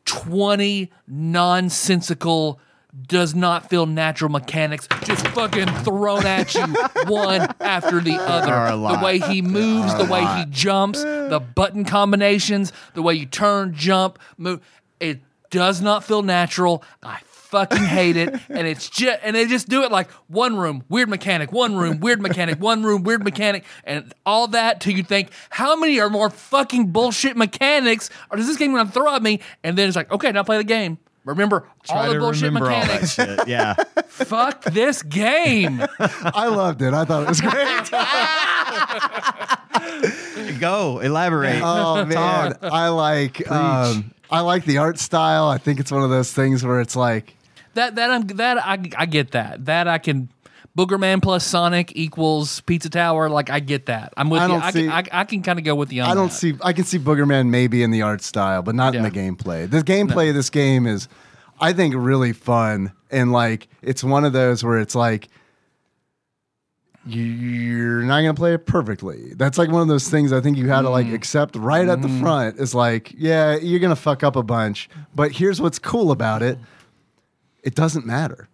[SPEAKER 2] 20 nonsensical does not feel natural mechanics just fucking thrown at you one after the
[SPEAKER 3] are a
[SPEAKER 2] other the
[SPEAKER 3] lot.
[SPEAKER 2] way he moves the way he jumps the button combinations the way you turn jump move it does not feel natural i fucking hate it and it's just and they just do it like one room weird mechanic one room weird mechanic one room weird mechanic and all that till you think how many are more fucking bullshit mechanics or does this game gonna throw at me and then it's like okay now play the game remember
[SPEAKER 3] Try
[SPEAKER 2] all the
[SPEAKER 3] to
[SPEAKER 2] bullshit
[SPEAKER 3] remember all that
[SPEAKER 2] mechanics
[SPEAKER 3] shit. Yeah.
[SPEAKER 2] fuck this game
[SPEAKER 4] I loved it. I thought it was great.
[SPEAKER 3] Go elaborate.
[SPEAKER 4] oh man, I like um, I like the art style. I think it's one of those things where it's like
[SPEAKER 2] that that i'm that i, I get that that i can Boogerman plus Sonic equals Pizza Tower. Like I get that. I'm with
[SPEAKER 4] I
[SPEAKER 2] you.
[SPEAKER 4] don't
[SPEAKER 2] I can,
[SPEAKER 4] see-
[SPEAKER 2] I, I can kind of go with you. On
[SPEAKER 4] I don't
[SPEAKER 2] that.
[SPEAKER 4] see. I can see Boogerman maybe in the art style, but not in
[SPEAKER 2] Yeah.
[SPEAKER 4] the gameplay. The gameplay of this game is, I think, really fun and like it's one of those where it's like you- you're not gonna play it perfectly. That's like one of those things I think you had to
[SPEAKER 3] Mm.
[SPEAKER 4] like accept right at the front. Is like, yeah, you're gonna fuck up a bunch, but here's what's cool about it: it doesn't matter.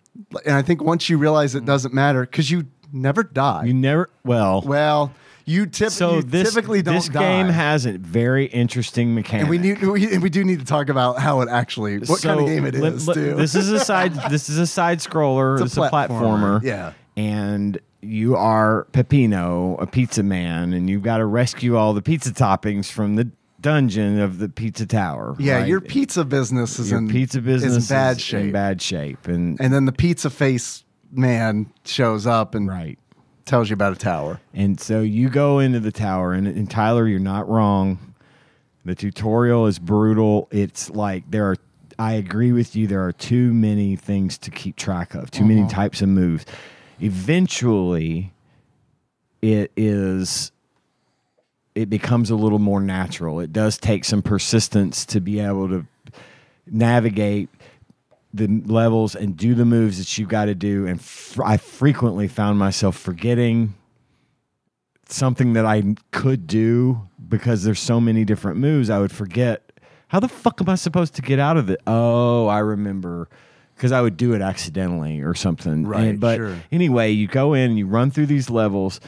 [SPEAKER 4] And I think once you realize
[SPEAKER 3] Mm.
[SPEAKER 4] it doesn't matter, because you never die.
[SPEAKER 3] you never, well.
[SPEAKER 4] Oh. well, you, tip,
[SPEAKER 3] so
[SPEAKER 4] you
[SPEAKER 3] this,
[SPEAKER 4] typically don't
[SPEAKER 3] this
[SPEAKER 4] die.
[SPEAKER 3] game has a very interesting mechanic.
[SPEAKER 4] And we need we, and we do need to talk about how it actually what kind
[SPEAKER 3] So,
[SPEAKER 4] of game it
[SPEAKER 3] let-
[SPEAKER 4] is
[SPEAKER 3] let-
[SPEAKER 4] too.
[SPEAKER 3] This is a side. this is a side scroller. It's, a, platformer.
[SPEAKER 4] Yeah.
[SPEAKER 3] And you are Peppino, a pizza man, and you've got to rescue all the pizza toppings from the dungeon of the pizza tower.
[SPEAKER 4] yeah,
[SPEAKER 3] right?
[SPEAKER 4] your pizza business is
[SPEAKER 3] Your
[SPEAKER 4] in
[SPEAKER 3] pizza business
[SPEAKER 4] is in bad
[SPEAKER 3] is
[SPEAKER 4] shape.
[SPEAKER 3] In bad shape, and,
[SPEAKER 4] and then the pizza face man shows up and
[SPEAKER 3] right.
[SPEAKER 4] tells you about a tower.
[SPEAKER 3] And so you go into the tower, and, and Tyler, you're not wrong. The tutorial is brutal. It's like there are, I agree with you, there are too many things to keep track of, too many types of moves. Eventually, it is, it becomes a little more natural. It does take some persistence to be able to navigate the levels and do the moves that you got to do. And fr- I frequently found myself forgetting something that I could do because there's so many different moves, I would forget how the fuck am I supposed to get out of it? Oh, I remember because I would do it accidentally or something.
[SPEAKER 4] Right,
[SPEAKER 3] And- but
[SPEAKER 4] sure.
[SPEAKER 3] anyway, you go in and you run through these levels.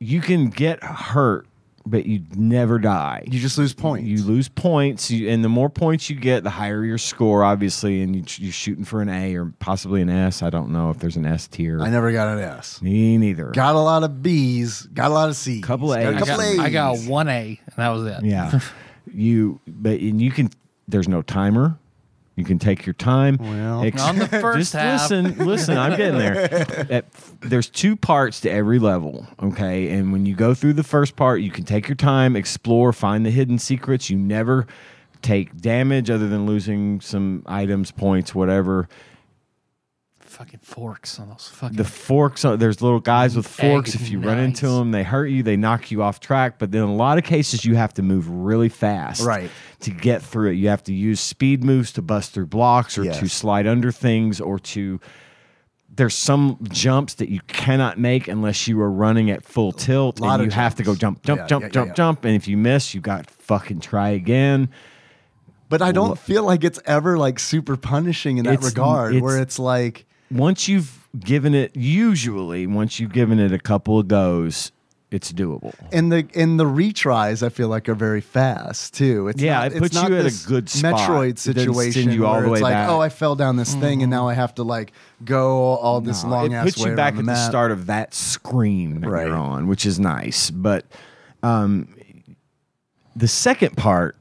[SPEAKER 3] You can get hurt, but you never die.
[SPEAKER 4] You just lose points.
[SPEAKER 3] You lose points, you, and the more points you get, the higher your score, obviously. And you, you're shooting for an A or possibly an S. I don't know if there's an S tier.
[SPEAKER 4] I never got an S.
[SPEAKER 3] Me neither.
[SPEAKER 4] Got a lot of B's. Got a lot of C's.
[SPEAKER 3] Couple of A's.
[SPEAKER 4] got A
[SPEAKER 2] I
[SPEAKER 4] couple
[SPEAKER 2] got,
[SPEAKER 4] A's.
[SPEAKER 2] I got one A, and that was it.
[SPEAKER 3] Yeah. you but and you can there's no timer. You can take your time.
[SPEAKER 4] Well.
[SPEAKER 3] Ex-
[SPEAKER 2] On the first
[SPEAKER 3] just
[SPEAKER 2] half.
[SPEAKER 3] listen, listen. I'm getting there. At- there's two parts to every level, okay. And when you go through the first part, you can take your time, explore, find the hidden secrets. You never take damage other than losing some items, points, whatever.
[SPEAKER 2] Fucking forks on those fucking.
[SPEAKER 3] The forks. uh, There's little guys with forks.
[SPEAKER 2] Egg
[SPEAKER 3] If you run into
[SPEAKER 2] knives.
[SPEAKER 3] them, they hurt you. They knock you off track. But then in a lot of cases, you have to move really fast,
[SPEAKER 4] Right.
[SPEAKER 3] to get through it. You have to use speed moves to bust through blocks, or
[SPEAKER 4] Yes.
[SPEAKER 3] to slide under things, or to. There's some jumps that you cannot make unless you are running at full tilt,
[SPEAKER 4] Lot
[SPEAKER 3] and
[SPEAKER 4] of
[SPEAKER 3] you have to go jump,
[SPEAKER 4] jumps.
[SPEAKER 3] jump,
[SPEAKER 4] Yeah,
[SPEAKER 3] jump,
[SPEAKER 4] yeah, yeah,
[SPEAKER 3] jump,
[SPEAKER 4] yeah.
[SPEAKER 3] jump. And if you miss, you got fucking try again.
[SPEAKER 4] But I don't feel like it's ever like super punishing in that
[SPEAKER 3] It's-
[SPEAKER 4] regard.
[SPEAKER 3] it's-
[SPEAKER 4] where it's like
[SPEAKER 3] once you've given it usually once you've given it a couple of goes it's doable.
[SPEAKER 4] and the and the retries I feel like are very fast too. It's
[SPEAKER 3] Yeah,
[SPEAKER 4] not,
[SPEAKER 3] it
[SPEAKER 4] it's
[SPEAKER 3] puts
[SPEAKER 4] not
[SPEAKER 3] you at a
[SPEAKER 4] this
[SPEAKER 3] good spot. It
[SPEAKER 4] Metroid
[SPEAKER 3] doesn't send
[SPEAKER 4] situation
[SPEAKER 3] you all
[SPEAKER 4] where
[SPEAKER 3] the
[SPEAKER 4] it's
[SPEAKER 3] way
[SPEAKER 4] like,
[SPEAKER 3] back.
[SPEAKER 4] oh, I fell down this thing and now I have to like go all this
[SPEAKER 3] No,
[SPEAKER 4] long
[SPEAKER 3] it
[SPEAKER 4] ass
[SPEAKER 3] puts
[SPEAKER 4] way
[SPEAKER 3] you back
[SPEAKER 4] around
[SPEAKER 3] at the
[SPEAKER 4] map.
[SPEAKER 3] start of that screen that
[SPEAKER 4] Right.
[SPEAKER 3] you're on, which is nice. But um, the second part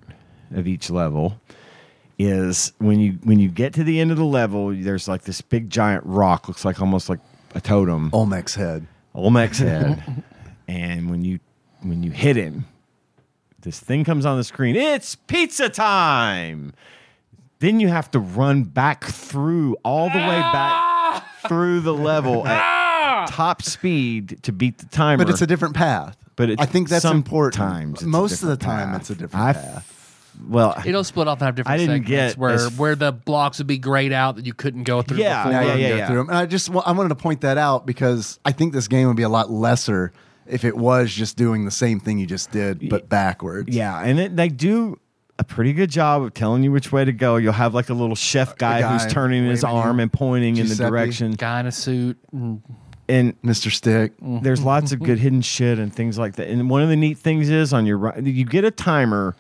[SPEAKER 3] of each level is when you when you get to the end of the level, there's like this big giant rock, looks like almost like a totem,
[SPEAKER 4] Olmec's head.
[SPEAKER 3] Olmec's head, and when you when you hit him, this thing comes on the screen. It's pizza time. Then you have to run back through all the way back through the level at top speed to beat the timer.
[SPEAKER 4] But it's a different path.
[SPEAKER 3] But it's
[SPEAKER 4] I think that's important.
[SPEAKER 3] sometimes it's a
[SPEAKER 4] Most of the
[SPEAKER 3] different
[SPEAKER 4] time,
[SPEAKER 3] path.
[SPEAKER 4] it's a different
[SPEAKER 3] I f-
[SPEAKER 4] path.
[SPEAKER 3] well.
[SPEAKER 2] It'll split off and have different
[SPEAKER 3] I didn't
[SPEAKER 2] segments
[SPEAKER 3] get
[SPEAKER 2] where
[SPEAKER 3] as-
[SPEAKER 2] where the blocks would be grayed out that you couldn't go through.
[SPEAKER 3] Yeah,
[SPEAKER 2] before.
[SPEAKER 4] Now you
[SPEAKER 3] yeah,
[SPEAKER 4] can
[SPEAKER 3] yeah,
[SPEAKER 4] go
[SPEAKER 3] yeah.
[SPEAKER 4] through 'em. And I just wa- I wanted to point that out because I think this game would be a lot lesser if it was just doing the same thing you just did but backwards.
[SPEAKER 3] Yeah, and it, they do a pretty good job of telling you which way to go. You'll have like a little chef guy,
[SPEAKER 4] guy
[SPEAKER 3] who's turning his
[SPEAKER 4] waving you.
[SPEAKER 3] arm and pointing in
[SPEAKER 4] Giuseppe.
[SPEAKER 3] the direction.
[SPEAKER 2] guy in a suit. and-
[SPEAKER 3] And
[SPEAKER 4] Mr. Stick.
[SPEAKER 3] there's lots of good hidden shit and things like that. And one of the neat things is on your right, you get a timer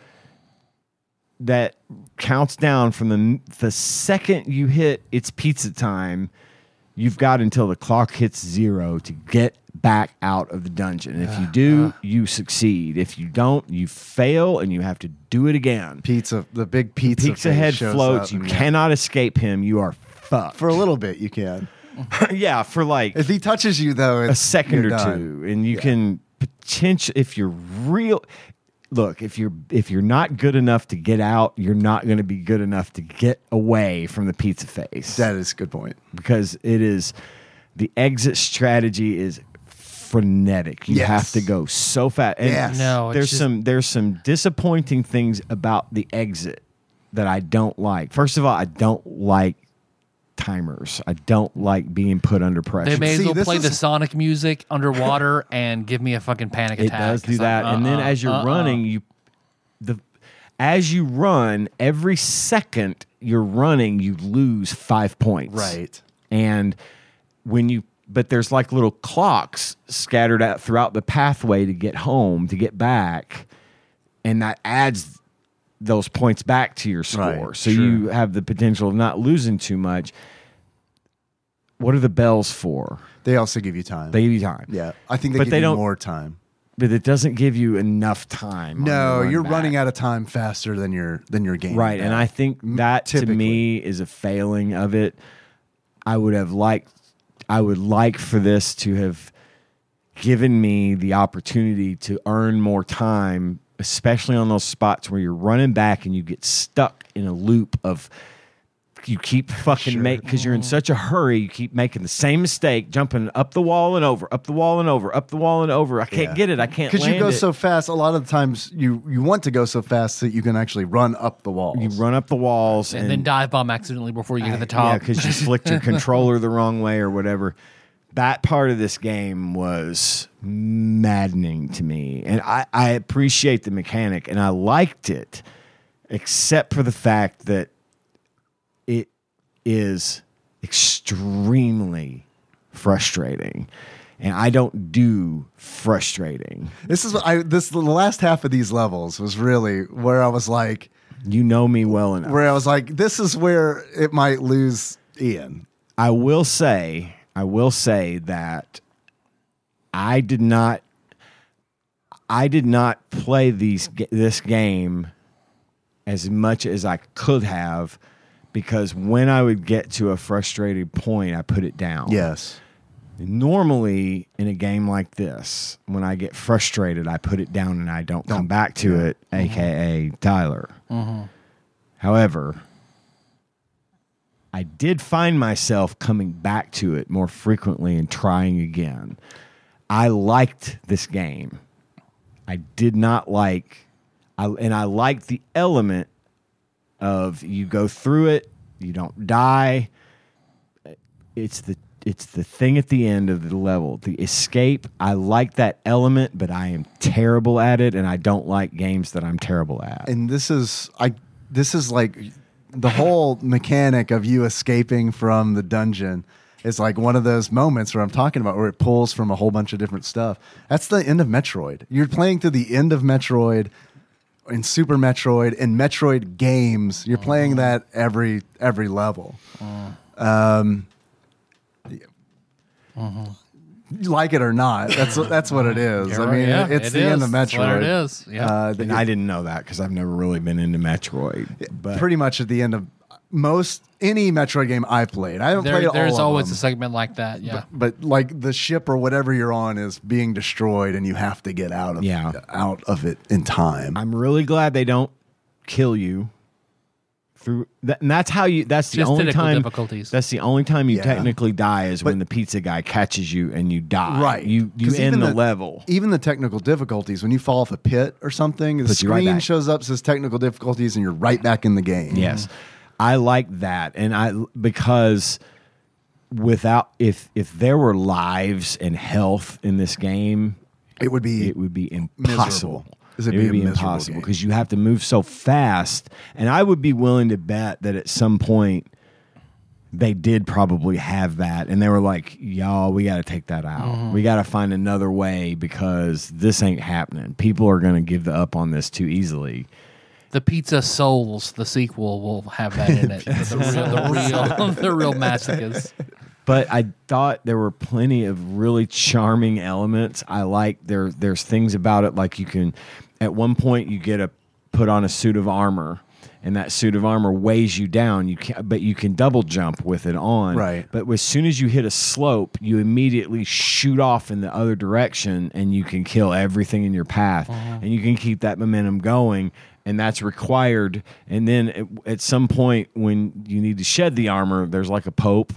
[SPEAKER 3] that counts down from the the second you hit it's pizza time. You've got until the clock hits zero to get back out of the dungeon. If
[SPEAKER 4] Uh,
[SPEAKER 3] you do, you succeed. If you don't, you fail and you have to do it again.
[SPEAKER 4] Pizza, the big pizza.
[SPEAKER 3] Pizza
[SPEAKER 4] face
[SPEAKER 3] head
[SPEAKER 4] shows up
[SPEAKER 3] floats. You
[SPEAKER 4] and-
[SPEAKER 3] cannot escape him. You are fucked.
[SPEAKER 4] For a little bit, you can.
[SPEAKER 3] yeah, for like
[SPEAKER 4] If he touches you, though, it's,
[SPEAKER 3] a second
[SPEAKER 4] you're
[SPEAKER 3] or
[SPEAKER 4] done.
[SPEAKER 3] two, and you can potential if you're real. Look, if you're if you're not good enough to get out, you're not going to be good enough to get away from the pizza face
[SPEAKER 4] That is a good point.
[SPEAKER 3] because it is the exit strategy is frenetic. You
[SPEAKER 4] Yes.
[SPEAKER 3] have to go so fast. And
[SPEAKER 4] Yes.
[SPEAKER 2] No, it's
[SPEAKER 3] there's
[SPEAKER 2] just-
[SPEAKER 3] some there's some disappointing things about the exit that I don't like. First of all, I don't like timers. I don't like being put under pressure.
[SPEAKER 2] They may
[SPEAKER 4] See,
[SPEAKER 2] as well
[SPEAKER 4] this
[SPEAKER 2] play the
[SPEAKER 4] is-
[SPEAKER 2] Sonic music underwater and give me a fucking panic
[SPEAKER 3] It
[SPEAKER 2] attack.
[SPEAKER 3] does do
[SPEAKER 2] It's
[SPEAKER 3] that,
[SPEAKER 2] like,
[SPEAKER 3] and then
[SPEAKER 2] uh-uh,
[SPEAKER 3] as you're
[SPEAKER 2] uh-uh.
[SPEAKER 3] running, you the as you run every second you're running, you lose five points.
[SPEAKER 4] Right.
[SPEAKER 3] and when you but there's like little clocks scattered out throughout the pathway to get home to get back, and that adds those points back to your score,
[SPEAKER 4] Right,
[SPEAKER 3] so you have the potential of not losing too much. What are the bells for?
[SPEAKER 4] They also give you time.
[SPEAKER 3] They give you time
[SPEAKER 4] yeah, I think they
[SPEAKER 3] But
[SPEAKER 4] give
[SPEAKER 3] they
[SPEAKER 4] you
[SPEAKER 3] don't-
[SPEAKER 4] more time.
[SPEAKER 3] but it doesn't give you enough time. on
[SPEAKER 4] No,
[SPEAKER 3] the run
[SPEAKER 4] you're
[SPEAKER 3] back.
[SPEAKER 4] running out of time faster than your than your game.
[SPEAKER 3] right, and I think that
[SPEAKER 4] typically.
[SPEAKER 3] to me is a failing of it. I would have liked, I would like for this to have given me the opportunity to earn more time, especially on those spots where you're running back and you get stuck in a loop of. You keep fucking make because you're in
[SPEAKER 4] Mm-hmm.
[SPEAKER 3] such a hurry. You keep making the same mistake, jumping up the wall and over, up the wall and over, up the wall and over. I can't
[SPEAKER 4] Yeah.
[SPEAKER 3] get it. I can't
[SPEAKER 4] because you
[SPEAKER 3] land
[SPEAKER 4] go
[SPEAKER 3] it.
[SPEAKER 4] so fast. A lot of the times, you you want to go so fast that you can actually run up the walls.
[SPEAKER 3] You run up the walls and,
[SPEAKER 2] and then dive bomb accidentally before you get to the
[SPEAKER 3] Yeah,
[SPEAKER 2] top.
[SPEAKER 3] because you flicked your controller the wrong way or whatever. That part of this game was maddening to me. And I, I appreciate the mechanic and I liked it, except for the fact that it is extremely frustrating. And I don't do frustrating.
[SPEAKER 4] This is what I this the last half of these levels was really where I was like
[SPEAKER 3] You know me well enough.
[SPEAKER 4] where I was like this is where it might lose Ian.
[SPEAKER 3] I will say, I will say that I did not, I did not play these ga- this game as much as I could have because when I would get to a frustrated point, I put it down.
[SPEAKER 4] Yes,
[SPEAKER 3] Normally, in a game like this, when I get frustrated, I put it down and I don't, come back to it, aka Tyler. However, I did find myself coming back to it more frequently and trying again. I liked this game. I did not like, I, and I liked the element of you go through it, you don't die it's the it's the thing at the end of the level the escape i like that element but i am terrible at it and i don't like games that i'm terrible at
[SPEAKER 4] and this is I this is like the whole mechanic of you escaping from the dungeon It's like one of those moments where I'm talking about where it pulls from a whole bunch of different stuff. That's the end of Metroid. You're playing through the end of Metroid in Super Metroid in Metroid games. You're playing
[SPEAKER 2] Uh-huh.
[SPEAKER 4] that every every level.
[SPEAKER 2] Uh-huh.
[SPEAKER 4] Um, Like it or not, that's that's what it is. I mean,
[SPEAKER 2] Yeah,
[SPEAKER 4] it's
[SPEAKER 2] it
[SPEAKER 4] the end
[SPEAKER 2] is.
[SPEAKER 4] of Metroid.
[SPEAKER 2] That's what it is. Yeah.
[SPEAKER 4] Uh,
[SPEAKER 3] And I didn't know that because I've never really been into Metroid. But
[SPEAKER 4] pretty much at the end of most any Metroid game I've played. I haven't
[SPEAKER 2] There-
[SPEAKER 4] played
[SPEAKER 2] there's
[SPEAKER 4] all
[SPEAKER 2] always a
[SPEAKER 4] of them,
[SPEAKER 2] segment like that. Yeah.
[SPEAKER 4] but like the ship or whatever you're on is being destroyed, and you have to get out of
[SPEAKER 3] Yeah.
[SPEAKER 4] out of it in time.
[SPEAKER 3] I'm really glad they don't kill you. Through that, and that's how you. That's the
[SPEAKER 2] Just
[SPEAKER 3] only
[SPEAKER 2] technical
[SPEAKER 3] time.
[SPEAKER 2] difficulties.
[SPEAKER 3] That's the only time you
[SPEAKER 4] Yeah.
[SPEAKER 3] technically die is when the pizza guy catches you and you die.
[SPEAKER 4] Right,
[SPEAKER 3] You you
[SPEAKER 4] 'Cause even
[SPEAKER 3] end
[SPEAKER 4] e-
[SPEAKER 3] the, level.
[SPEAKER 4] Even the technical difficulties when you fall off a pit or something, the
[SPEAKER 3] Puts you right
[SPEAKER 4] screen
[SPEAKER 3] back.
[SPEAKER 4] shows up says technical difficulties, and you're right back in the game.
[SPEAKER 3] Yes. I like that. And I because without if if there were lives and health in this game,
[SPEAKER 4] it would be
[SPEAKER 3] it would be impossible.
[SPEAKER 4] It'd be a
[SPEAKER 3] would be
[SPEAKER 4] miserable
[SPEAKER 3] impossible
[SPEAKER 4] game.
[SPEAKER 3] because you have to move so fast. And I would be willing to bet that at some point they did probably have that and they were like, Y'all, we gotta take that out.
[SPEAKER 4] Mm-hmm.
[SPEAKER 3] We gotta find another way because this ain't happening. People are gonna give up on this too easily.
[SPEAKER 2] The Pizza Souls, the sequel, will have that in it. the, real, the real, the real massacres.
[SPEAKER 3] but I thought there were plenty of really charming elements. I like there. There's things about it like you can, at one point you get a put on a suit of armor, and that suit of armor weighs you down. You can, but you can double jump with it on.
[SPEAKER 4] Right.
[SPEAKER 3] But as soon as you hit a slope, you immediately shoot off in the other direction, and you can kill everything in your path, and you can keep that momentum going. And that's required. And then at, at some point, when you need to shed the armor, there's like a pope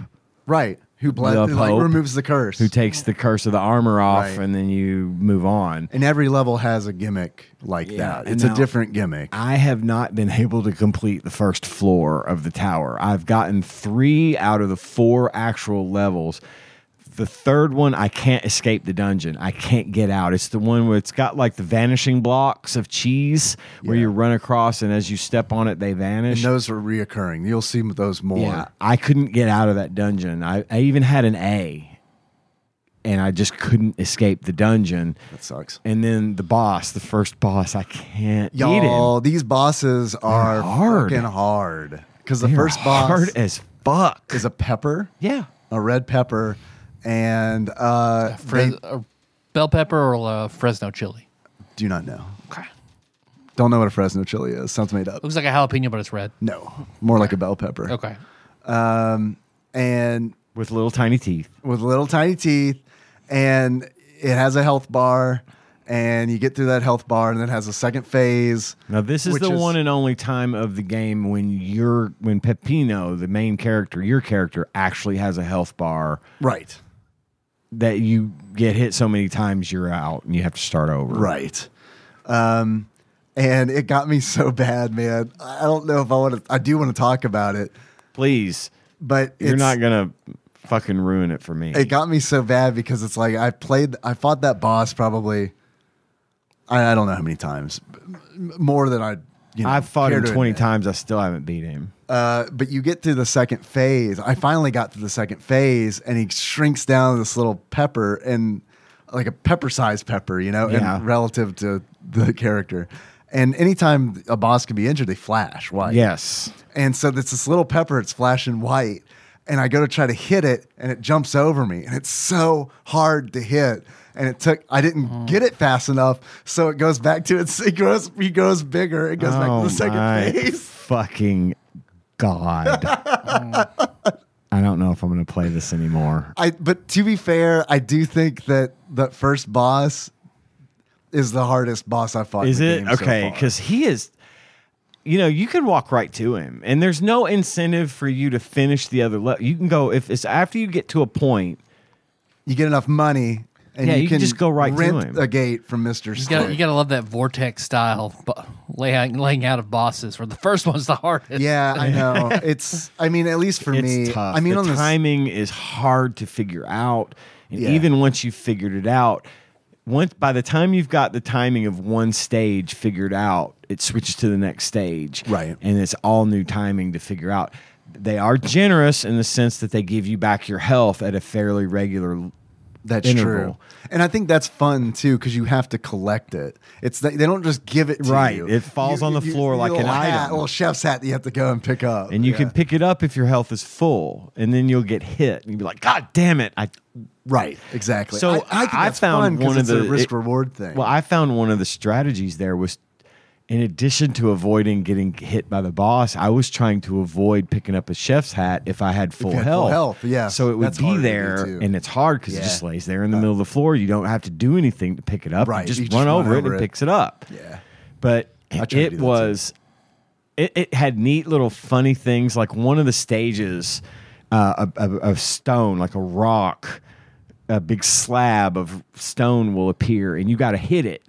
[SPEAKER 4] right. Who bled,
[SPEAKER 3] The
[SPEAKER 4] who, like
[SPEAKER 3] Pope.
[SPEAKER 4] removes the curse?
[SPEAKER 3] who takes the curse of the armor off
[SPEAKER 4] Right.
[SPEAKER 3] and then you move on.
[SPEAKER 4] and every level has a gimmick like
[SPEAKER 3] Yeah,
[SPEAKER 4] that.
[SPEAKER 3] and
[SPEAKER 4] It's
[SPEAKER 3] now-
[SPEAKER 4] a different gimmick.
[SPEAKER 3] I have not been able to complete the first floor of the tower. I've gotten three out of the four actual levels. The third one, I can't escape the dungeon. I can't get out. It's the one where it's got like the vanishing blocks of cheese where
[SPEAKER 4] Yeah.
[SPEAKER 3] you run across and as you step on it, they vanish.
[SPEAKER 4] And those are reoccurring. You'll see those more.
[SPEAKER 3] Yeah, I couldn't get out of that dungeon. I, I even had an A, and I just couldn't escape the dungeon.
[SPEAKER 4] That sucks.
[SPEAKER 3] And then the boss, the first boss, I can't beat him.
[SPEAKER 4] Y'all, these bosses are
[SPEAKER 3] hard.
[SPEAKER 4] fucking hard. Because the
[SPEAKER 3] They are
[SPEAKER 4] first boss
[SPEAKER 3] hard as fuck.
[SPEAKER 4] is a pepper,
[SPEAKER 3] Yeah,
[SPEAKER 4] a red pepper, and uh,
[SPEAKER 2] Fres-
[SPEAKER 4] they
[SPEAKER 2] uh, bell pepper or uh, Fresno chili?
[SPEAKER 4] do not know.
[SPEAKER 2] Okay.
[SPEAKER 4] Don't know what a Fresno chili is. Sounds made up.
[SPEAKER 2] Looks like a jalapeno, but it's red.
[SPEAKER 4] No, more like a bell pepper.
[SPEAKER 2] Okay.
[SPEAKER 4] And
[SPEAKER 3] with little tiny teeth.
[SPEAKER 4] with little tiny teeth, and it has a health bar, and you get through that health bar, and then it has a second phase.
[SPEAKER 3] Now this is
[SPEAKER 4] which
[SPEAKER 3] the one and only time of the game when you're when Pepino, the main character, your character actually has a health bar
[SPEAKER 4] right,
[SPEAKER 3] that you get hit so many times you're out and you have to start over.
[SPEAKER 4] right. Um, and it got me so bad, man. I don't know if I want to. I do want to talk about it,
[SPEAKER 3] Please,
[SPEAKER 4] but
[SPEAKER 3] you're
[SPEAKER 4] it's-
[SPEAKER 3] not gonna fucking ruin it for me.
[SPEAKER 4] It got me so bad because it's like I played, I fought that boss probably, I, I don't know how many times, but m- more than I. You know,
[SPEAKER 3] I've fought
[SPEAKER 4] care
[SPEAKER 3] him
[SPEAKER 4] to
[SPEAKER 3] 20
[SPEAKER 4] admit.
[SPEAKER 3] times. I still haven't beat him.
[SPEAKER 4] Uh, but you get to the second phase. I finally got to the second phase, and he shrinks down to this little pepper and like a pepper-sized pepper, you know,
[SPEAKER 3] Yeah.
[SPEAKER 4] and relative to the character. And anytime a boss can be injured, they flash. Why?
[SPEAKER 3] Yes.
[SPEAKER 4] And so there's this little pepper, it's flashing white. And I go to try to hit it and it jumps over me. And it's so hard to hit. And it took, I didn't get it fast enough. So it goes back to its, it grows, it grows bigger. It goes back to the second
[SPEAKER 3] Oh my
[SPEAKER 4] phase.
[SPEAKER 3] Fucking God. I don't know if I'm going to play this anymore.
[SPEAKER 4] I, but to be fair, I do think that that first boss is the hardest boss I fought. in
[SPEAKER 3] Is
[SPEAKER 4] the
[SPEAKER 3] it?
[SPEAKER 4] game so
[SPEAKER 3] Okay.
[SPEAKER 4] far.
[SPEAKER 3] Because he is, you know, you can walk right to him and there's no incentive for you to finish the other level. You can go, if it's after you get to a point,
[SPEAKER 4] you get enough money and
[SPEAKER 3] Yeah,
[SPEAKER 4] you,
[SPEAKER 3] you can
[SPEAKER 4] can
[SPEAKER 3] just go right to
[SPEAKER 4] rent
[SPEAKER 3] him.
[SPEAKER 4] a gate from Mister.
[SPEAKER 2] You gotta, you gotta love that vortex style bu- laying, laying out of bosses where the first one's the hardest.
[SPEAKER 4] Yeah, I know. It's. I mean, at least for
[SPEAKER 3] it's
[SPEAKER 4] me,
[SPEAKER 3] tough.
[SPEAKER 4] I mean,
[SPEAKER 3] the
[SPEAKER 4] on the s-
[SPEAKER 3] timing is hard to figure out, and
[SPEAKER 4] Yeah.
[SPEAKER 3] even once you've figured it out, once by the time you've got the timing of one stage figured out, it switches to the next stage,
[SPEAKER 4] Right.
[SPEAKER 3] And it's all new timing to figure out. They are generous in the sense that they give you back your health at a fairly regular
[SPEAKER 4] That's
[SPEAKER 3] interval.
[SPEAKER 4] true. And I think that's fun too because you have to collect it. It's they don't just give it to
[SPEAKER 3] Right.
[SPEAKER 4] you.
[SPEAKER 3] It falls on the floor like
[SPEAKER 4] little
[SPEAKER 3] an
[SPEAKER 4] hat,
[SPEAKER 3] item.
[SPEAKER 4] little chef's hat that you have to go and pick up.
[SPEAKER 3] and you
[SPEAKER 4] Yeah.
[SPEAKER 3] can pick it up if your health is full, and then you'll get hit, and you'll be like, "God damn it!" I
[SPEAKER 4] right exactly.
[SPEAKER 3] So
[SPEAKER 4] I, think
[SPEAKER 3] I
[SPEAKER 4] that's
[SPEAKER 3] found
[SPEAKER 4] fun 'cause
[SPEAKER 3] one of
[SPEAKER 4] it's
[SPEAKER 3] the-
[SPEAKER 4] a
[SPEAKER 3] it-
[SPEAKER 4] risk reward thing.
[SPEAKER 3] Well, I found one of the strategies there was in addition to avoiding getting hit by the boss, I was trying to avoid picking up a chef's hat if I had full
[SPEAKER 4] you had full
[SPEAKER 3] health.
[SPEAKER 4] health, yeah.
[SPEAKER 3] So it would
[SPEAKER 4] That's
[SPEAKER 3] be
[SPEAKER 4] harder to do,
[SPEAKER 3] there
[SPEAKER 4] too.
[SPEAKER 3] and it's hard because it
[SPEAKER 4] Yeah. Uh,
[SPEAKER 3] just lays there in the middle of the floor. You don't have to do anything to pick it up.
[SPEAKER 4] Right,
[SPEAKER 3] You just
[SPEAKER 4] you just
[SPEAKER 3] run over it and it picks it up.
[SPEAKER 4] yeah.
[SPEAKER 3] But
[SPEAKER 4] I tried to do
[SPEAKER 3] it
[SPEAKER 4] that, too.
[SPEAKER 3] was it, it had neat little funny things like one of the stages uh, a, a, a stone like a rock a big slab of stone will appear and you got to hit it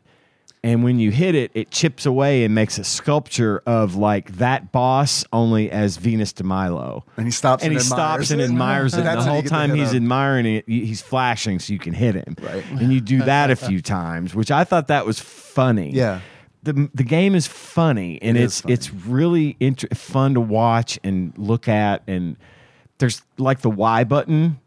[SPEAKER 3] and when you hit it it chips away and makes a sculpture of like that boss only as venus de milo
[SPEAKER 4] And he stops
[SPEAKER 3] and he
[SPEAKER 4] and
[SPEAKER 3] stops and admires
[SPEAKER 4] admires it.
[SPEAKER 3] it. And the
[SPEAKER 4] That's how you
[SPEAKER 3] whole
[SPEAKER 4] get the
[SPEAKER 3] time
[SPEAKER 4] hit
[SPEAKER 3] he's
[SPEAKER 4] up.
[SPEAKER 3] admiring it, y- he's flashing so you can hit him.
[SPEAKER 4] Right.
[SPEAKER 3] And you do that a few times, which I thought that was funny.
[SPEAKER 4] Yeah.
[SPEAKER 3] The, the game is funny and
[SPEAKER 4] It
[SPEAKER 3] it's
[SPEAKER 4] is funny.
[SPEAKER 3] it's really inter- fun to watch and look at and there's like the Y button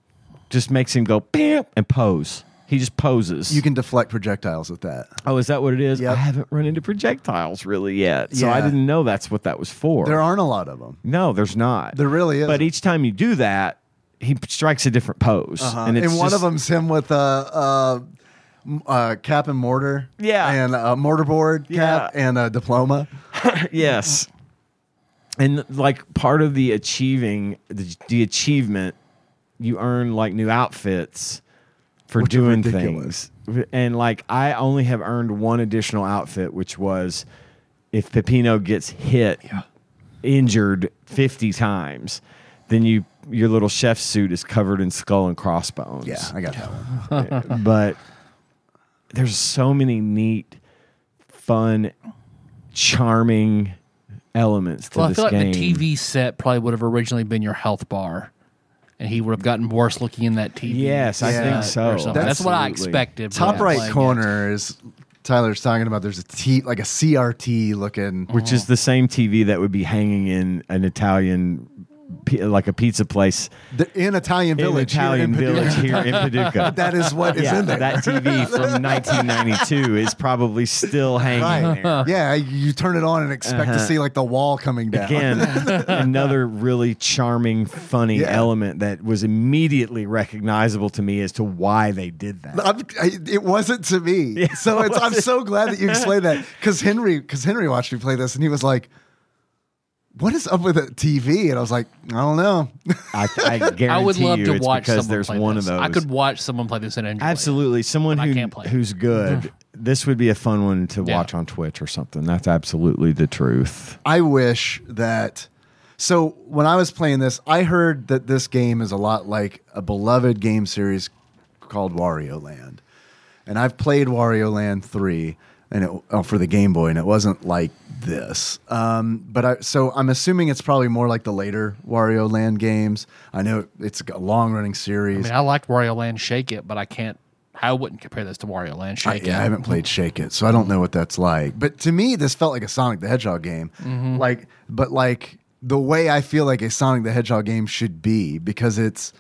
[SPEAKER 3] just makes him go bam and pose. He just poses.
[SPEAKER 4] You can deflect projectiles with that.
[SPEAKER 3] oh, is that what it is?
[SPEAKER 4] Yep.
[SPEAKER 3] I haven't run into projectiles really yet, so I
[SPEAKER 4] Yeah.
[SPEAKER 3] didn't know that's what that was for.
[SPEAKER 4] There aren't a lot of them.
[SPEAKER 3] No, there's not.
[SPEAKER 4] There really
[SPEAKER 3] But
[SPEAKER 4] isn't.
[SPEAKER 3] each time you do that, he strikes a different pose, and
[SPEAKER 4] Uh-huh. and,
[SPEAKER 3] it's
[SPEAKER 4] one
[SPEAKER 3] just-
[SPEAKER 4] of them's him with a uh, m- uh, cap and mortar,
[SPEAKER 3] Yeah.
[SPEAKER 4] and a mortarboard cap
[SPEAKER 3] Yeah.
[SPEAKER 4] and a diploma.
[SPEAKER 3] Yes, and like part of the achieving the, the achievement, you earn like new outfits for
[SPEAKER 4] Which are
[SPEAKER 3] doing
[SPEAKER 4] ridiculous.
[SPEAKER 3] things. And like I only have earned one additional outfit, which was if Pepino gets hit, injured fifty times, then you your little chef suit is covered in skull and crossbones.
[SPEAKER 4] Yeah, I got that one.
[SPEAKER 3] but there's so many neat, fun, charming elements to
[SPEAKER 2] Well, I
[SPEAKER 3] this
[SPEAKER 2] feel like
[SPEAKER 3] game.
[SPEAKER 2] the TV set probably would have originally been your health bar, and he would have gotten worse looking in that TV.
[SPEAKER 3] Yes, I
[SPEAKER 2] set
[SPEAKER 4] think
[SPEAKER 2] or
[SPEAKER 3] so.
[SPEAKER 2] something. That's, what I
[SPEAKER 3] Absolutely.
[SPEAKER 2] expected. but
[SPEAKER 4] Top
[SPEAKER 2] I'm
[SPEAKER 4] right
[SPEAKER 2] playing it.
[SPEAKER 4] corner is Tyler's talking about. There's a T, like a CRT looking.
[SPEAKER 3] which
[SPEAKER 2] Oh.
[SPEAKER 3] is the same TV that would be hanging in an Italian, pi- like a pizza place,
[SPEAKER 4] The, in Italian
[SPEAKER 3] in an
[SPEAKER 4] Village. here
[SPEAKER 3] Italian
[SPEAKER 4] in Paducah.
[SPEAKER 3] village here in Paducah.
[SPEAKER 4] That is what is
[SPEAKER 3] yeah,
[SPEAKER 4] in there.
[SPEAKER 3] that TV from 1992 is probably still hanging
[SPEAKER 4] right.
[SPEAKER 3] there.
[SPEAKER 4] Yeah, you turn it on and expect to see like the wall coming down.
[SPEAKER 3] Uh-huh. Again, another really charming, funny
[SPEAKER 4] Yeah.
[SPEAKER 3] element that was immediately recognizable to me as to why they did that.
[SPEAKER 4] I'm, I, it wasn't to me. so it's, I'm so glad that you explained that because Henry, because Henry watched me play this and he was like, "What is up with the TV?" And I was like, "I don't know."
[SPEAKER 3] I, I guarantee
[SPEAKER 2] I would love
[SPEAKER 3] you
[SPEAKER 2] to
[SPEAKER 3] it's
[SPEAKER 2] watch
[SPEAKER 3] because
[SPEAKER 2] someone
[SPEAKER 3] there's
[SPEAKER 2] play
[SPEAKER 3] one
[SPEAKER 2] this.
[SPEAKER 3] of those.
[SPEAKER 2] I could watch someone play this and enjoy it.
[SPEAKER 3] absolutely someone
[SPEAKER 2] but I
[SPEAKER 3] who
[SPEAKER 2] can't play it.
[SPEAKER 3] who's good. this would be a fun one to
[SPEAKER 2] Yeah.
[SPEAKER 3] watch on Twitch or something. That's absolutely the truth.
[SPEAKER 4] I wish that. So when I was playing this, I heard that this game is a lot like a beloved game series called Wario Land, and I've played Wario Land three and it, oh, for the Game Boy, and it wasn't like this. Um, but I so I'm assuming it's probably more like the later Wario Land games. I know it's a long running
[SPEAKER 2] I
[SPEAKER 4] series.
[SPEAKER 2] mean, I liked Wario Land Shake It, but I can't. I wouldn't compare this to Wario Land
[SPEAKER 4] I,
[SPEAKER 2] Shake
[SPEAKER 4] yeah, I
[SPEAKER 2] It.
[SPEAKER 4] haven't played Shake It, so I don't know what that's like. But to me, this felt like a Sonic the Hedgehog game.
[SPEAKER 3] Mm-hmm.
[SPEAKER 4] Like, but like the way I feel like a Sonic the Hedgehog game should be, because it's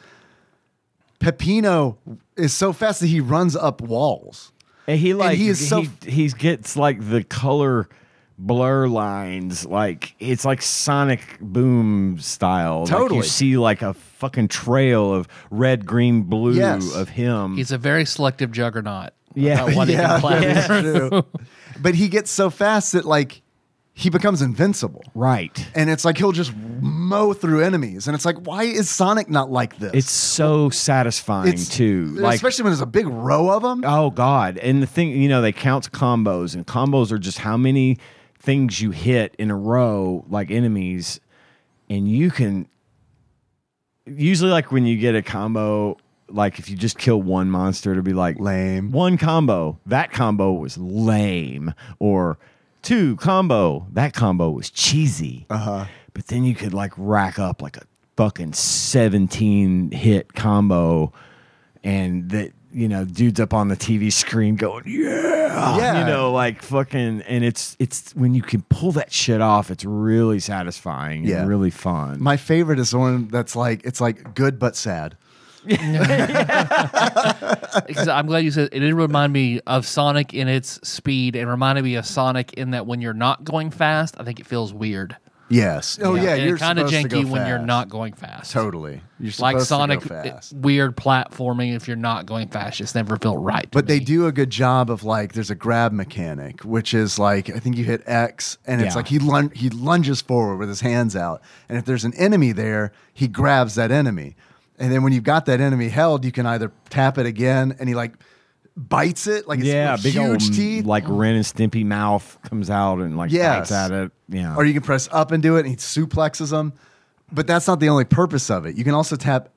[SPEAKER 4] Peppino is so fast that he runs up walls.
[SPEAKER 3] And he like
[SPEAKER 4] he is so-
[SPEAKER 3] he, he gets like the color blur lines like it's like sonic boom style like you
[SPEAKER 4] Totally.
[SPEAKER 3] see like a fucking trail of red green blue
[SPEAKER 4] Yes.
[SPEAKER 3] of him
[SPEAKER 2] He's a very selective juggernaut.
[SPEAKER 3] Yeah.
[SPEAKER 2] about what he can play.
[SPEAKER 4] that's true. But he gets so fast that like he becomes invincible.
[SPEAKER 3] right
[SPEAKER 4] And it's like he'll just mow through enemies. And it's like, why is Sonic not like this?
[SPEAKER 3] it's so satisfying too like
[SPEAKER 4] especially when there's a big row of them.
[SPEAKER 3] Oh God! And the thing, you know, they count combos, and combos are just how many things you hit in a row, like enemies, and you can. Usually, like when you get a combo, like if you just kill one monster, it'll be like
[SPEAKER 4] Lame.
[SPEAKER 3] One combo, that combo was lame, or two combo, that combo was cheesy. Uh huh. But then you could like rack up like a fucking seventeen hit combo and that you know, dudes up on the TV screen going, yeah,
[SPEAKER 4] Yeah.
[SPEAKER 3] you know, like fucking, and it's it's when you can pull that shit off, it's really satisfying
[SPEAKER 4] Yeah.
[SPEAKER 3] and really fun.
[SPEAKER 4] My favorite is the one that's like it's like good but sad.
[SPEAKER 2] Because I'm glad you said it. Did remind me of Sonic in its speed, and reminded me of Sonic in that when you're not going fast, I think it feels weird.
[SPEAKER 4] Yes. Oh yeah,
[SPEAKER 2] And
[SPEAKER 4] you're
[SPEAKER 2] it's kind of
[SPEAKER 4] supposed to
[SPEAKER 2] janky
[SPEAKER 4] go
[SPEAKER 2] when you're
[SPEAKER 4] fast.
[SPEAKER 2] not going fast.
[SPEAKER 4] totally. You're
[SPEAKER 2] like
[SPEAKER 4] supposed to go
[SPEAKER 2] Sonic,
[SPEAKER 4] fast.
[SPEAKER 2] it- weird platforming. If you're not going fast, it's never felt right. to
[SPEAKER 4] But they
[SPEAKER 2] me.
[SPEAKER 4] do a good job of like there's a grab mechanic, which is like I think you hit X and it's
[SPEAKER 3] Yeah.
[SPEAKER 4] like he lun- he lunges forward with his hands out, and if there's an enemy there, he grabs that enemy, and then when you've got that enemy held, you can either tap it again, and he like bites it like it's
[SPEAKER 3] yeah,
[SPEAKER 4] with
[SPEAKER 3] big
[SPEAKER 4] huge
[SPEAKER 3] old
[SPEAKER 4] teeth,
[SPEAKER 3] like Ren and Stimpy mouth comes out and like bites
[SPEAKER 4] Yes.
[SPEAKER 3] at it. Yeah,
[SPEAKER 4] or you can press up and do it, and he suplexes him. But that's not the only purpose of it. You can also tap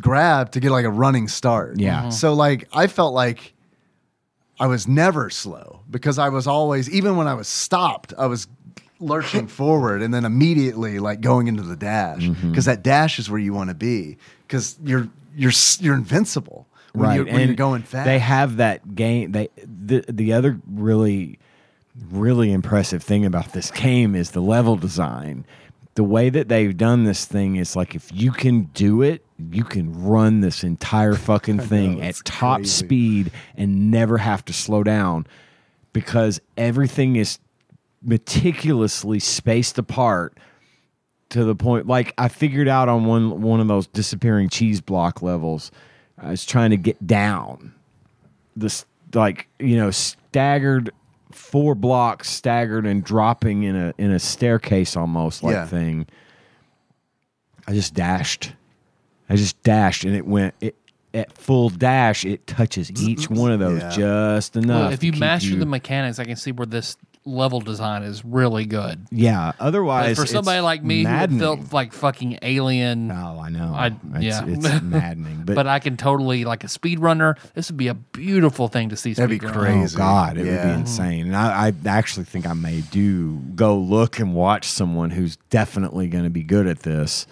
[SPEAKER 4] grab to get like a running start.
[SPEAKER 3] Yeah. Mhm.
[SPEAKER 4] So like I felt like I was never slow because I was always even when I was stopped, I was lurching forward and then immediately like going into the dash because
[SPEAKER 3] Mm-hmm.
[SPEAKER 4] that dash is where you want to be because you're you're s- you're invincible when
[SPEAKER 3] right.
[SPEAKER 4] you're, when
[SPEAKER 3] and
[SPEAKER 4] you're going fast.
[SPEAKER 3] They have that game. They the the other really really impressive thing about this game is the level design. The way that they've done this thing is like if you can do it, you can run this entire fucking thing at top speed and never have to slow down because everything is meticulously spaced apart to the point like I figured out on one one of those disappearing cheese block levels I was trying to get down this like you know staggered four blocks staggered and dropping in a in a staircase almost like
[SPEAKER 4] Yeah.
[SPEAKER 3] thing I just dashed I just dashed and it went it at full dash it touches each one of those
[SPEAKER 4] Yeah.
[SPEAKER 3] just enough
[SPEAKER 2] Well, if
[SPEAKER 3] to
[SPEAKER 2] you
[SPEAKER 3] keep
[SPEAKER 2] master the mechanics, I can see where this level design is really good.
[SPEAKER 3] yeah
[SPEAKER 2] But
[SPEAKER 3] otherwise
[SPEAKER 2] for
[SPEAKER 3] it's
[SPEAKER 2] somebody like me
[SPEAKER 3] maddening.
[SPEAKER 2] who felt like fucking alien,
[SPEAKER 3] Oh, I know.
[SPEAKER 2] I-
[SPEAKER 3] it's,
[SPEAKER 2] yeah.
[SPEAKER 3] it's maddening. But,
[SPEAKER 2] but, I can totally like a speedrunner. This would be a beautiful thing to see.
[SPEAKER 4] That'd be
[SPEAKER 2] speedrun.
[SPEAKER 4] great.
[SPEAKER 3] oh
[SPEAKER 4] crazy.
[SPEAKER 3] God, it would
[SPEAKER 4] Yeah.
[SPEAKER 3] be insane. And I, I actually think I may do go look and watch someone who's definitely going to be good at this.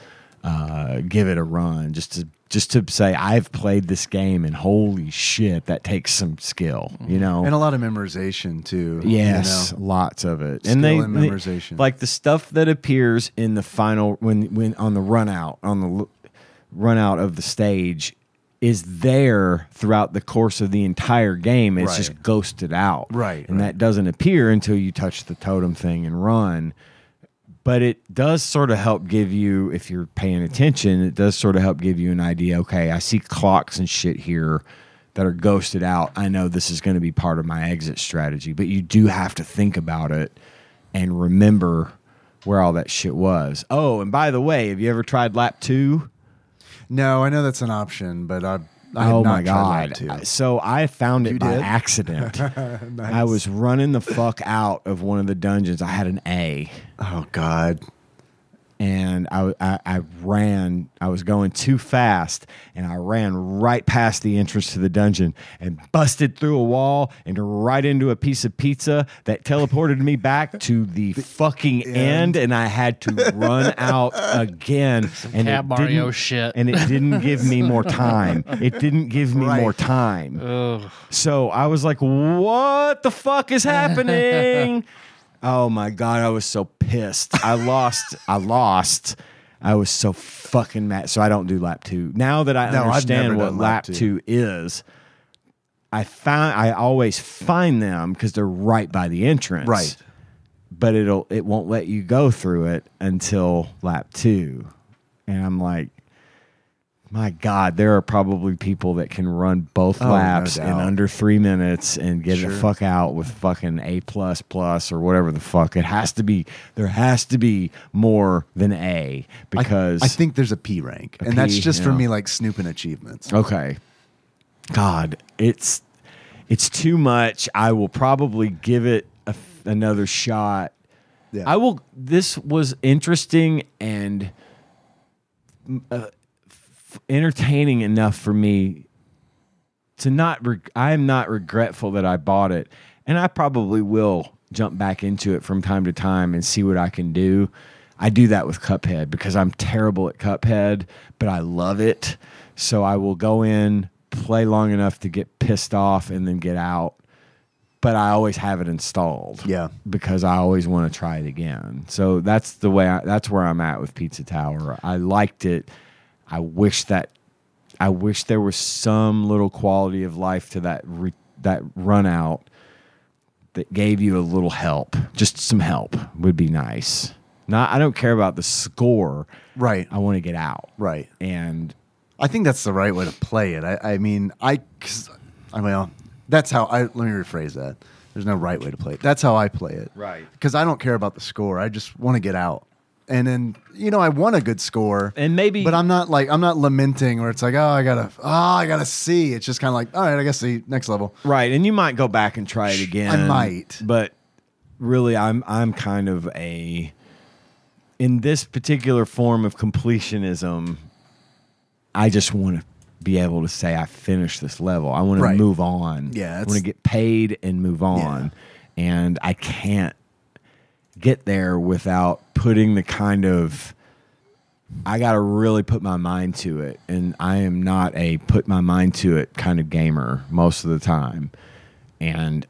[SPEAKER 3] Uh, give it a run just to just to say I've played this game and holy shit, that takes some skill.
[SPEAKER 2] Mm-hmm.
[SPEAKER 3] You know,
[SPEAKER 4] and a lot of memorization too. you
[SPEAKER 3] Yes,
[SPEAKER 4] know?
[SPEAKER 3] lots of it.
[SPEAKER 4] Skill
[SPEAKER 3] and they
[SPEAKER 4] and
[SPEAKER 3] they-
[SPEAKER 4] memorization.
[SPEAKER 3] like the stuff that appears in the final when when on the run out on the l- run out of the stage is there throughout the course of the entire game. It's
[SPEAKER 4] Right.
[SPEAKER 3] just ghosted out.
[SPEAKER 4] Right,
[SPEAKER 3] And that doesn't appear until you touch the totem thing and run. But it does sort of help give you, if you're paying attention, it does sort of help give you an idea. Okay, I see clocks and shit here that are ghosted out. I know this is going to be part of my exit strategy, but you do have to think about it and remember where all that shit was. Oh, and by the way, have you ever tried lap two?
[SPEAKER 4] No, I know that's an option, but I. I had
[SPEAKER 3] oh
[SPEAKER 4] not
[SPEAKER 3] my
[SPEAKER 4] tried
[SPEAKER 3] god!
[SPEAKER 4] that too.
[SPEAKER 3] I- So I found it
[SPEAKER 4] You
[SPEAKER 3] by
[SPEAKER 4] did?
[SPEAKER 3] accident. I was running the fuck out of one of the dungeons. I had an A,
[SPEAKER 4] Oh God!
[SPEAKER 3] and I, I I ran. I was going too fast, and I ran right past the entrance to the dungeon and busted through a wall and right into a piece of pizza that teleported me back to the fucking end. And I had to run out again. and
[SPEAKER 2] Cat
[SPEAKER 3] it
[SPEAKER 2] Mario
[SPEAKER 3] didn't-
[SPEAKER 2] shit.
[SPEAKER 3] and it didn't give me more time. It didn't give me
[SPEAKER 4] Right.
[SPEAKER 3] more time. So I was like, what the fuck is happening? oh my God, I was so pissed. I lost. I lost. I was so fucking mad. So I don't do lap two. Now that I
[SPEAKER 4] No, I've never
[SPEAKER 3] understand what
[SPEAKER 4] done lap
[SPEAKER 3] lap
[SPEAKER 4] two.
[SPEAKER 3] two is, I find I always find them because they're right by the entrance.
[SPEAKER 4] Right.
[SPEAKER 3] But it'll it won't let you go through it until lap two. And I'm like, my God, there are probably people that can run both
[SPEAKER 4] Oh, no
[SPEAKER 3] laps in
[SPEAKER 4] doubt.
[SPEAKER 3] under three minutes and get the
[SPEAKER 4] Sure.
[SPEAKER 3] fuck out with fucking A plus plus or whatever the fuck. It has to be there has to be more than A
[SPEAKER 4] I-
[SPEAKER 3] because
[SPEAKER 4] I, think there's a P rank,
[SPEAKER 3] A
[SPEAKER 4] and that's
[SPEAKER 3] P,
[SPEAKER 4] just for
[SPEAKER 3] yeah. Oh.
[SPEAKER 4] me like snooping achievements.
[SPEAKER 3] Okay. God, it's it's too much. I will probably give it a f another shot.
[SPEAKER 4] Yeah.
[SPEAKER 3] I will. This was interesting and mm, uh, f- entertaining enough for me to not. Reg- I am not regretful that I bought it, and I probably will jump back into it from time to time and see what I can do. I do that with Cuphead because I'm terrible at Cuphead, but I love it. So I will go in, play long enough to get pissed off and then get out. But I always have it installed.
[SPEAKER 4] Yeah.
[SPEAKER 3] Because I always want to try it again. So that's the way I, that's where I'm at with Pizza Tower. I liked it. I wish that I wish there was some little quality of life to that re, that run out that gave you a little help. Just some help would be nice. Not I don't care about the score.
[SPEAKER 4] Right.
[SPEAKER 3] I want to get out.
[SPEAKER 4] Right.
[SPEAKER 3] And
[SPEAKER 4] I think that's the right way to play it. I, I mean, I, 'cause- I well, that's how I. Let me rephrase that. There's no right way to play it. That's how I play it.
[SPEAKER 3] Right.
[SPEAKER 4] Because I don't care about the score. I just want to get out. And then you know I want a good score.
[SPEAKER 3] And maybe-
[SPEAKER 4] But I'm not like I'm not lamenting where it's like oh I gotta oh I gotta see. It's just kind of like all right I guess see next level.
[SPEAKER 3] Right, and you might go back and try it again.
[SPEAKER 4] I might.
[SPEAKER 3] but really, I'm I'm kind of a in this particular form of completionism. I just want to be able to say I finished this level. I want
[SPEAKER 4] Right.
[SPEAKER 3] to move on.
[SPEAKER 4] Yeah,
[SPEAKER 3] I
[SPEAKER 4] it's-
[SPEAKER 3] want to get paid and move on, and I can't get there without putting the kind of I got to really put my mind to it. And I am not a put my mind to it kind of gamer most of the time. And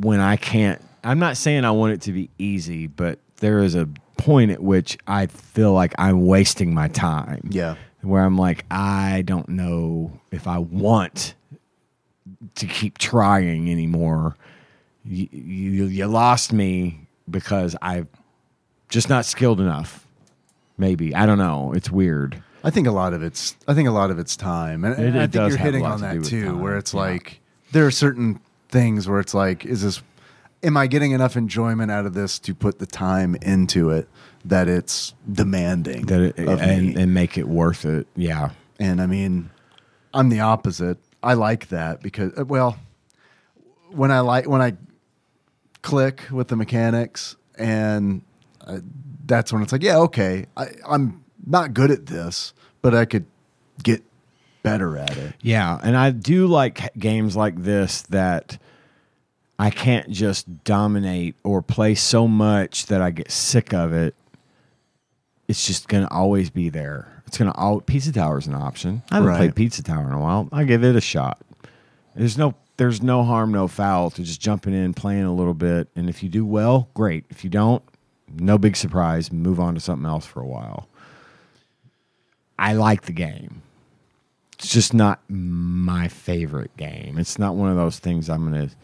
[SPEAKER 3] when I can't, I'm not saying I want it to be easy, but there is a point at which I feel like I'm wasting my time.
[SPEAKER 4] Yeah.
[SPEAKER 3] Where I'm like, I don't know if I want to keep trying anymore. You, you, you lost me because I'm just not skilled enough. Maybe I don't know. It's weird.
[SPEAKER 4] I think a lot of it's I think a lot of it's time, and, and
[SPEAKER 3] It-
[SPEAKER 4] I
[SPEAKER 3] it
[SPEAKER 4] think
[SPEAKER 3] does
[SPEAKER 4] you're
[SPEAKER 3] have a
[SPEAKER 4] hitting
[SPEAKER 3] lot
[SPEAKER 4] on
[SPEAKER 3] to do
[SPEAKER 4] that
[SPEAKER 3] with
[SPEAKER 4] too,
[SPEAKER 3] time,
[SPEAKER 4] where it's
[SPEAKER 3] yeah.
[SPEAKER 4] like there are certain things where it's like, is this, am I getting enough enjoyment out of this to put the time into it that it's demanding
[SPEAKER 3] That it,
[SPEAKER 4] of
[SPEAKER 3] and
[SPEAKER 4] me?
[SPEAKER 3] and make it worth it. Yeah.
[SPEAKER 4] And I mean, I'm the opposite. I like that because uh, well, when I like when I click with the mechanics, and I, that's when it's like, yeah, okay, I, I'm not good at this, but I could get better at it.
[SPEAKER 3] Yeah, and I do like games like this that I can't just dominate or play so much that I get sick of it. It's just gonna always be there. It's gonna all Pizza Tower is an option. I haven't
[SPEAKER 4] Right.
[SPEAKER 3] played Pizza Tower in a while. I give it a shot. There's no there's no harm, no foul to just jumping in, playing a little bit, and if you do well, great. If you don't, no big surprise. Move on to something else for a while. I like the game. It's just not my favorite game. It's not one of those things I'm going to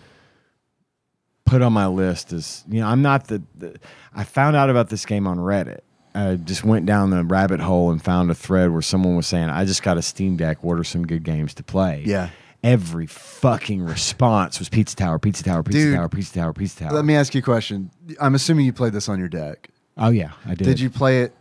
[SPEAKER 3] put on my list as, you know, I'm not the, the I found out about this game on Reddit. I just went down the rabbit hole and found a thread where someone was saying, "I just got a Steam Deck. What are some good games to play?"
[SPEAKER 4] Yeah.
[SPEAKER 3] Every fucking response was Pizza Tower, Pizza Tower, Pizza
[SPEAKER 4] Dude.
[SPEAKER 3] Tower, Pizza Tower, Pizza Tower.
[SPEAKER 4] Let me ask you a question. I'm assuming you played this on your deck.
[SPEAKER 3] oh yeah, I did.
[SPEAKER 4] Did you play it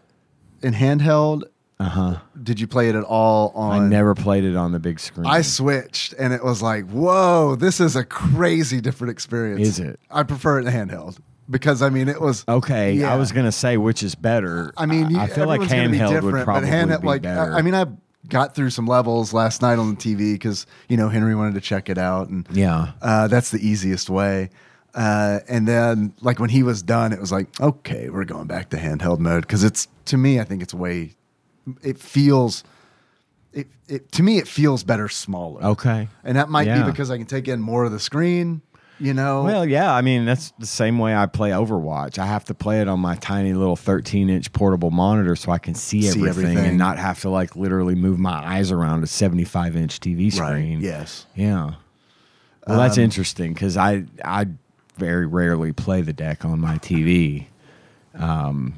[SPEAKER 4] in handheld? Uh huh. Did you play it at all
[SPEAKER 3] I
[SPEAKER 4] on?
[SPEAKER 3] never played it on the big screen.
[SPEAKER 4] I switched and it was like, whoa, this is a crazy different experience.
[SPEAKER 3] Is it?
[SPEAKER 4] I prefer it in handheld because I mean, it was
[SPEAKER 3] Okay,
[SPEAKER 4] Yeah.
[SPEAKER 3] I was gonna say which is better.
[SPEAKER 4] I mean, you,
[SPEAKER 3] I feel like
[SPEAKER 4] everyone's gonna be
[SPEAKER 3] handheld would
[SPEAKER 4] different,
[SPEAKER 3] probably
[SPEAKER 4] but handheld,
[SPEAKER 3] be
[SPEAKER 4] like,
[SPEAKER 3] better.
[SPEAKER 4] I, I mean, I got through some levels last night on the TV because you know Henry wanted to check it out, and
[SPEAKER 3] Yeah.
[SPEAKER 4] uh, that's the easiest way. Uh, and then, like when he was done, it was like, okay, we're going back to handheld mode because it's to me, I think it's way, it feels, it, it to me, it feels better smaller.
[SPEAKER 3] okay.
[SPEAKER 4] and that might
[SPEAKER 3] Yeah.
[SPEAKER 4] be because I can take in more of the screen, you know.
[SPEAKER 3] Well, yeah, I mean that's the same way I play Overwatch. I have to play it on my tiny little 13-inch portable monitor so I can see,
[SPEAKER 4] See
[SPEAKER 3] everything,
[SPEAKER 4] everything.
[SPEAKER 3] and not have to like literally move my eyes around a 75-inch TV screen.
[SPEAKER 4] right? Yes.
[SPEAKER 3] Yeah. Well, that's
[SPEAKER 4] Um,
[SPEAKER 3] interesting because I I very rarely play the deck on my TV. Um,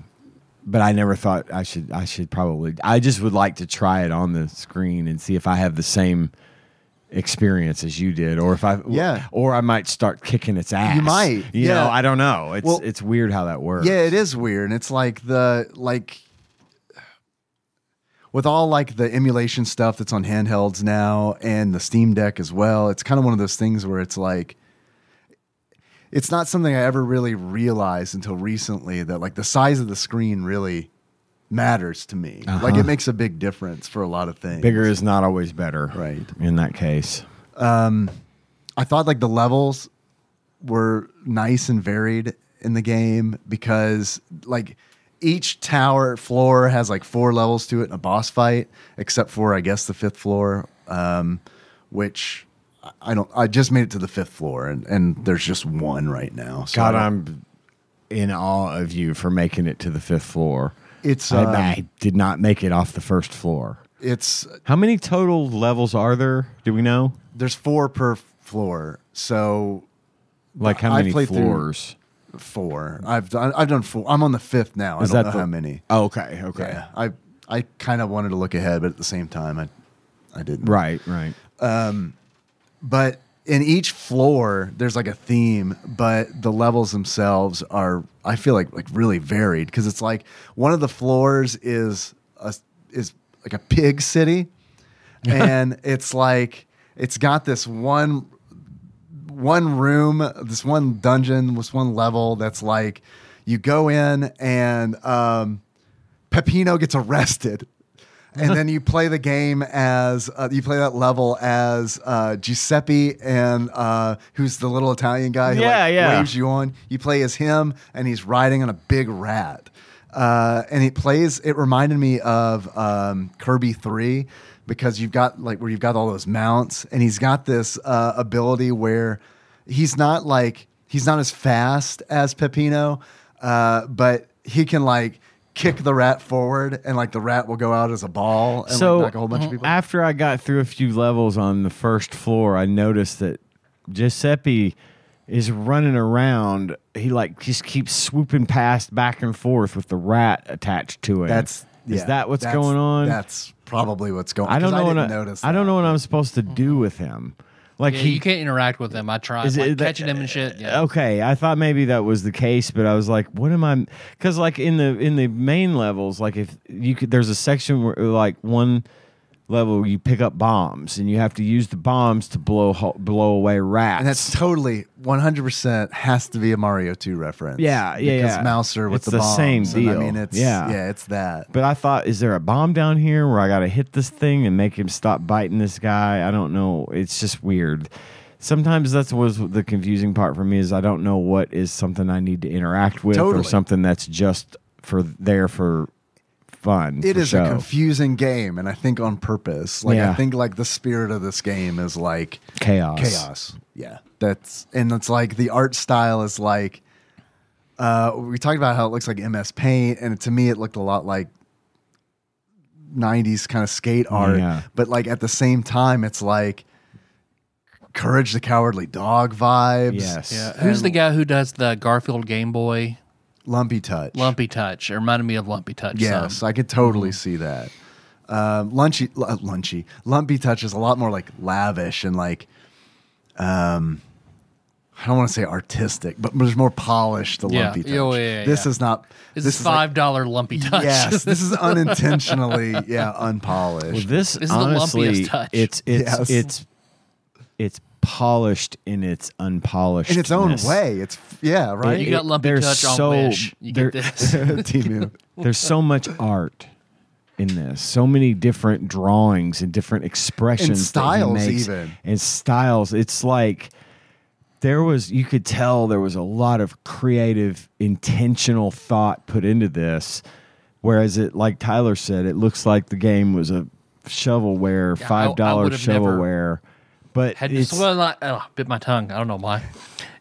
[SPEAKER 3] but I never thought I should I should probably I just would like to try it on the screen and see if I have the same experience as you did or if I
[SPEAKER 4] Yeah.
[SPEAKER 3] or I might start kicking its ass.
[SPEAKER 4] You might,
[SPEAKER 3] You
[SPEAKER 4] yeah.
[SPEAKER 3] know, I don't know. It's
[SPEAKER 4] Well-
[SPEAKER 3] it's weird how that works.
[SPEAKER 4] Yeah, it is weird. And it's like the like with all like the emulation stuff that's on handhelds now and the Steam Deck as well, it's kind of one of those things where it's like it's not something I ever really realized until recently that like the size of the screen really matters to me. Like it makes a big difference for a lot of things.
[SPEAKER 3] Uh-huh. Bigger is not always better.
[SPEAKER 4] Right.
[SPEAKER 3] In that case.
[SPEAKER 4] I thought like the levels were nice and varied in the game because like each tower floor has like four levels to it in a boss fight, except for I guess the fifth floor, um, which I- I don't. I just made it to the fifth floor, and, and there's just one right now. So
[SPEAKER 3] God, I'm in awe of you for making it to the fifth floor.
[SPEAKER 4] It's,
[SPEAKER 3] I,
[SPEAKER 4] um,
[SPEAKER 3] I did not make it off the first floor.
[SPEAKER 4] it's
[SPEAKER 3] How many total levels are there? Do we know?
[SPEAKER 4] there's four per floor, so
[SPEAKER 3] Like how
[SPEAKER 4] I
[SPEAKER 3] many
[SPEAKER 4] played through-
[SPEAKER 3] floors?
[SPEAKER 4] four. I've done. I've done four. I'm on the fifth now. I don't know
[SPEAKER 3] the-
[SPEAKER 4] how many.
[SPEAKER 3] Oh, okay, okay,
[SPEAKER 4] Yeah, I I kind of wanted to look ahead, but at the same time, I I didn't.
[SPEAKER 3] right, right.
[SPEAKER 4] But in each floor, there's like a theme, but the levels themselves are I feel like like really varied because it's like one of the floors is a is like a pig city, and it's like it's got this one one room, this one dungeon, this one level that's like you go in and um, Peppino gets arrested. And then you play the game as uh, you play that level as uh, Giuseppe and uh, who's the little Italian guy who
[SPEAKER 3] Yeah,
[SPEAKER 4] like,
[SPEAKER 3] yeah.
[SPEAKER 4] waves you on. You play as him, and he's riding on a big rat. Uh, and it plays. It reminded me of um, Kirby Three because you've got like where you've got all those mounts, and he's got this uh, ability where he's not like he's not as fast as Peppino, uh, but he can like kick the rat forward, and like the rat will go out as a ball and
[SPEAKER 3] so uh,
[SPEAKER 4] like knock a whole bunch of people.
[SPEAKER 3] after I got through a few levels on the first floor, I noticed that Giuseppe is running around. He like just keeps swooping past back and forth with the rat attached to him.
[SPEAKER 4] That's
[SPEAKER 3] mm-hmm. is
[SPEAKER 4] yeah,
[SPEAKER 3] that what's
[SPEAKER 4] that's-
[SPEAKER 3] going on?
[SPEAKER 4] That's probably what's going.
[SPEAKER 3] I don't know.
[SPEAKER 4] 'cause I
[SPEAKER 3] what
[SPEAKER 4] didn't
[SPEAKER 3] I,
[SPEAKER 4] notice.
[SPEAKER 3] I
[SPEAKER 4] that.
[SPEAKER 3] don't know what I'm supposed to do with him. Like
[SPEAKER 2] Yeah,
[SPEAKER 3] he
[SPEAKER 2] you can't interact with them. I tried
[SPEAKER 3] Is
[SPEAKER 2] like,
[SPEAKER 3] it that-
[SPEAKER 2] catching them and shit. Yeah.
[SPEAKER 3] okay i thought maybe that was the case but i was like what am i because like in the in the main levels like if you could there's a section where like one level you pick up bombs and you have to use the bombs to blow ho- blow away rats
[SPEAKER 4] And that's totally 100% has to be a Mario 2 reference.
[SPEAKER 3] Yeah, yeah,
[SPEAKER 4] Because
[SPEAKER 3] yeah.
[SPEAKER 4] Mouser with
[SPEAKER 3] It's
[SPEAKER 4] the,
[SPEAKER 3] the same
[SPEAKER 4] bombs, and I
[SPEAKER 3] deal.
[SPEAKER 4] mean, it's,
[SPEAKER 3] Yeah.
[SPEAKER 4] yeah. it's that.
[SPEAKER 3] but i thought is there a bomb down here where i gotta hit this thing and make him stop biting this guy i don't know it's just weird sometimes that's was the confusing part for me is i don't know what is something i need to interact with or
[SPEAKER 4] Totally.
[SPEAKER 3] something that's just for there for fun
[SPEAKER 4] It
[SPEAKER 3] for
[SPEAKER 4] is a
[SPEAKER 3] show.
[SPEAKER 4] confusing game, and I think on purpose. Like,
[SPEAKER 3] Yeah.
[SPEAKER 4] I think, like, the spirit of this game is, like,
[SPEAKER 3] chaos.
[SPEAKER 4] chaos. Yeah. That's, and it's like the art style is like, uh, we talked about how it looks like MS Paint, and to me, it looked a lot like 90s kind of skate art.
[SPEAKER 3] Yeah.
[SPEAKER 4] But like at the same time, it's like Courage the Cowardly Dog vibes.
[SPEAKER 3] Yes.
[SPEAKER 2] Yeah. Who's the guy who does the Garfield Game Boy
[SPEAKER 4] Lumpy Touch.
[SPEAKER 2] Lumpy Touch? It reminded me of Lumpy Touch.
[SPEAKER 4] Yes,
[SPEAKER 2] some.
[SPEAKER 4] I could totally
[SPEAKER 2] Mm-hmm.
[SPEAKER 4] see that. Um, lunchy, l- uh, lunchy, lumpy touch is a lot more like lavish and like, um, I don't want to say artistic, but there's more polish to
[SPEAKER 2] Yeah.
[SPEAKER 4] lumpy touch.
[SPEAKER 2] Oh, yeah, yeah,
[SPEAKER 4] this
[SPEAKER 2] yeah.
[SPEAKER 4] is not.
[SPEAKER 2] This, is
[SPEAKER 4] like-
[SPEAKER 2] five dollar lumpy touch.
[SPEAKER 4] yes, this is unintentionally, yeah, unpolished.
[SPEAKER 3] This,
[SPEAKER 2] This is the
[SPEAKER 3] honestly,
[SPEAKER 2] lumpiest touch.
[SPEAKER 3] it's it's
[SPEAKER 4] Yes.
[SPEAKER 3] it's it's polished in its unpolished
[SPEAKER 4] in its own way, it's yeah, right.
[SPEAKER 2] You got lumpy
[SPEAKER 3] there's
[SPEAKER 2] touch on
[SPEAKER 3] so-
[SPEAKER 2] Wish. You get
[SPEAKER 3] there-
[SPEAKER 2] this.
[SPEAKER 4] Timu.
[SPEAKER 3] There's so much art in this, so many different drawings and different expressions, that he
[SPEAKER 4] styles
[SPEAKER 3] makes,
[SPEAKER 4] even.
[SPEAKER 3] and styles. It's like there was you could tell there was a lot of creative, intentional thought put into this. Whereas it, like Tyler said, it looks like the game was a shovelware,
[SPEAKER 2] I- I
[SPEAKER 3] five dollar
[SPEAKER 2] would've never-
[SPEAKER 3] shovelware. But
[SPEAKER 2] Had
[SPEAKER 3] it's,
[SPEAKER 2] someone not oh, bit my tongue. I don't know why.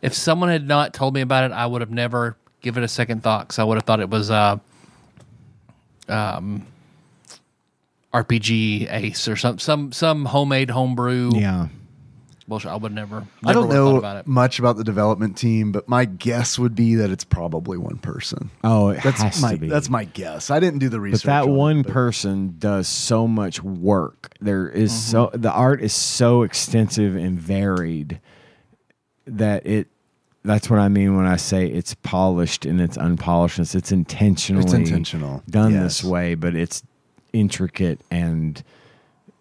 [SPEAKER 2] If someone had not told me about it, I would have never given it a second thought. Because I would have thought it was uh, um, RPG Ace or some some some homemade homebrew
[SPEAKER 3] yeah,
[SPEAKER 2] bullshit. I would never.
[SPEAKER 4] I
[SPEAKER 2] never
[SPEAKER 4] don't
[SPEAKER 2] would have
[SPEAKER 4] know
[SPEAKER 2] thought about it.
[SPEAKER 4] much about the development team, but my guess would be that it's probably one person.
[SPEAKER 3] oh, it
[SPEAKER 4] That's
[SPEAKER 3] has
[SPEAKER 4] my
[SPEAKER 3] to be.
[SPEAKER 4] that's my guess. I didn't do the
[SPEAKER 3] but
[SPEAKER 4] research.
[SPEAKER 3] that
[SPEAKER 4] on it,
[SPEAKER 3] one
[SPEAKER 4] but-
[SPEAKER 3] person does so much work there is
[SPEAKER 4] Mm-hmm.
[SPEAKER 3] so the art is so extensive and varied that it that's what i mean when i say it's polished and it's unpolishedness it's intentionally
[SPEAKER 4] intentional,
[SPEAKER 3] done this
[SPEAKER 4] yes.
[SPEAKER 3] way but it's intricate and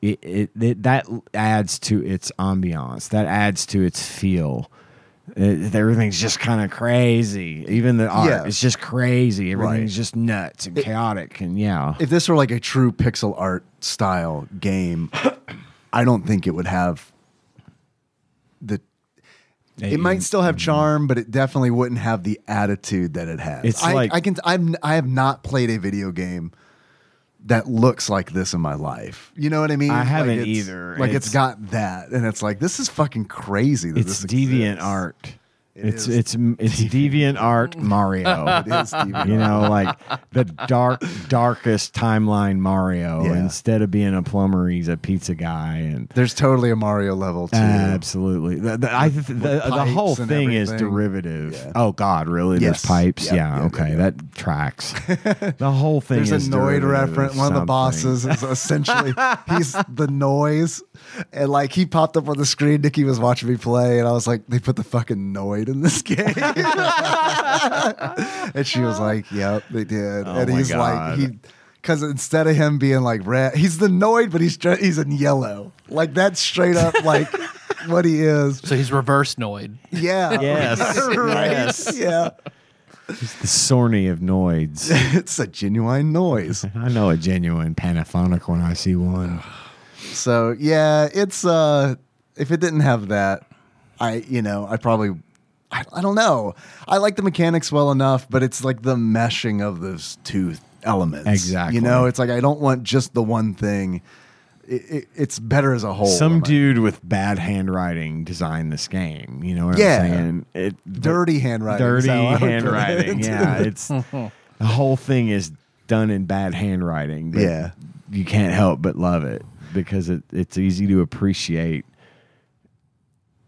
[SPEAKER 3] it, it, it that adds to its ambiance that adds to its feel It- everything's just kind of crazy even the art
[SPEAKER 4] Yeah.
[SPEAKER 3] is just crazy
[SPEAKER 4] Right.
[SPEAKER 3] everything's just nuts and chaotic and yeah
[SPEAKER 4] if this were like a true pixel art style game, I don't think it would have the. It might still have
[SPEAKER 3] Mm-hmm.
[SPEAKER 4] charm, but it definitely wouldn't have the attitude that it has.
[SPEAKER 3] It's
[SPEAKER 4] I,
[SPEAKER 3] like-
[SPEAKER 4] I can. I'm. I have not played a video game that looks like this in my life. You know what I mean?
[SPEAKER 3] I
[SPEAKER 4] Like,
[SPEAKER 3] haven't
[SPEAKER 4] it's-
[SPEAKER 3] either.
[SPEAKER 4] Like
[SPEAKER 3] It's-
[SPEAKER 4] it's got that, and it's like this is fucking crazy. That
[SPEAKER 3] It's
[SPEAKER 4] this
[SPEAKER 3] deviant
[SPEAKER 4] exists.
[SPEAKER 3] art. it's
[SPEAKER 4] is.
[SPEAKER 3] it's it's deviant art Mario.
[SPEAKER 4] It is deviant
[SPEAKER 3] you
[SPEAKER 4] art.
[SPEAKER 3] know, like the dark, darkest timeline Mario.
[SPEAKER 4] Yeah.
[SPEAKER 3] Instead of being a plumber, he's a pizza guy, and
[SPEAKER 4] There's totally a Mario level too.
[SPEAKER 3] Uh, absolutely, the, the, I, th- the, the
[SPEAKER 4] pipes
[SPEAKER 3] whole
[SPEAKER 4] and
[SPEAKER 3] thing is
[SPEAKER 4] everything.
[SPEAKER 3] derivative.
[SPEAKER 4] Yeah.
[SPEAKER 3] Oh God, really?
[SPEAKER 4] Yes.
[SPEAKER 3] There's pipes.
[SPEAKER 4] Yeah,
[SPEAKER 3] Yeah.
[SPEAKER 4] yeah,
[SPEAKER 3] okay,
[SPEAKER 4] yeah, yeah.
[SPEAKER 3] that tracks. the whole thing.
[SPEAKER 4] There's
[SPEAKER 3] is
[SPEAKER 4] a Noid
[SPEAKER 3] derivative
[SPEAKER 4] reference. One of the
[SPEAKER 3] something.
[SPEAKER 4] bosses is essentially he's the noise, and like he popped up on the screen. Nikki was watching me play, and I was like, "They put the fucking Noid in this game," and she was like, "Yep, they did."
[SPEAKER 3] Oh
[SPEAKER 4] and
[SPEAKER 3] my
[SPEAKER 4] he's
[SPEAKER 3] God.
[SPEAKER 4] like, he. Because instead of him being like red, he's the Noid, but he's dre- he's in yellow. Like that's straight up like what he is.
[SPEAKER 2] So he's reverse noid.
[SPEAKER 4] Yeah.
[SPEAKER 3] Yes.
[SPEAKER 4] right.
[SPEAKER 3] Yes.
[SPEAKER 4] Yeah.
[SPEAKER 3] The Sorny of Noids.
[SPEAKER 4] It's a genuine noise.
[SPEAKER 3] I know a genuine Panaphonic when I see one.
[SPEAKER 4] So yeah, it's uh, if it didn't have that, I you know I probably I, I don't know. I like the mechanics well enough, but it's like the meshing of those two elements.
[SPEAKER 3] Exactly.
[SPEAKER 4] You know, it's like I don't want just the one thing. It, it, it's better as a whole.
[SPEAKER 3] Some
[SPEAKER 4] I'm like,
[SPEAKER 3] dude with bad handwriting designed this game. You know what
[SPEAKER 4] Yeah.
[SPEAKER 3] I'm saying? It,
[SPEAKER 4] dirty handwriting. is
[SPEAKER 3] dirty
[SPEAKER 4] how I would put
[SPEAKER 3] handwriting.
[SPEAKER 4] it.
[SPEAKER 3] Yeah, it's the whole thing is done in bad handwriting. but
[SPEAKER 4] Yeah.
[SPEAKER 3] you can't help but love it because it, it's easy to appreciate.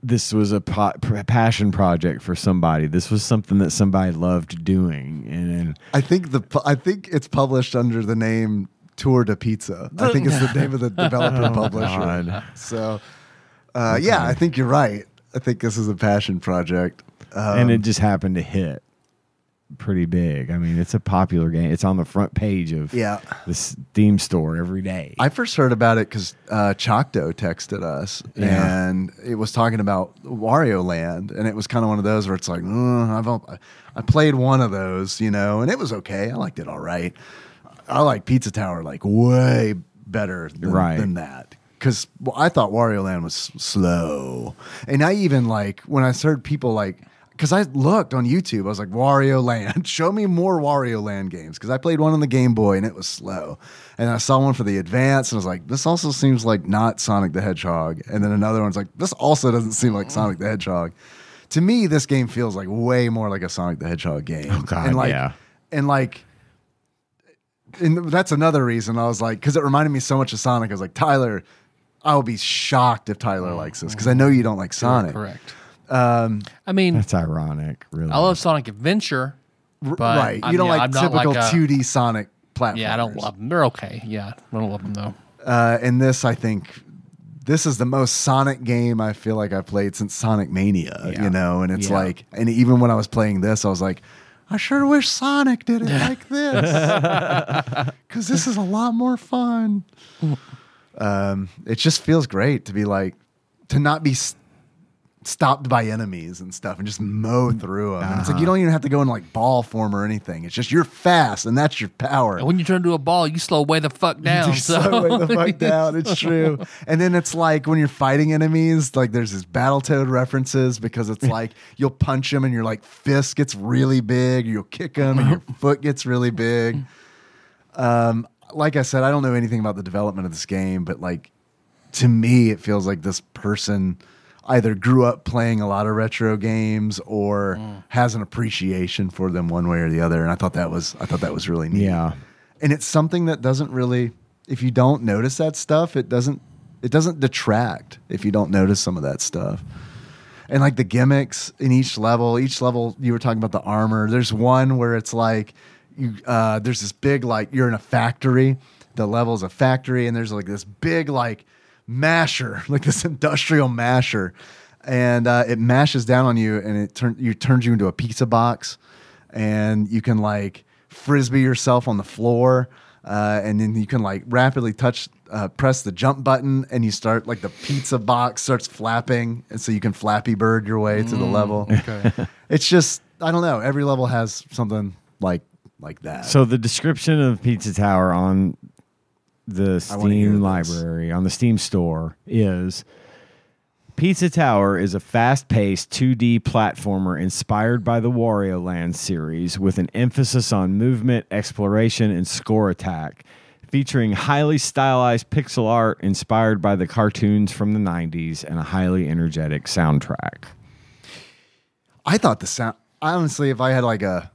[SPEAKER 3] This was a po- pr- passion project for somebody. This was something that somebody loved doing, and, and
[SPEAKER 4] I think the pu- I think it's published under the name Tour de Pizza. I think it's the name of the developer publisher.
[SPEAKER 3] Oh, God.
[SPEAKER 4] So, uh, yeah, I think you're right. I think this is a passion project. Um,
[SPEAKER 3] and it just happened to hit pretty big. I mean, it's a popular game. It's on the front page of
[SPEAKER 4] Yeah.
[SPEAKER 3] the Steam store every day.
[SPEAKER 4] I first heard about it because uh, Chocto texted us,
[SPEAKER 3] Yeah.
[SPEAKER 4] and it was talking about Wario Land, and it was kind of one of those where it's like, "Mm, I've al- I played one of those, you know, and it was okay. I liked it all right. I like Pizza Tower like way better than,
[SPEAKER 3] Right.
[SPEAKER 4] than that because I thought Wario Land was s- slow, and I even like when I heard people like. Because I looked on YouTube, I was like, Wario Land, show me more Wario Land games. Because I played one on the Game Boy and it was slow. And I saw one for the Advance and I was like, this also seems like not Sonic the Hedgehog. And then another one's like, this also doesn't seem like Sonic the Hedgehog. To me, this game feels like way more like a Sonic the Hedgehog game. Oh,
[SPEAKER 3] God,
[SPEAKER 4] and like,
[SPEAKER 3] yeah.
[SPEAKER 4] And like, and that's another reason I was like, because it reminded me so much of Sonic. I was like, Tyler, I'll be shocked if Tyler likes this because I know you don't like Sonic.
[SPEAKER 2] Mm-hmm. Correct. Um, I mean,
[SPEAKER 3] That's ironic, really.
[SPEAKER 2] I love Sonic Adventure.
[SPEAKER 4] R-
[SPEAKER 2] But
[SPEAKER 4] right?
[SPEAKER 2] I'm-
[SPEAKER 4] you don't
[SPEAKER 2] yeah,
[SPEAKER 4] like
[SPEAKER 2] I'm not
[SPEAKER 4] typical
[SPEAKER 2] like a-
[SPEAKER 4] 2D Sonic platforms.
[SPEAKER 2] Yeah, I don't love them. They're okay. Yeah, I don't love them though.
[SPEAKER 4] Uh, and this, I think, this is the most Sonic game I feel like I've played since Sonic Mania.
[SPEAKER 3] Yeah.
[SPEAKER 4] You know, and it's
[SPEAKER 3] Yeah.
[SPEAKER 4] like, and even when I was playing this, I was like. I sure wish Sonic did it like this, because this is a lot more fun. Um, it just feels great to be like, to not be s- stopped by enemies and stuff and just mow through them. it's
[SPEAKER 3] Uh-huh.
[SPEAKER 4] like you don't even have to go in like ball form or anything. It's just you're fast and that's your power.
[SPEAKER 2] And when you turn into a ball, you slow way the fuck down.
[SPEAKER 4] You
[SPEAKER 2] so
[SPEAKER 4] slow the fuck down. It's true. And then it's like when you're fighting enemies, like there's this Battletoad references because it's like you'll punch them and your like fist gets really big, you'll kick them and your foot gets really big. Um, like I said, I don't know anything about the development of this game, but like to me, it feels like this person either grew up playing a lot of retro games or
[SPEAKER 2] Mm.
[SPEAKER 4] has an appreciation for them one way or the other. And I thought that was I thought that was really neat
[SPEAKER 3] Yeah.
[SPEAKER 4] and it's something that doesn't really if you don't notice that stuff it doesn't it doesn't detract if you don't notice some of that stuff and like the gimmicks in each level each level you were talking about the armor there's one where it's like you uh, there's this big like you're in a factory the level's a factory and there's like this big like masher like this industrial masher and uh, it mashes down on you and it turn, you turns you into a pizza box and you can like frisbee yourself on the floor uh, and then you can like rapidly touch uh, press the jump button and you start like the pizza box starts flapping and so you can flappy bird your way to
[SPEAKER 3] Mm.
[SPEAKER 4] the level it's just i don't know every level has something like like that
[SPEAKER 3] So the description of Pizza Tower on the
[SPEAKER 4] I wanna hear
[SPEAKER 3] Steam
[SPEAKER 4] this.
[SPEAKER 3] library, on the Steam store, is Pizza Tower is a fast paced 2D platformer inspired by the Wario Land series with an emphasis on movement, exploration, and score attack. featuring highly stylized pixel art inspired by the cartoons from the 90s and a highly energetic soundtrack.
[SPEAKER 4] I thought the sound. Honestly, if I had like a,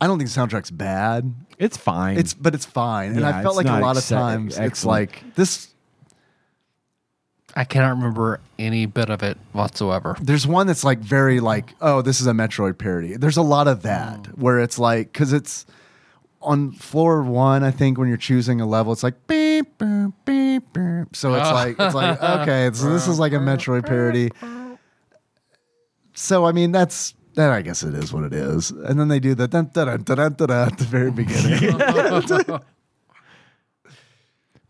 [SPEAKER 4] I don't think the soundtrack's bad.
[SPEAKER 3] It's fine.
[SPEAKER 4] It's but it's fine, and
[SPEAKER 3] Yeah,
[SPEAKER 4] I felt
[SPEAKER 3] it's
[SPEAKER 4] like
[SPEAKER 3] not
[SPEAKER 4] a lot
[SPEAKER 3] exce-
[SPEAKER 4] of times it's
[SPEAKER 3] excellent.
[SPEAKER 4] like this.
[SPEAKER 2] I cannot remember any bit of it whatsoever.
[SPEAKER 4] There's one that's like very like oh this is a Metroid parody. There's a lot of that where it's like because it's on floor one I think when you're choosing a level it's like beep boop beep boop. So it's like it's like okay so this is like a Metroid parody. So I mean that's. Then I guess it is what it is, and then they do the dun dun dun dun dun, dun at the very beginning.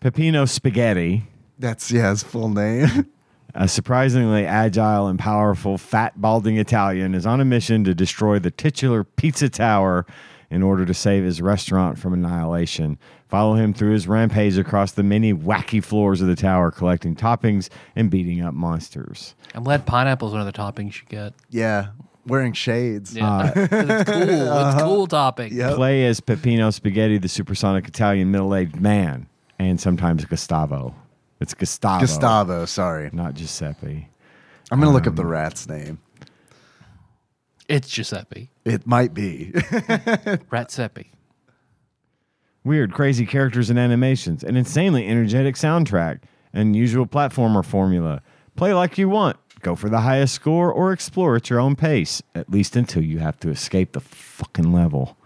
[SPEAKER 3] Pepino Spaghetti,
[SPEAKER 4] That's yeah, his full name.
[SPEAKER 3] a surprisingly agile and powerful fat balding Italian, is on a mission to destroy the titular pizza tower in order to save his restaurant from annihilation. Follow him through his rampage across the many wacky floors of the tower, collecting toppings and beating up monsters.
[SPEAKER 2] I'm glad pineapple's one of the toppings you get.
[SPEAKER 4] Yeah, wearing shades.
[SPEAKER 2] Yeah. 'Cause it's cool. It's
[SPEAKER 4] Uh-huh.
[SPEAKER 2] cool topping.
[SPEAKER 4] Yep.
[SPEAKER 3] Play as Peppino Spaghetti, the supersonic Italian middle aged man, and sometimes Gustavo. It's Gustavo.
[SPEAKER 4] Gustavo, sorry.
[SPEAKER 3] Not Giuseppe.
[SPEAKER 4] I'm going to look up the rat's name.
[SPEAKER 2] It's Giuseppe.
[SPEAKER 4] It might be.
[SPEAKER 2] Ratsepe.
[SPEAKER 3] Weird, crazy characters and animations, an insanely energetic soundtrack, an unusual platformer formula. Play like you want, go for the highest score, or explore at your own pace, at least until you have to escape the fucking level.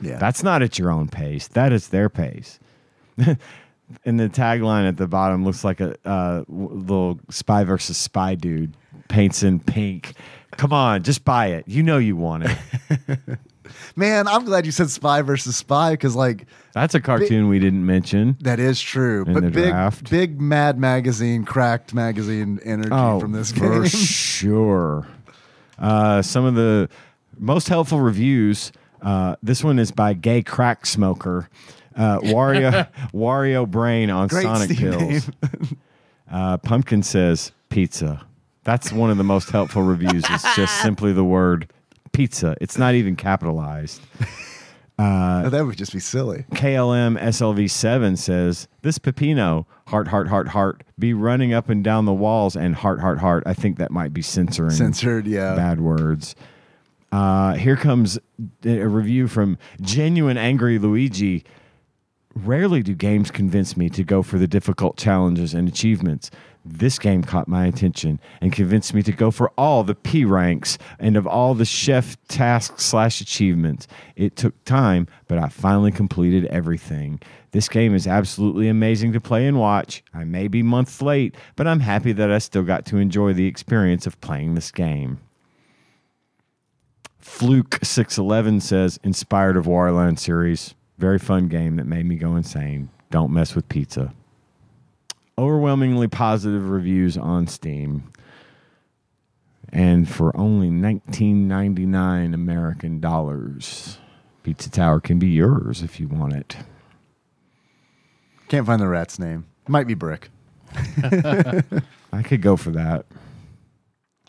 [SPEAKER 4] yeah.
[SPEAKER 3] That's not at your own pace. That is their pace. and the tagline at the bottom looks like a uh, w- little spy versus spy dude paints in pink. Come on, just buy it. You know you want it.
[SPEAKER 4] Man, I'm glad you said spy versus spy because, like,
[SPEAKER 3] That's a cartoon we didn't mention.
[SPEAKER 4] that is true.
[SPEAKER 3] In
[SPEAKER 4] but
[SPEAKER 3] the
[SPEAKER 4] big,
[SPEAKER 3] draft.
[SPEAKER 4] big Mad Magazine, cracked magazine energy from this
[SPEAKER 3] Oh, for
[SPEAKER 4] game.
[SPEAKER 3] sure. Uh, some of the most helpful reviews. Uh, this one is by Gay Crack Smoker, uh, Wario Wario Brain on
[SPEAKER 4] Great
[SPEAKER 3] Sonic
[SPEAKER 4] Steam
[SPEAKER 3] Pills. uh, Pumpkin says pizza. That's one of the most helpful reviews. It's just simply the word pizza. It's not even capitalized.
[SPEAKER 4] Oh, that would just be silly.
[SPEAKER 3] KLM SLV7 says, This Pepino, heart, heart, heart, heart, be running up and down the walls and heart, heart, heart. I think that might be censoring
[SPEAKER 4] Censored, yeah.
[SPEAKER 3] bad words. Uh, here comes a review from Genuine Angry Luigi. Rarely do games convince me to go for the difficult challenges and achievements. This game caught my attention and convinced me to go for all the P ranks and of all the chef tasks slash achievements. It took time, but I finally completed everything. This game is absolutely amazing to play and watch. I may be months late, but I'm happy that I still got to enjoy the experience of playing this game. Fluke six eleven says inspired of Warland series. Very fun game that made me go insane. Don't mess with pizza. Overwhelmingly positive reviews on Steam. And for only nineteen ninety nine American dollars, Pizza Tower can be yours if you want it.
[SPEAKER 4] Can't find the rat's name. Might be Brick.
[SPEAKER 3] I could go for that.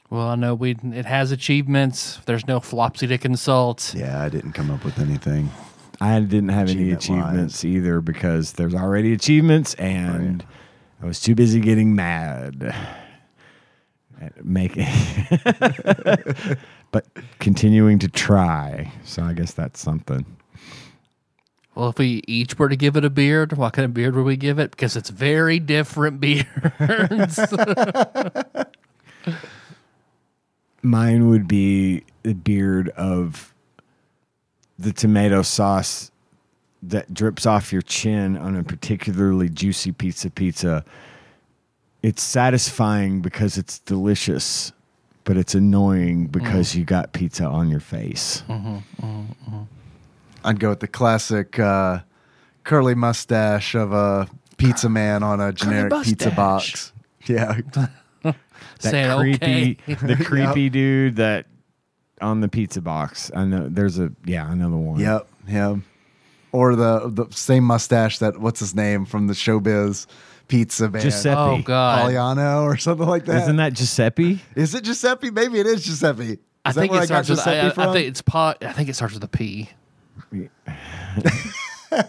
[SPEAKER 2] Well, I know we it has achievements. There's no flopsy to consult.
[SPEAKER 4] Yeah, I didn't come up with anything.
[SPEAKER 3] I didn't have any
[SPEAKER 4] Achievement-wise.
[SPEAKER 3] achievements either because there's already achievements, and I was too busy getting mad at making, but continuing to try. So I guess that's something.
[SPEAKER 2] Well, if we each were to give it a beard, what kind of beard would we give it? Because it's very different beards.
[SPEAKER 3] Mine would be the beard of the tomato sauce that drips off your chin on a particularly juicy pizza pizza. It's satisfying because it's delicious, but it's annoying because you got pizza on your face.
[SPEAKER 4] I'd go with the classic uh, curly mustache of a pizza man on a generic pizza
[SPEAKER 2] mustache.
[SPEAKER 4] box. Yeah,
[SPEAKER 2] Say it,
[SPEAKER 3] creepy,
[SPEAKER 2] okay.
[SPEAKER 3] the creepy dude that on the pizza box. I know there's a yeah, I know the one.
[SPEAKER 4] Yep, him. Or the the same mustache that what's his name from the showbiz pizza man
[SPEAKER 3] Giuseppe.
[SPEAKER 2] Oh God.
[SPEAKER 4] Poliano or something like that.
[SPEAKER 3] Isn't that Giuseppe?
[SPEAKER 4] Is it Giuseppe? Maybe it is Giuseppe. Is
[SPEAKER 2] I
[SPEAKER 4] that
[SPEAKER 2] think
[SPEAKER 4] where
[SPEAKER 2] it
[SPEAKER 4] I got
[SPEAKER 2] starts with I,
[SPEAKER 4] Giuseppe
[SPEAKER 2] I,
[SPEAKER 4] from?
[SPEAKER 2] I think it's po- I think it starts with a P. I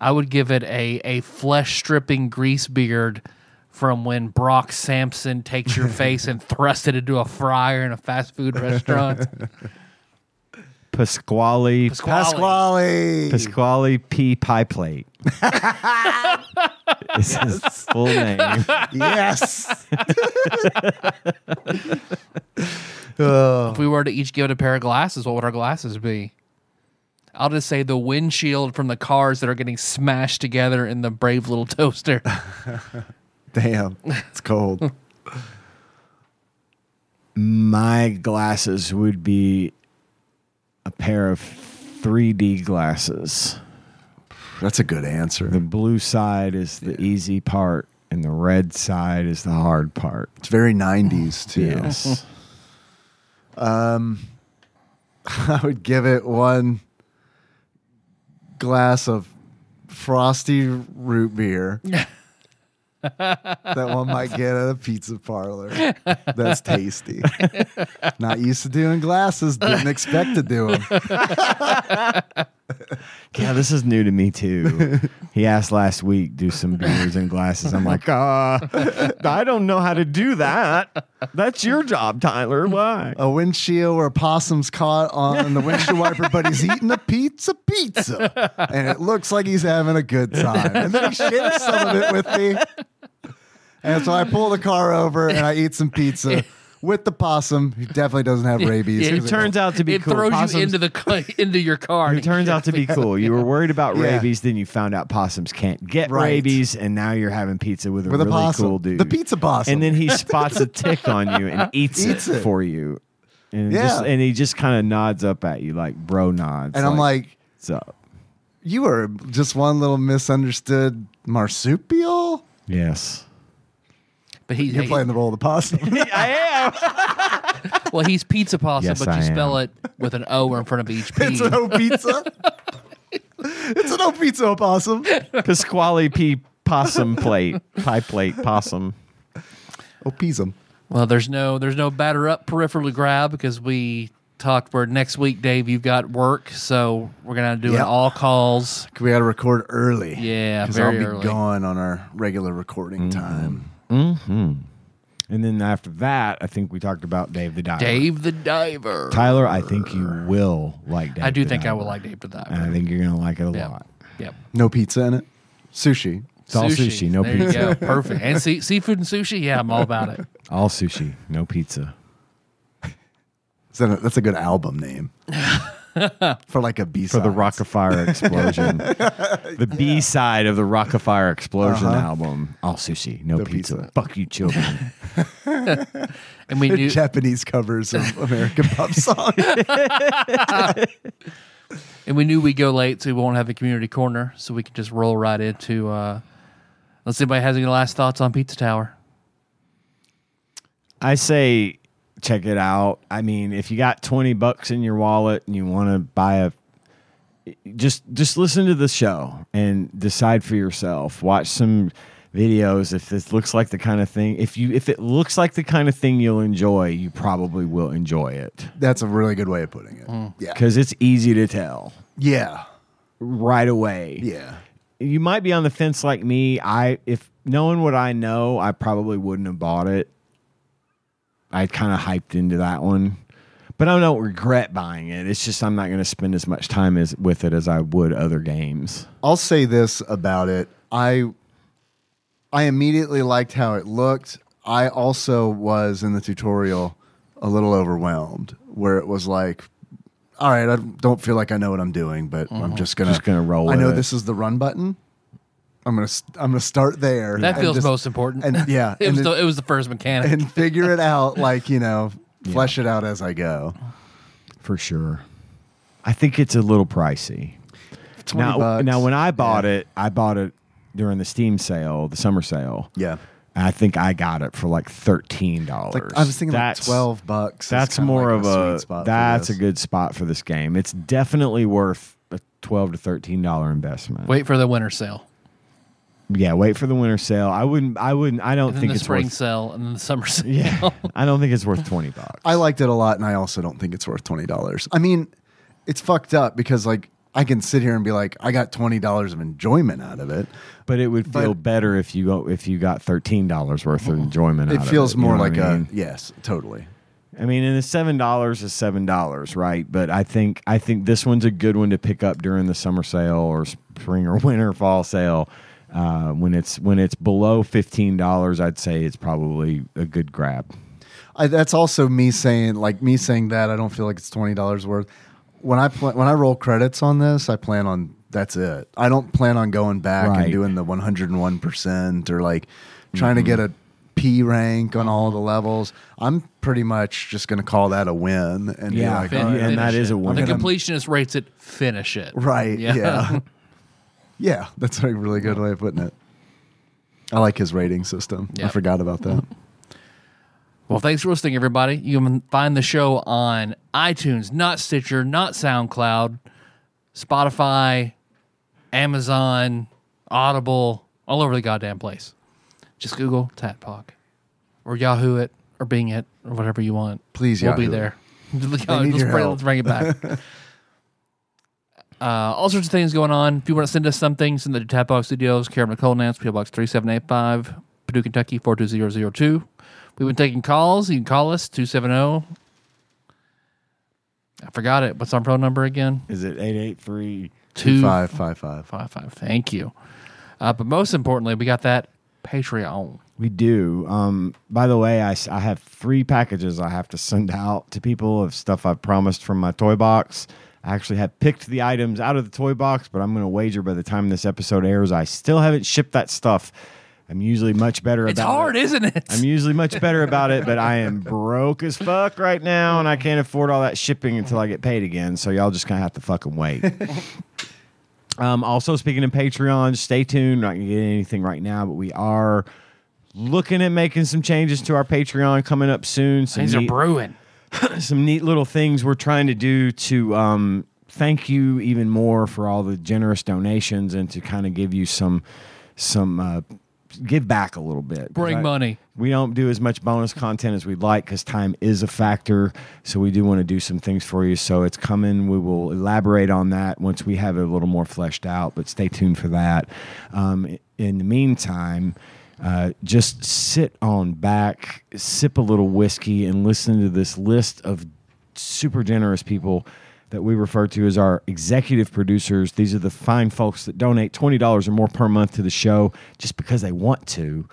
[SPEAKER 2] I would give it a a flesh stripping grease beard from when Brock Sampson takes your face and thrusts it into a fryer in a fast food restaurant.
[SPEAKER 3] Pasquale
[SPEAKER 2] Pasquale.
[SPEAKER 4] Pasquale.
[SPEAKER 3] Pasquale P. Pie Plate. It's his full name.
[SPEAKER 4] Yes. Oh,
[SPEAKER 2] If we were to each give it a pair of glasses, what would our glasses be? I'll just say the windshield from the cars that are getting smashed together in the brave little toaster.
[SPEAKER 4] damn. It's cold.
[SPEAKER 3] My glasses would be a pair of 3D glasses.
[SPEAKER 4] That's a good answer.
[SPEAKER 3] The blue side is the easy part, and the red side is the hard part.
[SPEAKER 4] It's very 90s, too.
[SPEAKER 3] Yes.
[SPEAKER 4] I would give it one glass of frosty root beer. that one might get at a pizza parlor. That's tasty. Not used to doing glasses. Didn't expect to do them.
[SPEAKER 3] yeah, this is new to me too. He asked last week, do some beers and glasses. I'm like, uh, I don't know how to do that. That's your job, Tyler. Why?
[SPEAKER 4] A windshield where a possum's caught on the windshield wiper, but he's eating a pizza pizza. And it looks like he's having a good time. And then he shares some of it with me. And so I pull the car over and I eat some pizza with the possum, who definitely doesn't have rabies.
[SPEAKER 2] It
[SPEAKER 3] Who turns out to be
[SPEAKER 2] it
[SPEAKER 3] cool.
[SPEAKER 2] throws
[SPEAKER 3] Possums-
[SPEAKER 2] you into the ca- into your car.
[SPEAKER 3] Who turns out to be cool. You were worried about
[SPEAKER 4] Yeah.
[SPEAKER 3] rabies, then you found out possums can't get
[SPEAKER 4] Right.
[SPEAKER 3] rabies, and now you're having pizza with a
[SPEAKER 4] with a
[SPEAKER 3] really
[SPEAKER 4] possum.
[SPEAKER 3] cool dude.
[SPEAKER 4] The pizza possum.
[SPEAKER 3] And then he spots a tick on you and eats,
[SPEAKER 4] Eats
[SPEAKER 3] it,
[SPEAKER 4] it.
[SPEAKER 3] for you. And,
[SPEAKER 4] Yeah.
[SPEAKER 3] just, and he just kind of nods up at you like bro nods.
[SPEAKER 4] and I'm like,
[SPEAKER 3] what's up?
[SPEAKER 4] you are just one little misunderstood marsupial.
[SPEAKER 3] Yes.
[SPEAKER 2] But he,
[SPEAKER 4] You're
[SPEAKER 2] he-
[SPEAKER 4] playing the role of the possum.
[SPEAKER 2] well, he's pizza possum,
[SPEAKER 3] Yes,
[SPEAKER 2] but
[SPEAKER 3] I
[SPEAKER 2] you spell
[SPEAKER 3] am.
[SPEAKER 2] it with an O in front of each P.
[SPEAKER 4] it's an O pizza. it's an O pizza opossum.
[SPEAKER 3] Pasquale P. Possum plate, pie plate, possum.
[SPEAKER 4] Opisum.
[SPEAKER 2] well, there's no there's no batter up peripheral to grab because we talked where next week, Dave, you've got work, so we're gonna do an
[SPEAKER 4] Yep.
[SPEAKER 2] all calls.
[SPEAKER 4] We had to record early.
[SPEAKER 2] Yeah,
[SPEAKER 4] because I'll
[SPEAKER 2] very
[SPEAKER 4] be
[SPEAKER 2] early.
[SPEAKER 4] gone on our regular recording
[SPEAKER 3] Mm-hmm.
[SPEAKER 4] time.
[SPEAKER 3] And then after that, I think we talked about Dave the Diver.
[SPEAKER 2] Dave the Diver.
[SPEAKER 3] Tyler, I think you will like Dave.
[SPEAKER 2] I do
[SPEAKER 3] the
[SPEAKER 2] think I
[SPEAKER 3] Diver.
[SPEAKER 2] would like Dave the Diver.
[SPEAKER 3] And I think you're gonna like it a
[SPEAKER 2] Yep.
[SPEAKER 3] lot.
[SPEAKER 2] Yep.
[SPEAKER 4] No pizza in it. Sushi.
[SPEAKER 3] It's all sushi, no
[SPEAKER 2] There you
[SPEAKER 3] pizza.
[SPEAKER 2] go. Perfect. And sea seafood and sushi. Yeah, I'm all about it.
[SPEAKER 3] All sushi, no pizza.
[SPEAKER 4] Is that a- that's a good album name for like a B
[SPEAKER 3] For
[SPEAKER 4] side
[SPEAKER 3] the Rockefeller Explosion, the B side of the Rockefeller Explosion album. All sushi, Uh-huh. no
[SPEAKER 4] No
[SPEAKER 3] pizza.
[SPEAKER 4] pizza.
[SPEAKER 3] Fuck you, children.
[SPEAKER 2] And we knew
[SPEAKER 4] Japanese covers of American pop songs.
[SPEAKER 2] And we knew we'd go late, so we won't have a community corner, so we can just roll right into. Uh, unless anybody has any last thoughts on Pizza Tower.
[SPEAKER 3] I say check it out. I mean, if you got 20 bucks in your wallet and you want to buy a just just listen to the show and decide for yourself. Watch some videos if this looks like the kind of thing. If you if it looks like the kind of thing you'll enjoy, you probably will enjoy it
[SPEAKER 4] That's a really good way of putting it.
[SPEAKER 2] Mm.
[SPEAKER 4] Yeah.
[SPEAKER 3] cuz it's easy to tell
[SPEAKER 4] Yeah.
[SPEAKER 3] right away.
[SPEAKER 4] Yeah.
[SPEAKER 3] You might be on the fence like me. I if knowing what I know, I probably wouldn't have bought it. I kind of hyped into that one. But I don't regret buying it. It's just I'm not going to spend as much time as with it as I would other games.
[SPEAKER 4] I'll say this about it. I I immediately liked how it looked. I also was in the tutorial a little overwhelmed where it was like all right, I don't feel like I know what I'm doing, but I'm just going to
[SPEAKER 3] Mm-hmm. Just gonna roll
[SPEAKER 4] I
[SPEAKER 3] with
[SPEAKER 4] know
[SPEAKER 3] it.
[SPEAKER 4] this is the run button. I'm going to I'm going to start there.
[SPEAKER 2] That
[SPEAKER 4] and
[SPEAKER 2] feels
[SPEAKER 4] just-
[SPEAKER 2] most important.
[SPEAKER 4] and yeah,
[SPEAKER 2] it
[SPEAKER 4] and
[SPEAKER 2] was
[SPEAKER 4] it-
[SPEAKER 2] the, it was the first mechanic.
[SPEAKER 4] and figure it out like, you know, flesh it out as I go.
[SPEAKER 3] For sure. I think it's a little pricey.
[SPEAKER 4] 20
[SPEAKER 3] Now,
[SPEAKER 4] bucks.
[SPEAKER 3] now when I bought
[SPEAKER 4] Yeah.
[SPEAKER 3] it, I bought it during the Steam sale, the summer sale.
[SPEAKER 4] Yeah.
[SPEAKER 3] And I think I got it for like thirteen dollars.
[SPEAKER 4] Like, I was thinking like 12 bucks. is
[SPEAKER 3] That's
[SPEAKER 4] kinda
[SPEAKER 3] more
[SPEAKER 4] like
[SPEAKER 3] of
[SPEAKER 4] my sweet
[SPEAKER 3] a,
[SPEAKER 4] spot for
[SPEAKER 3] that's a
[SPEAKER 4] this.
[SPEAKER 3] good spot for this game. It's definitely worth a twelve to thirteen dollar investment.
[SPEAKER 2] Wait for the winter sale,
[SPEAKER 3] yeah, wait for the winter sale. I wouldn't. I wouldn't. I don't
[SPEAKER 2] and then
[SPEAKER 3] think
[SPEAKER 2] the
[SPEAKER 3] it's
[SPEAKER 2] spring
[SPEAKER 3] worth.
[SPEAKER 2] sale, and then the summer sale.
[SPEAKER 3] Yeah, I don't think it's worth twenty bucks.
[SPEAKER 4] I liked it a lot, and I also don't think it's worth twenty dollars. I mean, it's fucked up because like I can sit here and be like, I got twenty dollars of enjoyment out of it.
[SPEAKER 3] But it would feel
[SPEAKER 4] But-
[SPEAKER 3] better if you go, if you got thirteen dollars worth
[SPEAKER 2] Mm.
[SPEAKER 3] of enjoyment. out
[SPEAKER 4] It
[SPEAKER 3] of
[SPEAKER 4] feels
[SPEAKER 3] you know
[SPEAKER 4] more
[SPEAKER 3] what
[SPEAKER 4] like
[SPEAKER 3] I
[SPEAKER 4] a
[SPEAKER 3] mean?
[SPEAKER 4] yes, totally.
[SPEAKER 3] I mean, and the seven dollars is seven dollars, right? But I think I think this one's a good one to pick up during the summer sale or spring or winter fall sale. Uh, when it's when it's below fifteen dollars, I'd say it's probably a good grab.
[SPEAKER 4] I, that's also me saying like me saying that I don't feel like it's twenty dollars worth. When I pl- when I roll credits on this, I plan on that's it. I don't plan on going back
[SPEAKER 3] Right. Mm-hmm.
[SPEAKER 4] and doing the one hundred and one percent or like trying to get a P rank on all the levels. I'm pretty much just gonna call that a win and
[SPEAKER 3] Yeah.
[SPEAKER 4] be
[SPEAKER 3] Fin-
[SPEAKER 4] like, all right,
[SPEAKER 3] and that
[SPEAKER 2] finish
[SPEAKER 3] is
[SPEAKER 2] it.
[SPEAKER 3] a win.
[SPEAKER 2] The
[SPEAKER 3] I'm gonna-
[SPEAKER 2] completionist rates it finish it.
[SPEAKER 4] right,
[SPEAKER 2] Yeah.
[SPEAKER 4] yeah. yeah. that's a really good way of putting it. I like his rating system. I
[SPEAKER 2] Yep.
[SPEAKER 4] forgot about that.
[SPEAKER 2] Mm-hmm. Well, thanks for listening, everybody. You can find the show on iTunes, not Stitcher, not SoundCloud, Spotify, Amazon, Audible, all over the goddamn place. Just Google Tatpog or Yahoo it or Bing it or whatever you want.
[SPEAKER 4] Please,
[SPEAKER 2] we'll be
[SPEAKER 4] Yahoo it.
[SPEAKER 2] there. Oh, let's,
[SPEAKER 4] need
[SPEAKER 2] bring,
[SPEAKER 4] your help.
[SPEAKER 2] let's bring it back. uh, all sorts of things going on. If you want to send us something, send it to Tatpog Studios, Care of Nicole Nance, PO Box 3785, Purdue, Kentucky 42002. We've been taking calls. You can call us 270. I forgot it. What's our phone number again?
[SPEAKER 3] Is it eight eight three?
[SPEAKER 2] Two
[SPEAKER 4] Five five five.
[SPEAKER 2] five five. Thank you. Uh, but most importantly, we got that Patreon.
[SPEAKER 3] We do. Um, by the way, I, s- I have three packages I have to send out to people of stuff I promised from my toy box. I actually have picked the items out of the toy box, but I'm going to wager by the time this episode airs, I still haven't shipped that stuff. I'm usually much better
[SPEAKER 2] It's
[SPEAKER 3] about
[SPEAKER 2] hard,
[SPEAKER 3] it.
[SPEAKER 2] isn't it?
[SPEAKER 3] I'm usually much better about it, but I am broke as fuck right now, and I can't afford all that shipping until I get paid again. So y'all just gonna have to fucking wait. um, also, speaking of Patreon, stay tuned. Not gonna get anything right now, but we are looking at making some changes to our Patreon coming up soon. Some
[SPEAKER 2] Things are
[SPEAKER 3] neat-
[SPEAKER 2] brewing.
[SPEAKER 3] some neat little things we're trying to do to um, thank you even more for all the generous donations and to kind of give you some some uh, give back a little bit. 'Cause
[SPEAKER 2] Bring money.
[SPEAKER 3] We don't do as much bonus content as we'd like because time is a factor. So we do want to do some things for you. So it's coming. We will elaborate on that once we have it a little more fleshed out. But stay tuned for that. Um, in the meantime uh, just sit on back, sip a little whiskey, and listen to this list of super generous people that we refer to as our executive producers. These are the fine folks that donate $20 or more per month to the show just because they want to.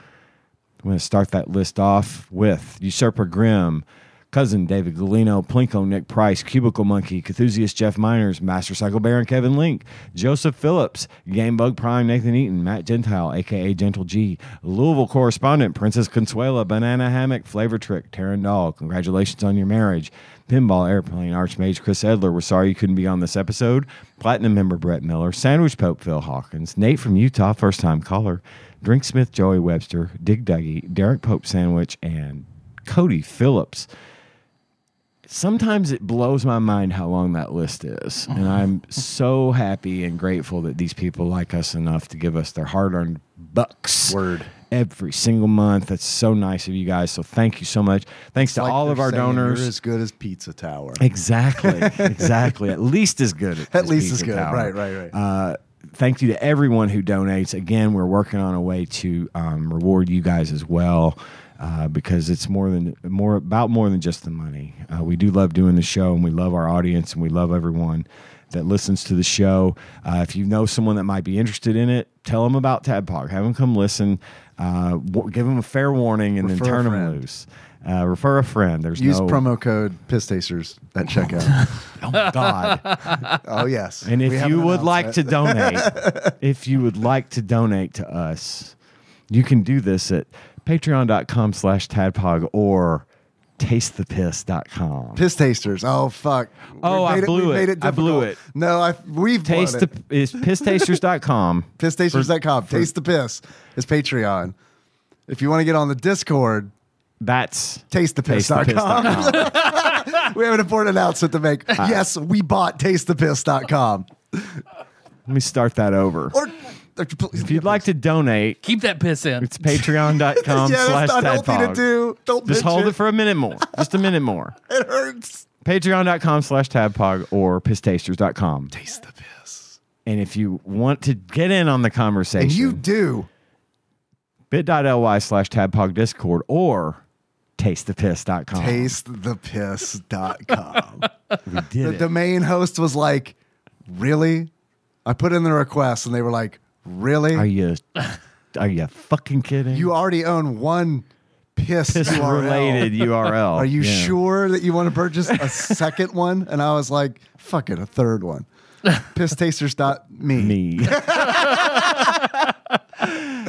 [SPEAKER 3] I'm going to start that list off with Usurper Grimm, Cousin David Galino, Plinko Nick Price, Cubicle Monkey, Cthusiast Jeff Miners, Master Cycle Baron Kevin Link, Joseph Phillips, Gamebug Prime Nathan Eaton, Matt Gentile, aka Gentle G, Louisville Correspondent, Princess Consuela, Banana Hammock, Flavor Trick, Taryn Dahl, Congratulations on Your Marriage, Pinball Airplane, Archmage Chris Edler, We're Sorry You Couldn't Be on This Episode, Platinum Member Brett Miller, Sandwich Pope Phil Hawkins, Nate from Utah, First Time Caller, Drink Smith, Joey Webster, Dig Duggy, Derek Pope Sandwich, and Cody Phillips. Sometimes it blows my mind how long that list is. And I'm so happy and grateful that these people like us enough to give us their hard earned bucks.
[SPEAKER 4] Word.
[SPEAKER 3] Every single month. That's so nice of you guys. So thank you so much. Thanks to
[SPEAKER 4] Like
[SPEAKER 3] all of
[SPEAKER 4] they're
[SPEAKER 3] our
[SPEAKER 4] saying,
[SPEAKER 3] donors.
[SPEAKER 4] You're as good as Pizza Tower.
[SPEAKER 3] Exactly. Exactly. At least as good.
[SPEAKER 4] At least as
[SPEAKER 3] Pizza
[SPEAKER 4] good.
[SPEAKER 3] Tower.
[SPEAKER 4] Right, right, right.
[SPEAKER 3] Uh, thank you to everyone who donates. Again, we're working on a way to um, reward you guys as well. Uh, because it's more than more about more than just the money. Uh, we do love doing the show, and we love our audience, and we love everyone that listens to the show. Uh, if you know someone that might be interested in it, tell them about Tadpog. Have them come listen. Uh, w- give them a fair warning, and
[SPEAKER 4] Refer
[SPEAKER 3] then
[SPEAKER 4] a
[SPEAKER 3] turn them
[SPEAKER 4] friend.
[SPEAKER 3] loose. Uh, refer a friend. There's
[SPEAKER 4] Use
[SPEAKER 3] no
[SPEAKER 4] promo code Piss Tasters at checkout.
[SPEAKER 3] Oh God.
[SPEAKER 4] oh yes.
[SPEAKER 3] And
[SPEAKER 4] We
[SPEAKER 3] if
[SPEAKER 4] haven't
[SPEAKER 3] you would
[SPEAKER 4] announced
[SPEAKER 3] like
[SPEAKER 4] that.
[SPEAKER 3] to donate, if you would like to donate to us, you can do this at patreon.com slash tadpog or tastethepiss.com.
[SPEAKER 4] Piss Tasters. Oh fuck.
[SPEAKER 3] Oh,
[SPEAKER 4] We
[SPEAKER 3] I
[SPEAKER 4] made
[SPEAKER 3] blew
[SPEAKER 4] we
[SPEAKER 3] it.
[SPEAKER 4] made
[SPEAKER 3] I blew
[SPEAKER 4] difficult. No, I we've
[SPEAKER 3] Taste
[SPEAKER 4] taste
[SPEAKER 3] the is pisstasters.com.
[SPEAKER 4] pisstasters.com. taste the piss. It's Patreon. If you want to get on the Discord,
[SPEAKER 3] That's
[SPEAKER 4] tastethepiss.com.
[SPEAKER 3] tastethepiss.com.
[SPEAKER 4] we have an important announcement to make.
[SPEAKER 3] Uh,
[SPEAKER 4] yes, we bought tastethepiss.com.
[SPEAKER 3] Let me start that over.
[SPEAKER 4] Or
[SPEAKER 3] If you'd like to donate,
[SPEAKER 2] Keep that piss in.
[SPEAKER 3] it's patreon.com
[SPEAKER 4] yeah,
[SPEAKER 3] slash
[SPEAKER 4] that's not healthy to
[SPEAKER 3] tadpog.
[SPEAKER 4] do. Don't
[SPEAKER 3] Just
[SPEAKER 4] bitch
[SPEAKER 3] hold
[SPEAKER 4] it.
[SPEAKER 3] it for a minute more. Just a minute more.
[SPEAKER 4] it hurts.
[SPEAKER 3] Patreon.com slash tabpog or pisstasters.com.
[SPEAKER 4] Taste the piss.
[SPEAKER 3] And if you want to get in on the conversation,
[SPEAKER 4] And you do.
[SPEAKER 3] bit.ly slash tabpog discord or tastethepiss.com.
[SPEAKER 4] Tastethepiss.com.
[SPEAKER 3] We did
[SPEAKER 4] the
[SPEAKER 3] it.
[SPEAKER 4] domain host was like, Really? I put in the request and they were like, Really?
[SPEAKER 3] Are you are you fucking kidding?
[SPEAKER 4] you already own one piss,
[SPEAKER 3] piss
[SPEAKER 4] URL.
[SPEAKER 3] related URL.
[SPEAKER 4] Are you
[SPEAKER 3] Oh, Yeah.
[SPEAKER 4] sure that you want to purchase a second one? And I was like, fuck it, a third one. Pisstasters.me. Me.
[SPEAKER 3] Me.
[SPEAKER 4] Try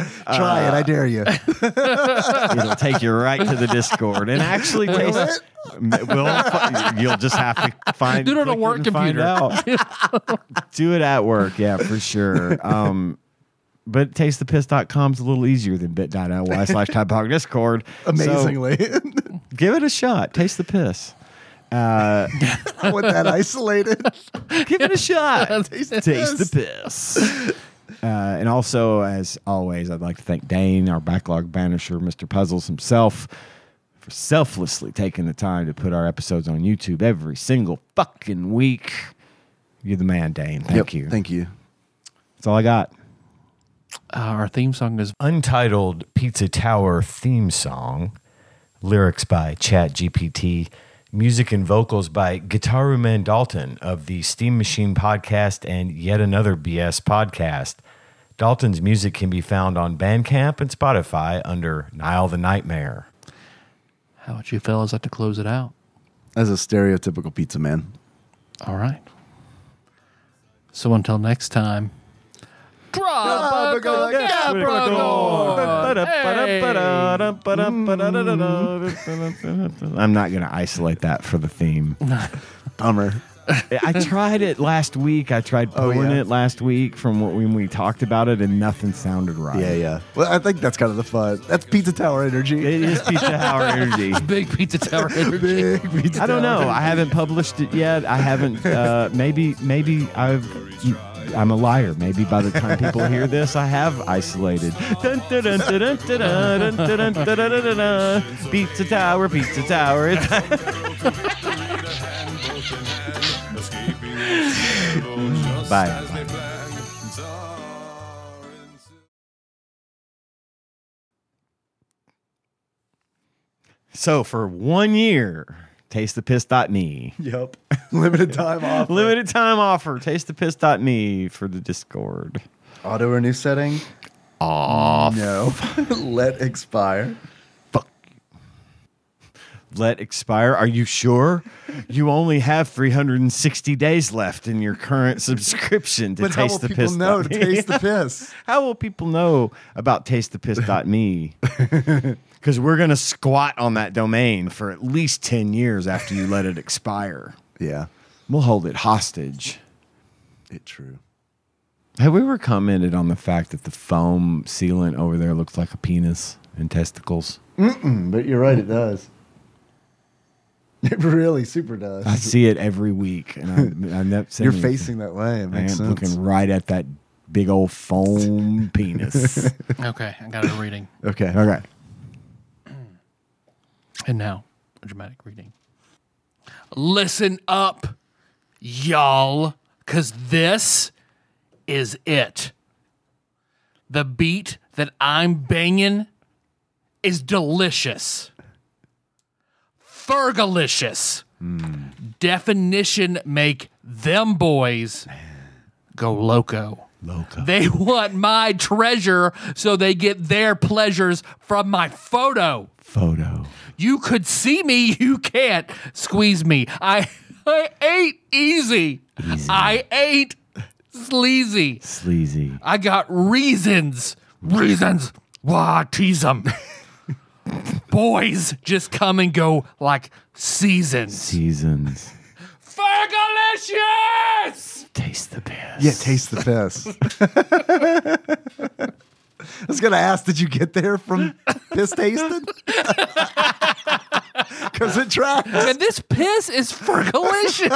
[SPEAKER 3] Uh,
[SPEAKER 4] it, I dare you.
[SPEAKER 3] It'll take you right to the Discord and actually taste.
[SPEAKER 4] it?
[SPEAKER 3] M- Well, fu- you'll just have to find.
[SPEAKER 2] Do it on a
[SPEAKER 3] click
[SPEAKER 2] work
[SPEAKER 3] and find
[SPEAKER 2] computer.
[SPEAKER 3] out. Do it at work, yeah, for sure. Um, but tastethepiss.com is a little easier than bit.ly slash typehog discord. So
[SPEAKER 4] Amazingly.
[SPEAKER 3] give it a shot. Taste the piss.
[SPEAKER 4] I want that isolated.
[SPEAKER 3] Give it a shot.
[SPEAKER 4] Taste the
[SPEAKER 3] Taste the
[SPEAKER 4] piss.
[SPEAKER 3] piss. Uh, and also, as always, I'd like to thank Dane, our backlog banisher, Mr. Puzzles himself, for selflessly taking the time to put our episodes on YouTube every single fucking week. You're the man, Dane. Thank
[SPEAKER 4] Yep,
[SPEAKER 3] you.
[SPEAKER 4] Thank you.
[SPEAKER 3] That's all I got.
[SPEAKER 2] Uh, our theme song is
[SPEAKER 3] Untitled Pizza Tower theme song, lyrics by ChatGPT, music and vocals by Guitaru Man Dalton of the Steam Machine podcast and yet another BS podcast. Dalton's music can be found on Bandcamp and Spotify under Nile the Nightmare.
[SPEAKER 2] How Would You Fellas Like to Close It Out?
[SPEAKER 4] As a stereotypical pizza man.
[SPEAKER 2] All right. So until next time.
[SPEAKER 3] I'm not going to isolate that for the theme.
[SPEAKER 4] Bummer.
[SPEAKER 3] I tried it last week. I tried
[SPEAKER 4] Oh,
[SPEAKER 3] pulling
[SPEAKER 4] yeah.
[SPEAKER 3] it last week from what, when we talked about it, and nothing sounded right.
[SPEAKER 4] Yeah, yeah. Well, I think that's kind of the fun. That's Pizza Tower energy.
[SPEAKER 3] It is Pizza Tower energy.
[SPEAKER 2] Big Pizza Tower Energy.
[SPEAKER 3] I don't know. I haven't published it yet. I haven't. Uh, maybe, maybe I've. I'm a liar. Maybe by the time people hear this, I have isolated. Dun, dun, dun, dun, dun, dun, dun, dun, dun, dun, dun, dun, dun, dun. Pizza Tower, Pizza Tower. It's Bye.
[SPEAKER 1] Bye.
[SPEAKER 3] So for one year, tastethepiss.me.
[SPEAKER 4] Yep. Limited time off.
[SPEAKER 3] Limited time offer, tastethepiss.me for the Discord.
[SPEAKER 4] Auto renew setting. Off. No. Let expire.
[SPEAKER 3] Let expire. Are you sure? You only have 360 days left in your current subscription to
[SPEAKER 4] But how will
[SPEAKER 3] taste the
[SPEAKER 4] people
[SPEAKER 3] piss.
[SPEAKER 4] know to taste the piss?
[SPEAKER 3] How will people know about tastethepiss.me? Because we're going to squat on that domain for at least 10 years after you let it expire.
[SPEAKER 4] Yeah.
[SPEAKER 3] We'll hold it hostage.
[SPEAKER 4] It true.
[SPEAKER 3] Have we ever commented on the fact that the foam sealant over there looks like a penis and testicles?
[SPEAKER 4] Mm, But you're right, it does. It really super does.
[SPEAKER 3] I see it every week, and I'm, I'm not saying
[SPEAKER 4] You're
[SPEAKER 3] anything.
[SPEAKER 4] facing that way. It
[SPEAKER 3] I am
[SPEAKER 4] makes sense.
[SPEAKER 3] looking right at that big old foam penis.
[SPEAKER 2] Okay, I got a reading.
[SPEAKER 4] Okay.
[SPEAKER 3] Okay.
[SPEAKER 2] And now, a dramatic reading. Listen up, y'all, because this is it. The beat that I'm banging is delicious. Fergalicious. Definition make them boys go loco.
[SPEAKER 3] Loco.
[SPEAKER 2] They want my treasure so they get their pleasures from my photo.
[SPEAKER 3] Photo.
[SPEAKER 2] You could see me, you can't squeeze me. I, I ate easy. I ate sleazy.
[SPEAKER 3] Sleazy.
[SPEAKER 2] I got reasons, reasons why I tease 'em. Boys just come and go like seasons.
[SPEAKER 3] Seasons.
[SPEAKER 2] Fergalicious!
[SPEAKER 3] Taste the piss.
[SPEAKER 4] Yeah, taste the piss. I was gonna ask, did you get there from piss tasting? Because it tracks.
[SPEAKER 2] Man, this piss is fergalicious.